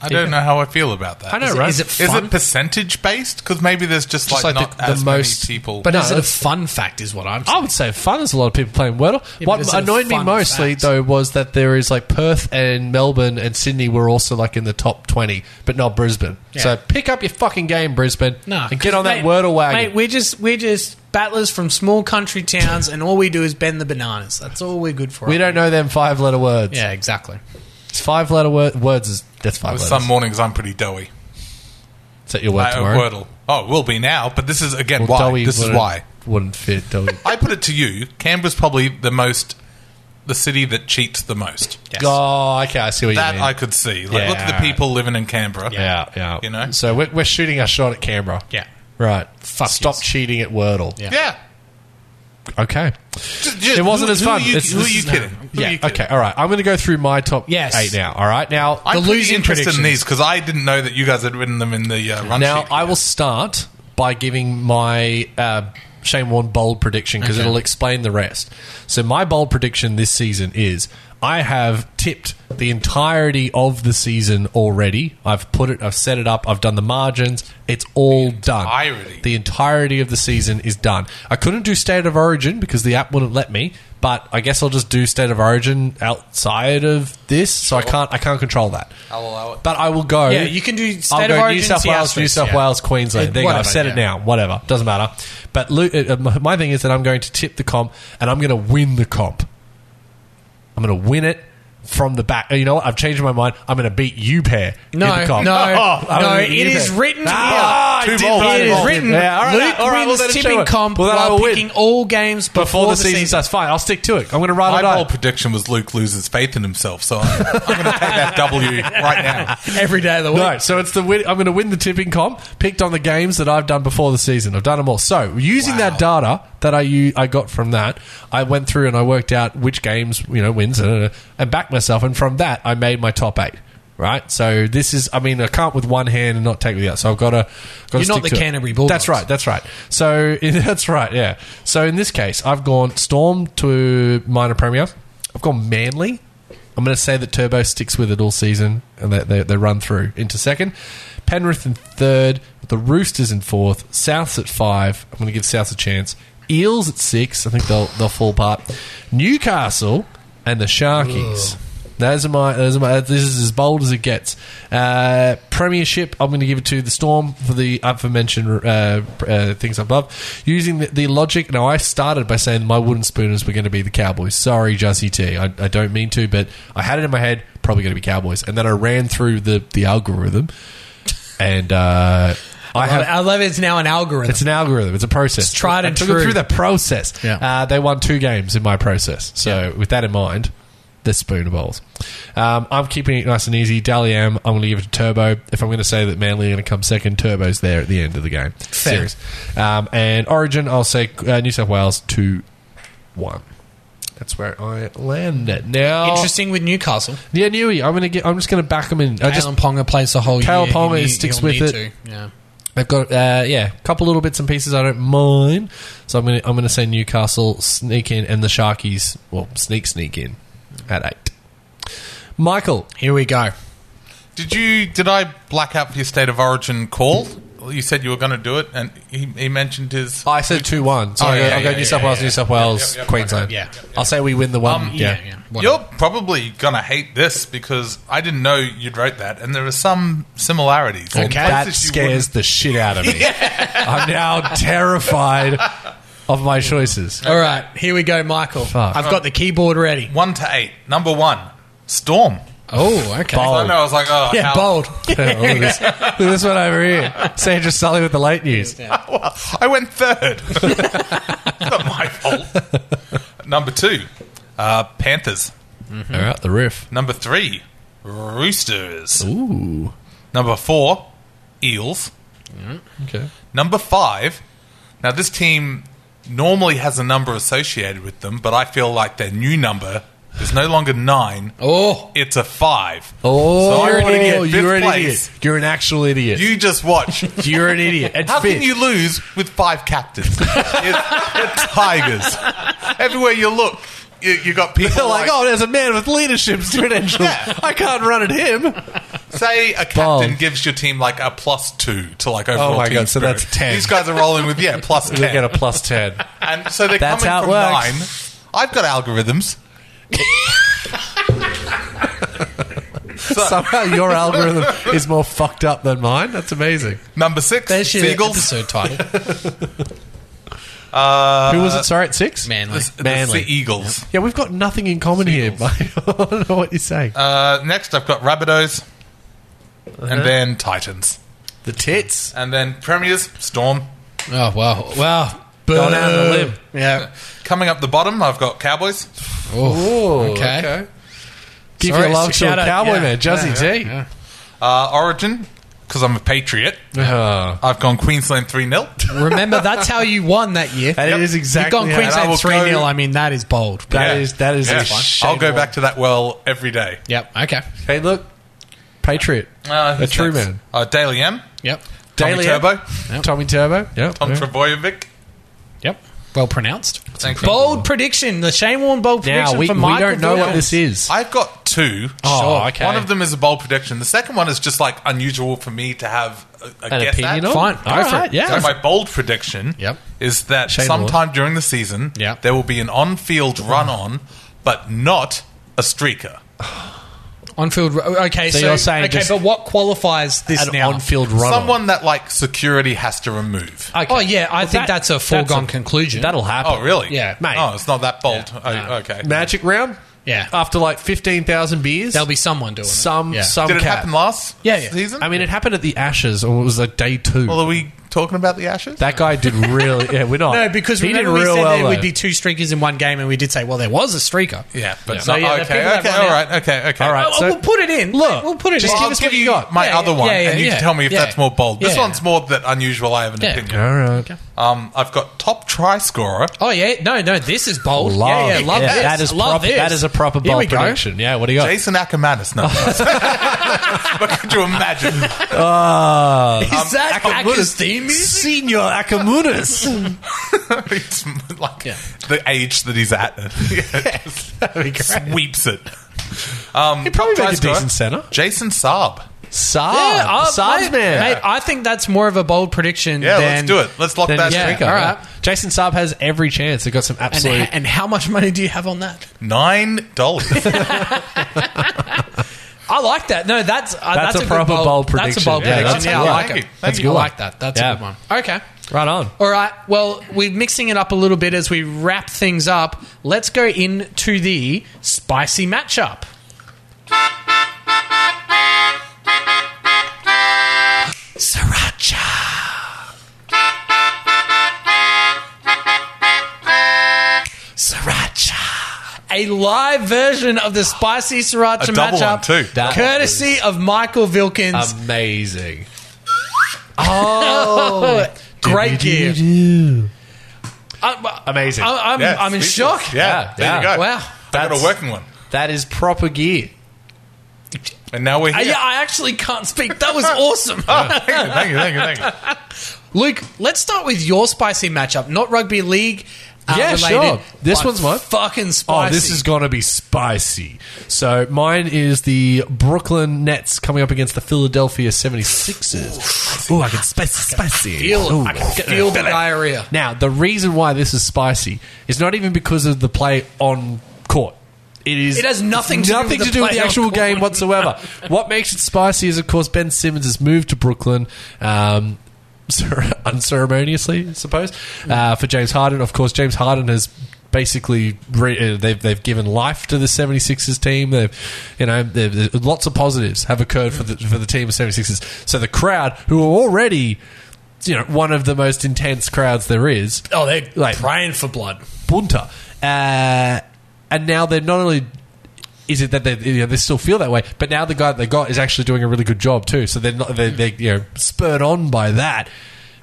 C: I don't know how I feel about that.
B: I know,
C: Is it-
B: right?
A: Is it
C: Is
A: fun?
C: it percentage based? Because maybe there's just,
B: Just
C: like,
B: like the-
C: not
B: the
C: as
B: most-
C: many people.
A: But
B: No,
A: is it a
B: that's-
A: fun fact? Is what I'm.
B: I would say fun. There's a lot of people playing Wordle.
A: Yeah, but
B: what
A: is it a
B: annoyed me
A: fun
B: mostly
A: fact?
B: though was that there is like Perth and Melbourne and Sydney were also like in the top twenty, but not Brisbane.
A: Yeah.
B: So pick up your fucking game, Brisbane,
A: No,
B: and get on that
A: mate-
B: Wordle wagon.
A: Mate, we're just we're just battlers from small country towns, and all we do is bend the bananas. That's all we're good for.
B: we don't know them five letter words.
A: Yeah, exactly.
B: It's five letter wor- words. Is that's five letters?
C: Some mornings I'm pretty doughy.
B: is that your word
C: I-
B: tomorrow?
C: Wordle. Oh, will be now. But this is again
B: Well,
C: why.
B: Dowie
C: This is
B: wouldn't-
C: why.
B: wouldn't fit
C: [laughs]
B: Dowie.
C: I put it to you. Canberra's probably the most, the city that cheats the most.
B: Oh, okay, I see what
C: That
B: you mean.
C: I could see. Like,
B: Yeah,
C: look at the people living in Canberra.
B: yeah, yeah.
C: You know?
B: so we're, we're shooting our shot at Canberra.
A: Yeah.
B: Right.
A: Fuck
B: Stop
A: yes.
B: cheating at Wordle.
A: Yeah.
C: Yeah.
B: Okay.
C: Just- just-
B: it wasn't
C: who-
B: as
C: who
B: fun.
C: Are you,
B: It's-
C: who are
B: this
C: you
B: is-
C: kidding? Who
B: yeah.
C: are you kidding?
B: okay. All right. I'm going to go through my top
A: Yes.
B: eight now. All right. Now,
C: I'm
A: The
C: pretty
A: losing
C: interested
A: predictions.
C: in these because I didn't know that you guys had written them in the uh, run
B: now
C: sheet.
B: I will start by giving my uh, Shane Warne bold prediction because it'll explain the rest. So my bold prediction this season is I have tipped the entirety of the season already. I've put it. I've set it up. I've done the margins. It's all done.
C: entirety.
B: The entirety of the season is done. I couldn't do State of Origin because the app wouldn't let me. But I guess I'll just do State of Origin outside of this, so I can't. I can't control that.
C: I'll allow it.
B: But I will go.
A: Yeah, you can do State
B: I'll
A: of
B: go
A: Origin,
B: New South
A: Sea
B: Wales, New
A: Asterisk,
B: South
A: yeah.
B: Wales, Queensland.
A: Uh,
B: There you go. I've
A: whatever,
B: said it
A: yeah.
B: now. Whatever. Doesn't matter. But Lu- uh, my my thing is that I'm going to tip the comp and I'm going to win the comp. I'm going to win it from the back. You know what? I've changed my mind. I'm going to beat you pair. in
A: No,
B: the
A: no,
B: comp. [laughs] I'm
A: no!
B: gonna
A: It
B: beat you
A: is
B: pair.
A: written
B: Ah,
A: here.
B: too bold.
A: It
B: Too
A: is
B: bold.
A: written.
B: Yeah, all right,
A: Luke
B: all right, well,
A: wins
B: then it
A: tipping
B: showed.
A: comp
B: Well, then I
A: while
B: will win.
A: picking all games before,
B: Before the season starts, fine. I'll stick to it. I'm going to ride
C: My
B: it out.
C: bold prediction was Luke loses faith in himself, so I'm, I'm going to take that W right now.
A: every day of the week.
B: [laughs] No, so it's the win- I'm going to win the tipping comp. Picked on the games that I've done before the season. I've done them all. So using that data that I u- I got from that, I went through and I worked out which games you know wins uh, and backed myself. And from that, I made my top eight. Right, so this is. I mean, I can't with one hand and not take with the other. So I've got to.
A: You're not the Canterbury Bulldogs.
B: That's right. That's right. So [laughs] that's right. Yeah. So in this case, I've gone Storm to minor premier. I've gone Manly. I'm going to say that Turbo sticks with it all season and they, they, they run through into second. Penrith in third. The Roosters in fourth. Souths at five. I'm going to give Souths a chance. Eels at six. I think they'll they'll fall apart. Newcastle and the Sharkies. Those are my. Those are my. This is as bold as it gets. Uh, premiership. I'm going to give it to the Storm for the aforementioned uh, uh, things above. Using the, the logic. Now, I started by saying my wooden spooners were going to be the Cowboys. Sorry, Jazzy T. I, I don't mean to, but I had it in my head. Probably going to be Cowboys, and then I ran through the the algorithm, and uh, I
A: I,
B: have
A: I love it's now an algorithm.
B: it's an algorithm. It's a process.
A: It's tried and
B: I took it
A: true.
B: through the process.
A: Yeah.
B: Uh, they won two games in my process. So with that in mind, the Spooner Bowls. Um, I'm keeping it nice and easy. Dally Am, I'm going to give it to Turbo. If I'm going to say that Manly are going to come second, Turbo's there at the end of the game. Serious. Um, and Origin, I'll say uh, New South Wales 2 1. That's where I land it. Now,
A: Interesting with Newcastle.
B: yeah, Newey. I'm gonna get. I'm just gonna back them in. I
A: Kalen
B: just
A: Ponga plays the whole
B: Kalen
A: year.
B: Ponga
A: He-
B: sticks
A: he'll
B: with
A: need
B: it.
A: to, Yeah.
B: They've got uh, yeah, a couple little bits and pieces I don't mind. So I'm gonna I'm gonna say Newcastle sneak in and the Sharkies well sneak sneak in at eight. Michael,
A: Here we go.
C: Did you? Did I black out for your state of origin call? You said you were going to do it, and he, he mentioned his.
B: I said two one. So
C: Oh,
B: I go,
C: yeah,
B: I'll go
C: yeah,
B: New
C: yeah,
B: South
C: yeah,
B: Wales,
C: yeah.
B: New South Wales,
C: Yep, yep, yep,
B: Queensland.
C: okay,
A: yeah.
B: I'll say we win the one.
C: Um,
B: yeah.
A: Yeah, yeah.
C: You're
A: Whatever.
C: probably going to hate this because I didn't know you'd wrote that, and there are some similarities. In
A: Okay.
C: places
B: That
C: you
B: scares the shit out of
C: [laughs]
B: me. I'm now terrified of my choices.
A: All right, here we go, Michael.
B: Fuck.
A: I've got the keyboard ready.
C: wouldn't- One to eight. Number one, Storm.
B: Oh, okay.
C: I know. I was like, oh,
A: Yeah,
C: how- [laughs]
A: bold.
B: Yeah, look, at this, look at this one over here. Sandra Sully with the late news.
C: Well, I went third. [laughs] it's not my
A: [laughs]
C: fault. Number two, uh, Panthers. Mm-hmm.
B: All right, the riff.
C: Number three, Roosters.
B: Ooh.
C: Number four, Eels.
B: Okay.
C: Number five. Now, this team normally has a number associated with them, but I feel like their new number is no longer nine.
B: Oh.
C: It's a five.
B: Oh,
C: So I
B: you're, an
C: wanna get
B: idiot.
C: fifth
B: you're an
C: place.
B: idiot. You're an actual idiot.
C: You
B: [laughs]
C: just watch.
B: You, are an idiot. It's
C: How can
B: fifth.
C: you lose with five captains?
B: [laughs]
C: it's, it's Tigers. Everywhere you look, you, you got people
B: They're like, oh, there's a man with leadership credentials. I can't run at him. "Oh,
C: Say a captain
B: Balls.
C: gives your team like a plus two to like overall.
B: Oh my
C: team
B: God, so
C: spirit.
B: that's 10.
C: These guys are rolling with yeah plus ten.
B: They get a plus [laughs] 10.
C: and so they're
B: That's
C: coming
B: how it
C: from
B: works.
C: nine. I've got algorithms.
B: Somehow your algorithm is more fucked up than mine. That's amazing.
C: Number six,
A: There's your
C: Seagulls.
A: episode title. [laughs]
B: Who was it? Sorry, at six?
A: Manly.
C: The-
B: Manly.
C: The Eagles.
B: Yeah, we've got nothing in common here, mate. [laughs] I don't know what you're saying.
C: Uh, next, I've got Rabbitohs,
B: Uh-huh.
C: and then Titans,
B: the tits.
C: and then Premiers, Storm.
A: Oh wow, wow.
B: Gone out on a limb.
A: Yeah.
C: Coming up the bottom, I've got Cowboys.
A: Oh, okay.
B: Give
A: Sorry,
B: your love
A: so
B: to a
A: shout out-
B: cowboy
A: yeah,
B: man, Juzzy T.
C: Uh, Origin, because I'm a patriot.
B: Oh.
C: I've gone Queensland 3 0.
A: Remember, that's how you won that year.
B: That is
A: You've
B: exactly
A: gone
B: how-
C: I
A: Queensland
C: will
A: 3
C: go-
A: 0. I mean, that is bold.
B: That is that is a shame.
C: I'll go back to that well every day.
A: Yep. Okay.
B: Hey, look, Patriot,
C: Uh,
B: a
C: who's
B: true
C: next?
B: man,
C: Uh, Daily M.
A: Yep.
C: Tommy
B: Daily M.
C: Turbo.
B: Tommy Turbo. Yep.
C: Tom Trebojevic.
A: Yep. Well pronounced.
C: Thank you.
A: Bold prediction. The Shane Warne bold
B: Now
A: prediction
B: we,
A: for
B: we
A: Michael
B: don't know what
A: Villiers.
B: this is.
C: I've got two.
B: Oh, okay.
C: One of them is a bold prediction. The second one is just like unusual for me to have a, a
B: An
C: guess
B: opinion
C: at.
B: on.
A: Fine. Go
B: All
A: for
B: right,
A: it.
B: Yeah.
C: So my bold prediction
A: Yep.
C: is that
B: Shane
C: sometime during the season
A: Yep.
C: there will be an on-field run-on, but not a streaker.
A: On field. Okay. So,
B: you're saying
A: Okay,
B: just-
A: but what qualifies this
B: An
A: now?
B: on-field run. Uh,
C: Someone that like security has to remove.
A: Okay. Oh, yeah. I think
B: that-
A: that's a
B: that's
A: foregone
B: a-
A: conclusion.
B: that'll happen.
C: Oh, really?
A: Yeah,
B: mate.
C: Oh, it's not that bold. Oh, Okay.
B: Magic round.
A: Yeah.
B: After like fifteen thousand beers,
A: There'll be someone doing
B: some
A: it. Yeah.
B: some
C: Did it
B: cat.
C: happen last
A: Yeah, yeah.
C: season?
B: I mean, it happened at the Ashes, or it was like day two.
C: well, are we talking about the Ashes?
B: that guy did really. Yeah, we're not.
A: [laughs] No, because
B: he did
A: remember we
B: real
A: said
B: well.
A: there
B: though.
A: would be two streakers in one game, and we did say, well, there was a streaker.
C: yeah, but
A: So,
C: not-
A: yeah, the people
C: okay,
A: that
C: okay,
A: run
C: all
A: out-
C: right, okay, okay.
B: All right,
A: Well,
B: so-
A: we'll put it in.
B: Look,
A: we'll put it.
B: just
A: in.
C: Well,
B: give
C: I'll
B: us
C: give
B: what you
C: you
B: got.
C: my
A: Yeah,
C: other
A: yeah,
C: one,
A: yeah,
C: and you
A: yeah,
C: can tell me if
A: yeah.
C: that's more bold. This
A: Yeah.
C: one's more that unusual. I have an
A: Yeah.
C: opinion.
B: All right.
C: Um, I've got top try scorer.
A: Oh yeah, no, no, this is bold.
B: Love.
A: yeah, yeah, love
B: Yeah,
A: this.
B: That is
A: love
B: proper,
A: this.
B: That is a proper
A: Here
B: bold
A: we go.
B: prediction. Yeah, what do you got?
C: Jason Ackermanis. No, but could you imagine? [laughs]
B: Uh,
A: Is that Acker's theme music? [laughs]
B: Senior Akamunas.
C: It's like
A: Yeah.
C: the age that he's at. [laughs] Yeah,
B: That'd be great.
C: Sweeps it. Um,
B: He'd probably make
C: top try
B: a
C: scorer,
B: decent centre.
C: Jason Saab.
B: Saab.
A: Yeah, I-
B: Saab's
A: mate,
B: man.
A: mate, I think that's more of a bold prediction.
C: Yeah,
A: than,
C: let's do it. Let's lock
B: Then
C: that
B: yeah,
C: streak
A: streaker.
C: up.
B: all
A: Alright.
B: right. Jason Saab has every chance. They've got some
A: And,
B: absolute.
A: [laughs] and how much money do you have on that?
C: Nine dollars.
A: I like that. No, that's uh,
B: That's
A: that's,
B: a
A: good
B: proper bold
A: That's
B: prediction.
A: a bold
B: Yeah,
A: prediction.
B: that's
A: yeah,
B: a
A: I
B: good
A: like
C: one.
A: it.
B: That's a
A: I
B: good
A: like
B: one.
A: that. That's
B: Yeah.
A: a good one. Okay.
B: right on.
A: All right. Well, we're mixing it up a little bit as we wrap things up. Let's go into the spicy matchup. Sriracha. Sriracha. A live version of the spicy sriracha
C: A double
A: matchup,
C: one, too.
B: That
A: courtesy of Michael Vilkins.
C: Um,
B: Amazing.
A: Great gear. Uh, I,
B: Amazing.
A: I, I'm,
C: Yeah,
A: I'm in
C: speechless.
A: shock.
C: Yeah,
B: Yeah,
C: there you
B: yeah.
C: go.
A: Wow.
C: I got
B: That's-
C: a working one,
B: that is proper gear.
C: and now we're
A: Uh,
C: here.
A: yeah, I actually can't speak. [laughs] That was awesome.
C: Oh, [laughs] thank you, thank you, thank you, thank you.
A: Luke, let's start with your spicy matchup, not rugby league. Uh,
B: Yeah,
A: related,
B: sure. This
A: but
B: one's mine.
A: Fucking
B: Oh,
A: spicy.
B: this is going to be spicy. So mine is the Brooklyn Nets coming up against the Philadelphia 76ers. Ooh, I can spicy, spicy.
A: feel.
B: Ooh.
A: I can feel the diarrhea.
B: Now, the reason why this is spicy is not even because of the play on court. It is.
A: It has nothing to do
B: nothing
A: with the
B: to do with the
A: play on
B: actual
A: court.
B: game whatsoever.
A: [laughs]
B: what makes it spicy is, of course, Ben Simmons has moved to Brooklyn. Um, [laughs] unceremoniously, I suppose, uh, for James Harden. Of course, James Harden has basically re- uh, they've they've given life to the 76ers team. They've you know they've, there's lots of positives have occurred for the for the team of 76ers. So the crowd who are already you know one of the most intense crowds there is
A: Oh, they're
B: Like-
A: praying for blood.
B: bunter. Uh, and now they're not only is it that they you know, they still feel that way, but now the guy that they got is actually doing a really good job too. So they're not they're, they're you know spurred on by that.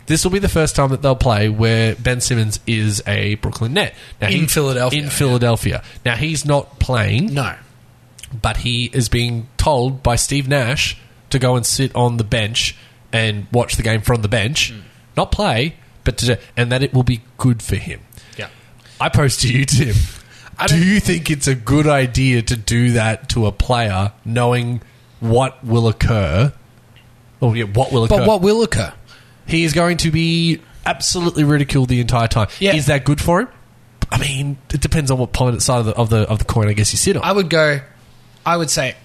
B: This will be the first time that they'll play where Ben Simmons is a Brooklyn Net now,
A: In Philadelphia,
B: In
A: yeah.
B: Philadelphia, now he's not playing
A: No.
B: but he is being told by Steve Nash to go and sit on the bench and watch the game from the bench,
A: Hmm.
B: not play, but to, and that it will be good for him.
A: Yeah.
B: I post to you, Tim. do you think it's a good idea to do that to a player, knowing what will occur? Or yeah, what will occur?
A: But what will occur?
B: he is going to be absolutely ridiculed the entire time.
A: Yeah.
B: Is that good for him? I mean, it depends on what point side of the of the of the coin I guess you sit on.
A: I would go. I would say,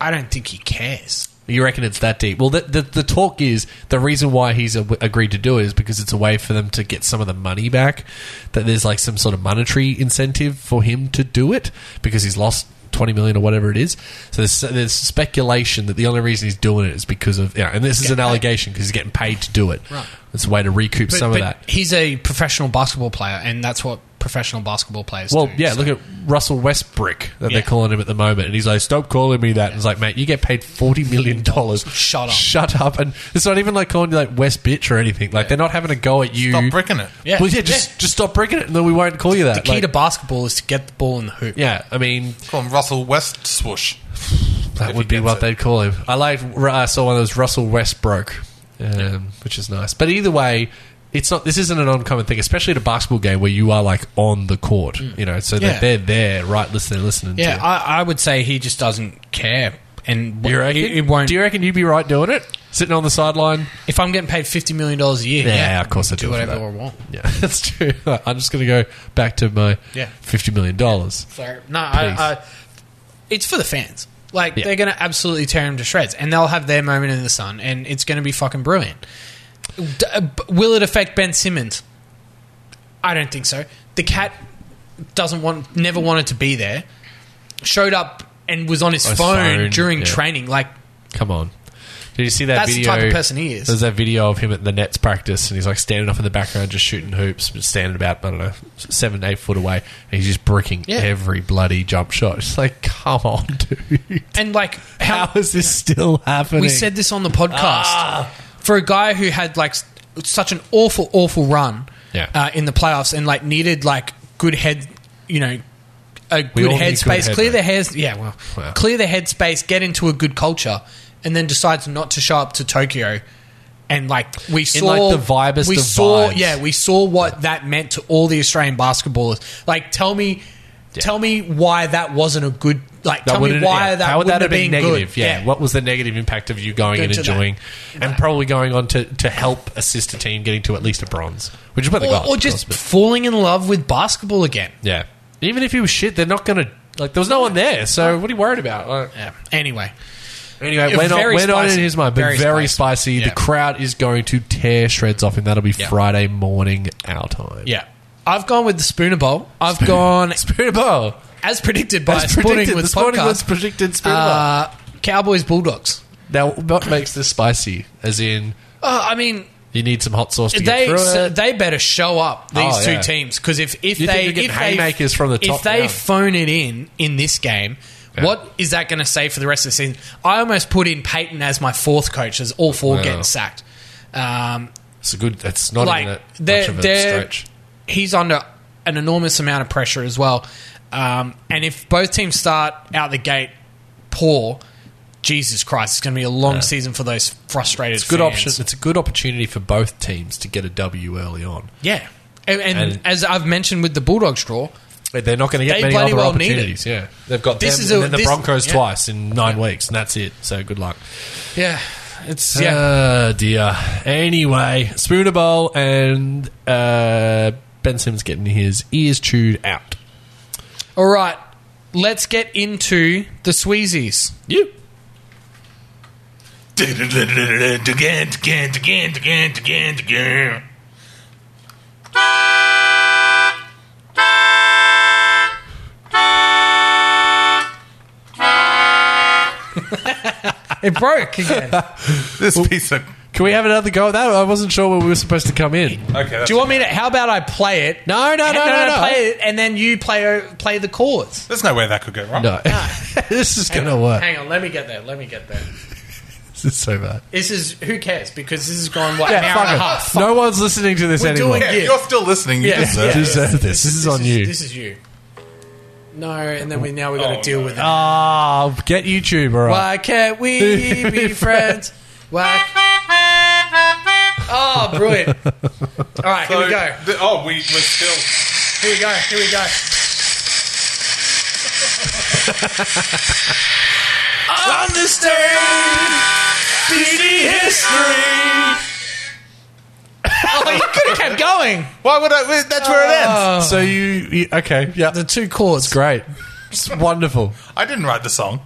A: I don't think he cares.
B: You reckon it's that deep? Well, the, the, the talk is the reason why he's a- agreed to do it is because it's a way for them to get some of the money back. That there's like some sort of monetary incentive for him to do it because he's lost twenty million or whatever it is. So there's, there's speculation that the only reason he's doing it is because of yeah. And this is an allegation because he's getting paid to do it.
A: Right.
B: It's a way to recoup some of that.
A: he's a professional basketball player, and that's what professional basketball players
B: Well,
A: do.
B: yeah,
A: so-
B: look at Russell Westbrook that
A: Yeah.
B: they're calling him at the moment, and he's like, "Stop calling me that." And it's like, "Mate, you get paid forty million dollars.
A: Shut up.
B: shut up." And it's not even like calling you like West bitch or anything. Like they're not having a go at you.
C: Stop bricking it.
A: Yeah.
B: Well, yeah, just just stop breaking it, and then we won't call you that.
A: The key
B: Like,
A: to basketball is to get the ball in the hoop.
B: yeah, I mean,
C: Call him Russell West swoosh.
B: that
C: If
B: would
C: he
B: be
C: gets
B: what
C: it.
B: they'd call him. I like. I saw one that was Russell Westbrook, um, which is nice. But either way, it's not. This isn't an uncommon thing, especially at a basketball game where you are like on the court. You know, so
A: Yeah.
B: that they're there, right? Listening, listening. to
A: Yeah,
B: you.
A: I, I would say he just doesn't care, and
B: You reckon?
A: it, it won't.
B: Do you reckon you'd be right doing it? Sitting on the sideline?
A: if I'm getting paid fifty million dollars a year,
B: Yeah,
A: yeah,
B: of course I do
A: do
B: it for
A: whatever
B: that.
A: I want.
B: Yeah, [laughs] that's true. I'm just going to go back to my
A: Yeah.
B: $50 million.
A: So no, I, I, it's for the fans. Like they're going to absolutely tear him to shreds, and they'll have their moment in the sun, and it's going to be fucking brilliant. D- uh, b- will it affect Ben Simmons? I don't think so. The cat doesn't want, never wanted to be there. Showed up and was on his,
B: On his
A: phone,
B: phone,
A: during
B: yeah.
A: training. Like
B: Come on. Did you see that
A: That's the
B: video?
A: type of person he is.
B: There's that video of him at the Nets practice, and he's like standing up in the background, just shooting hoops, but standing about I don't know seven, eight foot away, and he's just bricking
A: Yeah.
B: every bloody jump shot. It's like, come on, [laughs] dude,
A: and like how,
B: how is this still happening? Ah.
A: we said this on the podcast for a guy who had like s- such an awful awful run
B: Yeah.
A: uh, in the playoffs and like needed like good head you know a good
B: all need good
A: headspace
B: head,
A: clear
B: mate.
A: their hairs yeah well
B: Wow.
A: clear their headspace get into a good culture and then decides not to show up to Tokyo and like we saw
B: like, the vibest
A: we
B: of
A: saw
B: vibes.
A: yeah we saw what that meant to all the Australian basketballers like tell me tell me why that wasn't a good like
B: That
A: tell me
B: wouldn't-
A: why
B: yeah.
A: that
B: How would
A: wouldn't
B: that have been,
A: good.
B: negative? Yeah. What was the negative impact of you going
A: Go
B: and
A: to that.
B: enjoying, and probably going on to, to help assist a team getting to at least a bronze, which is where they
A: or,
B: got.
A: or
B: of
A: just
B: course,
A: falling in love with basketball again.
B: but- yeah. Even if he was shit, they're not going to like. There was no one there, so what are you worried about? Like,
A: Yeah. Anyway,
B: anyway,
A: It was
B: we're not
A: very
B: we're not in
A: spicy.
B: his mind, but very,
A: Very
B: spicy.
A: spicy.
B: The
A: Yeah.
B: crowd is going to tear shreds off him. That'll be Friday morning our time.
A: yeah, I've gone with the Spooner Bowl. I've [laughs] gone
B: Spirit Bowl.
A: as predicted by
B: As
A: Sporting
B: predicted,
A: with
B: this morning was
A: podcast.
B: predicted Spirit Bowl.
A: uh, Cowboys Bulldogs.
B: Now, what makes this spicy? As in,
A: Uh, I mean,
B: you need some hot sauce to get
A: they
B: through
A: so
B: it.
A: they better show up these
B: Oh,
A: two
B: yeah.
A: teams because if if
B: You think
A: they
B: you're getting
A: if they
B: haymakers from the top
A: if they
B: down.
A: phone it in in this game.
B: Yeah.
A: What is that going to say for the rest of the season? I almost put in Peyton as my fourth coach, as all four
B: Wow.
A: getting sacked. Um,
B: It's a good. That's not
A: like
B: even that
A: they're,
B: much of a
A: they're-
B: stretch.
A: He's under an enormous amount of pressure as well. Um, and if both teams start out the gate poor, Jesus Christ, it's going to be a long season for those frustrated.
B: It's a good
A: fans.
B: option. It's a good opportunity for both teams to get a W early on.
A: Yeah, and, and,
B: And-
A: as I've mentioned with the Bulldogs draw,
B: But They're not going to get
A: They
B: many
A: bloody
B: other
A: well need it.
B: opportunities. Yeah, they've got
A: This
B: them
A: is
B: and
A: a-
B: then the
A: this-
B: Broncos
A: yeah.
B: twice in nine weeks, and that's it. So good luck.
A: yeah, it's
B: Yeah,
A: yeah.
B: dear. Anyway, Spooner Bowl and uh, Ben Simmons getting his ears chewed out.
A: All right, let's get into the Sweezies.
B: You.
C: That's
A: It broke
B: [laughs]
A: again. Do
C: This piece of.
B: Can we have another go at that? I wasn't sure when we were supposed to come in.
C: Okay. That's,
A: you want me to? How about I play it?
B: No, no, no,
A: And-
B: no, no.
A: Play it, and then you play play the chords.
C: there's no way that could go
B: [laughs]
C: wrong.
B: No. [laughs] this is going to work.
A: Hang on, let me get there. Let me get there.
B: [laughs] This is so bad.
A: This is who cares because this has gone what an
B: Yeah,
A: hour
B: fuck
A: and a
B: it.
A: half.
B: No one's listening to this
A: Oh, We're
B: anymore.
A: doing
C: Yeah,
A: Yeah.
C: You're still listening. You
A: Yeah,
C: deserve
A: yeah.
C: it.
B: Deserve this. This is on you.
A: This is you. No, and then we now we got to
C: Oh,
A: deal
C: no.
A: with it.
B: Ah, get YouTube, all right.
A: Why can't
B: [laughs]
A: we be friends? Why? Oh, brilliant! All right, here we go.
C: The, oh, we, we're still.
A: Here we go. Here we go. Understand beauty history. [laughs] oh, you could have kept going.
C: Why would I? That's where
A: Ah.
C: it ends.
B: So you, you okay? Yeah,
A: The two chords.
B: great. It's wonderful.
C: I didn't write the song.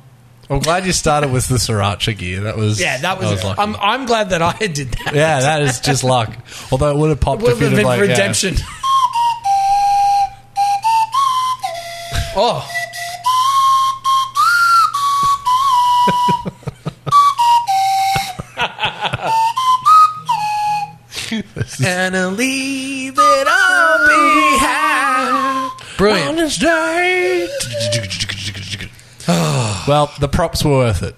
B: I'm glad you started with the sriracha gear. That was
A: Yeah, that was.
B: lucky.
A: I'm, I'm glad that I did that.
B: yeah, that is just luck. Although it would have popped
A: Would
B: if you'd
A: have
B: have
A: been
B: like, yeah.
A: redemption. oh. [laughs] and I'll leave it all behind. Brilliant.
B: [sighs] Well, the props were worth it.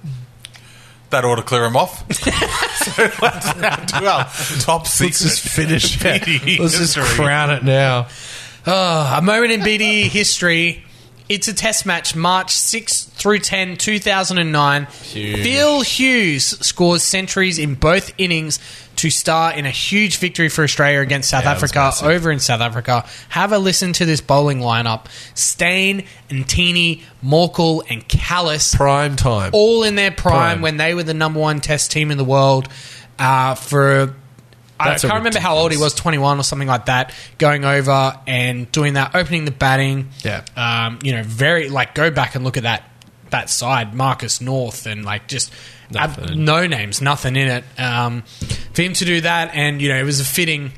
C: That ought to clear him off. [laughs] so let's now do our top secret.
B: Let's just [laughs] finish.
C: PD
B: it. Let's just
C: history.
B: crown it now.
A: A moment in BDE history. It's a test match, March 6 through 10, 2009. Phil Hughes scores centuries in both innings to star in a huge victory for Australia against South Africa over in South Africa. Have a listen to this bowling lineup. Stain and Teeny, Morkel and Callis
B: Prime time.
A: all in their prime,
B: Prime.
A: when they were the number one test team in the world uh, for. I
B: That's
A: can't
B: a
A: remember how old he was, 21 or something like that, going over and doing that, opening the batting.
B: Yeah.
A: Um, you know, very, like, go back and look at that that side, Marcus North, and, like, just ab- no names, nothing in it. Um, for him to do that, and, you know, it was a fitting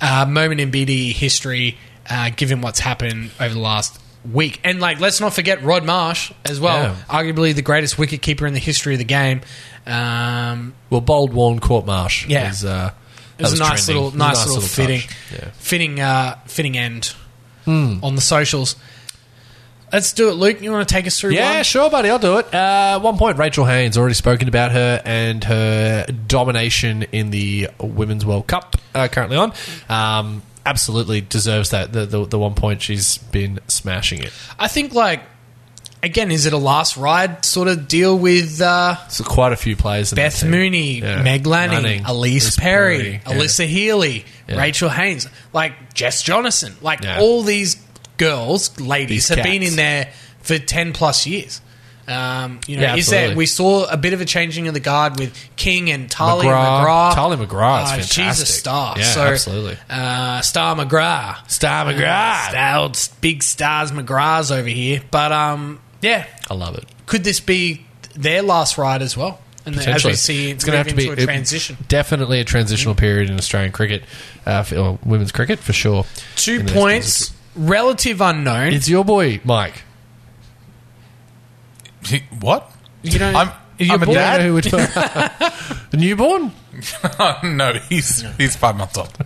A: uh, moment in BD history, uh, given what's happened over the last week. And, like, let's not forget Rod Marsh as well
B: Yeah.
A: arguably the greatest wicket keeper in the history of the game. Um,
B: Well, bold warn court marsh.
A: Yeah.
B: is, uh,
A: it was,
B: that
A: a nice
B: trending.
A: little,
B: It was a
A: nice, little, fitting,
B: touch. Yeah. Hmm.
A: fitting, uh, fitting end on the socials. Let's do it, Luke. You want to take us through?
B: Yeah,
A: one?
B: sure, buddy. I'll do it. Uh, one point, Rachel Haynes already spoken about her and her domination in the Women's World Cup uh, currently on. Um, absolutely deserves that. The, the the one point she's been smashing it.
A: I think like again, is it a last ride sort of deal with uh,
B: So quite a few players. In that
A: Beth
B: team.
A: Mooney,
B: Yeah.
A: Meg Lanning,
B: Lanning,
A: Elise,
B: Elise
A: Perry,
B: Perry, yeah.
A: Alyssa Healy,
B: Yeah.
A: Rachel Haynes, like Jess Jonathan, like
B: Yeah.
A: all these girls, ladies
B: These
A: have been
B: cats.
A: in there for ten plus years. Um, you know,
B: Yeah,
A: is there?
B: absolutely.
A: We saw a bit of a changing of the guard with King and Tali
B: McGrath.
A: McGrath.
B: Tali McGrath is
A: Uh, She's a
B: fantastic.
A: star.
B: Yeah,
A: so,
B: absolutely.
A: Uh, star McGrath, star McGrath, star, old big stars McGraths over here. But um, yeah,
B: I love it.
A: could this be their last ride as well? And then as
B: Potentially,
A: we see,
B: it's going to have to be
A: a transition. Mm.
B: it- definitely a transitional period in Australian cricket, uh, for, or women's cricket for sure.
A: Two
B: In the next transition.
A: points, relative unknown.
B: It's your boy Mike.
C: He- what?
A: you know,
C: I'm,
B: Your
C: I'm a
B: boy, [laughs]
C: dad?
B: who we're talking- the [laughs] newborn.
C: [laughs] no, he's he's five
A: [laughs]
C: months old.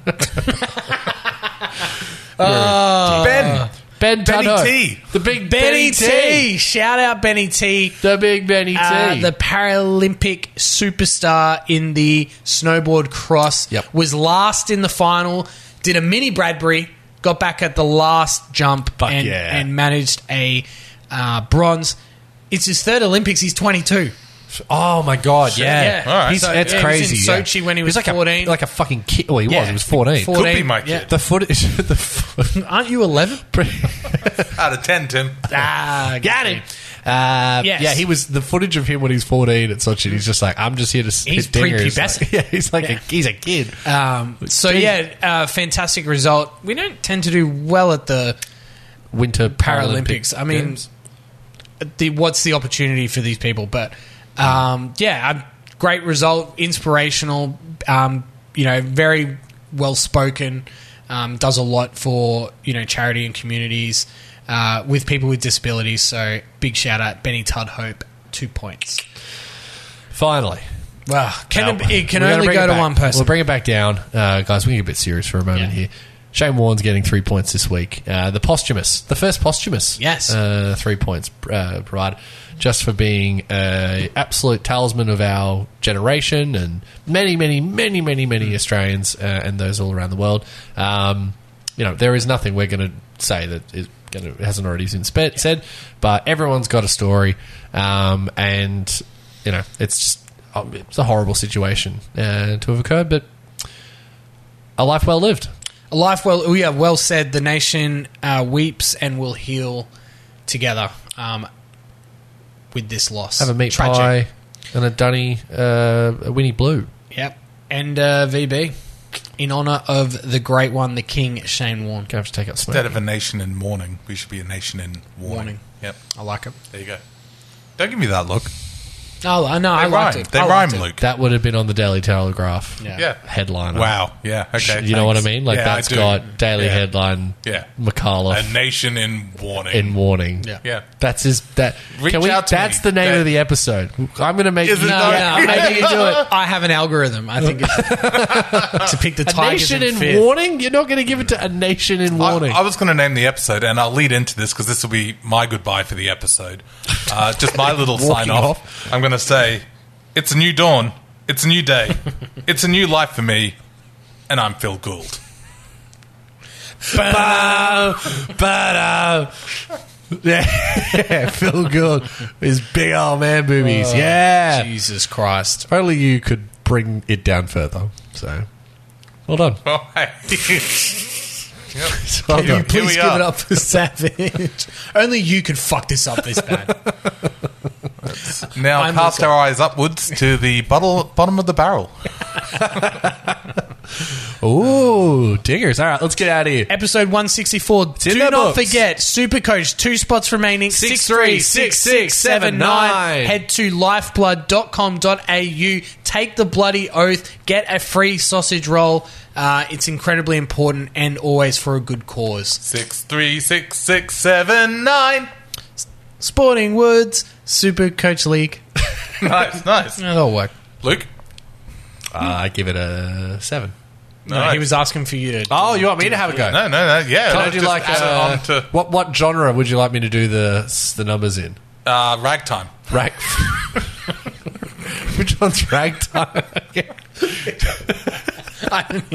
A: Ah.
C: ben,
B: Ben
C: Benny
B: Tutto.
C: T.
B: The big
A: Benny T. Shout out Benny T.
B: The big Benny
A: Uh,
B: T.
A: the Paralympic superstar in the snowboard cross
B: Yep.
A: was last in the final. Did a mini Bradbury, got back at the last jump,
B: Fuck
A: and,
B: yeah.
A: and managed a uh, bronze. It's his third Olympics. He's twenty two.
B: oh my god, yeah.
A: yeah. All right.
B: He's,
A: So,
B: that's
A: yeah, he was in
B: crazy. yeah.
A: Sochi when he was
B: like
A: 14.
B: A, like a fucking kid. Well, he was. He was 14.
C: Could be my
A: yeah.
C: kid.
B: The footage. [laughs] The foot,
A: [laughs] Aren't you eleven?
C: out of ten, Tim.
A: ah, got it.
B: uh,
A: Yes.
B: Yeah, he was. The footage of him when he's 14 at Sochi, he's just like, I'm just here to s-
A: He's
B: hit dingers.
A: prepubescent.
B: Like, [laughs] yeah, he's like,
A: Yeah.
B: A, he's a kid.
A: Um, so
B: Big-
A: yeah, uh, fantastic result. We don't tend to do well at the
B: Winter
A: Paralympics. I mean,
B: Games.
A: the what's the opportunity for these people? But um, yeah, um, great result, inspirational. Um, you know, very well spoken. Um, does a lot for you know charity and communities uh, with people with disabilities. So big shout out Benny Tudhope, two points.
B: Finally.
A: Wow. Can
B: Now,
A: it, it can
B: we gotta
A: only
B: bring
A: go
B: it
A: to
B: back.
A: one person.
B: We'll bring it back down. Uh, guys, we can get a bit serious for a moment here. Shane Warne's getting three points this week. Uh, the posthumous, the first posthumous,
A: Yes.
B: uh, three points uh, provided just for being a absolute talisman of our generation and many, many, many, many, many
C: Mm.
B: Australians uh, and those all around the world. Um, you know, there is nothing we're going to say that is gonna, hasn't already been spe- said, but everyone's got a story, um, and you know, it's just um, it's a horrible situation uh, to have occurred, but a life well lived.
A: A life well, oh yeah, well said. The nation uh, weeps and will heal together um, with this loss.
B: Have a meat
A: Tragic.
B: pie and a dunny, uh, a Winnie Blue.
A: Yep. And uh, VB, in honor of the great one, the King Shane Warne.
B: Gonna have to take out
C: Instead
B: smoke.
C: of a nation in mourning, we should be a nation in warning.
A: Warning.
C: Yep.
A: I like it.
C: There you go. Don't give me that look. They
A: Oh, I know. I
C: rhyme.
A: liked it.
C: They
A: I
C: rhyme,
A: liked it.
C: Luke.
B: That would have been on the Daily Telegraph
A: Yeah.
C: yeah.
B: headliner.
C: Wow. Yeah. Okay.
B: Sh- you know what I
C: thanks.
B: mean? Like
C: Yeah, I
B: that's
C: do.
B: got Daily
C: Yeah.
B: Headline,
C: Yeah.
B: McAuliffe
C: A nation in warning.
B: in warning.
A: Yeah.
C: yeah.
B: That's his. That
C: Reach
B: can we?
C: out to
B: that's
C: me.
B: the name
C: That-
B: of the episode. I'm gonna make
C: Is
B: you
C: it
B: do
C: not-
B: it.
A: Oh, Yeah,
B: I'm making you do it. [laughs]
A: I have an algorithm. I think it's to pick the
B: A
A: tigers
B: nation
A: in
B: in
A: fifth.
B: warning. You're not gonna give it to a nation in
C: I-
B: warning.
C: I, was going to name the episode, and I'll lead into this because this will be my goodbye for
B: [laughs]
C: the episode. Uh, just my little sign
B: Walking
C: off. I'm going to say, it's a new dawn, it's a new day,
B: [laughs]
C: it's a new life for me, and I'm
B: [laughs]
C: Phil Gould.
B: Ba-da. [laughs] yeah, Phil Good is big old man boobies.
C: Oh,
B: yeah,
A: Jesus Christ.
B: only you could bring it down further. So, well done.
C: All right.
B: Well
A: Can you
B: done.
C: Here we
A: please give
C: are.
A: it up
B: [laughs]
A: for Savage? Only you could fuck this up this bad.
C: now
A: I'm
C: cast
A: also-
C: our eyes upwards to the bottle, bottom of the barrel.
B: [laughs] Ooh, dingers! All right, let's get out of here.
A: Episode 164.
B: in
A: Do
B: their
A: not
B: books.
A: forget, Supercoach, two spots remaining.
B: Six,
A: Six
B: three,
A: three
B: six,
A: six six seven nine.
B: nine.
A: Head to lifeblood.com.au. Take the bloody oath. Get a free sausage roll. Uh, it's incredibly important and always for a good cause.
C: Six, three, six, six, seven, nine.
A: Sporting Woods, Supercoach League.
C: [laughs] Nice, nice.
A: [laughs] That'll work.
C: Luke?
B: Uh, I give it a seven.
A: No,
C: Nice.
A: he was asking for you to.
B: Oh, you want me to have a go?
C: No, no, no. Yeah.
B: Can I
C: no,
B: do
C: just
B: like
C: add
B: uh,
C: it on to
B: what? What genre would you like me to do the the numbers in?
C: uh, ragtime.
B: Rag. [laughs] Which one's ragtime?
A: [laughs]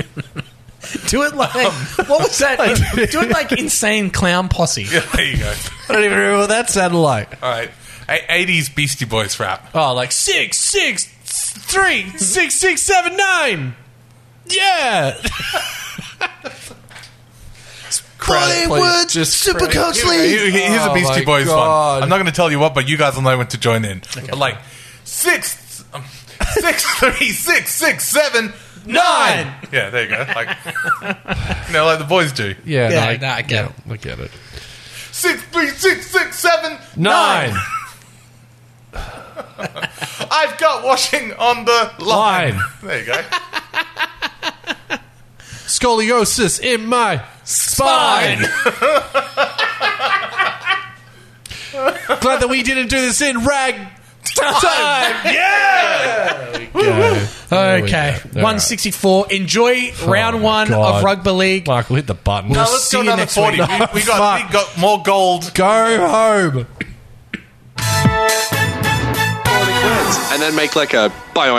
A: Do it [laughs] like. what was
B: [laughs]
A: that? do it like Insane Clown Posse.
C: [laughs] Yeah, there you go.
B: I don't even remember what that sounded like.
C: All right. A- 80s Beastie Boys rap.
B: Oh, like six, six, three, six, six, seven, nine. Yeah. Crowd, please.
A: Bollywood
B: Just
A: Supercoach
B: crowd.
A: League.
C: Here- here- Here's
B: Oh
C: a Beastie
B: my
C: Boys
B: God.
C: one. I'm not going to tell you what, but you guys will know when to join in. But like six, um, six, [laughs] three, six, six, seven, nine.
A: Nine.
C: Yeah, there you go. Like, you know, like the boys do.
A: Yeah,
B: Yeah, no, I,
A: no, I get
B: yeah,
A: it.
B: I get it.
C: Six, three, six, six, seven,
B: Nine.
C: I've got washing on the line.
B: Line.
C: There you [laughs] go.
B: Scoliosis in my spine. [laughs] Glad that we didn't do this in rag time. Yeah.
A: Okay,
B: All
A: one sixty four. Enjoy
B: Oh,
A: round one
B: God.
A: of rugby league.
B: Michael, hit the button.
C: Now let's
A: see
C: go
A: you
C: another
A: next
C: 40.
A: week.
C: We, we, got, we got more gold.
B: Go home.
E: And then make like a. Bye.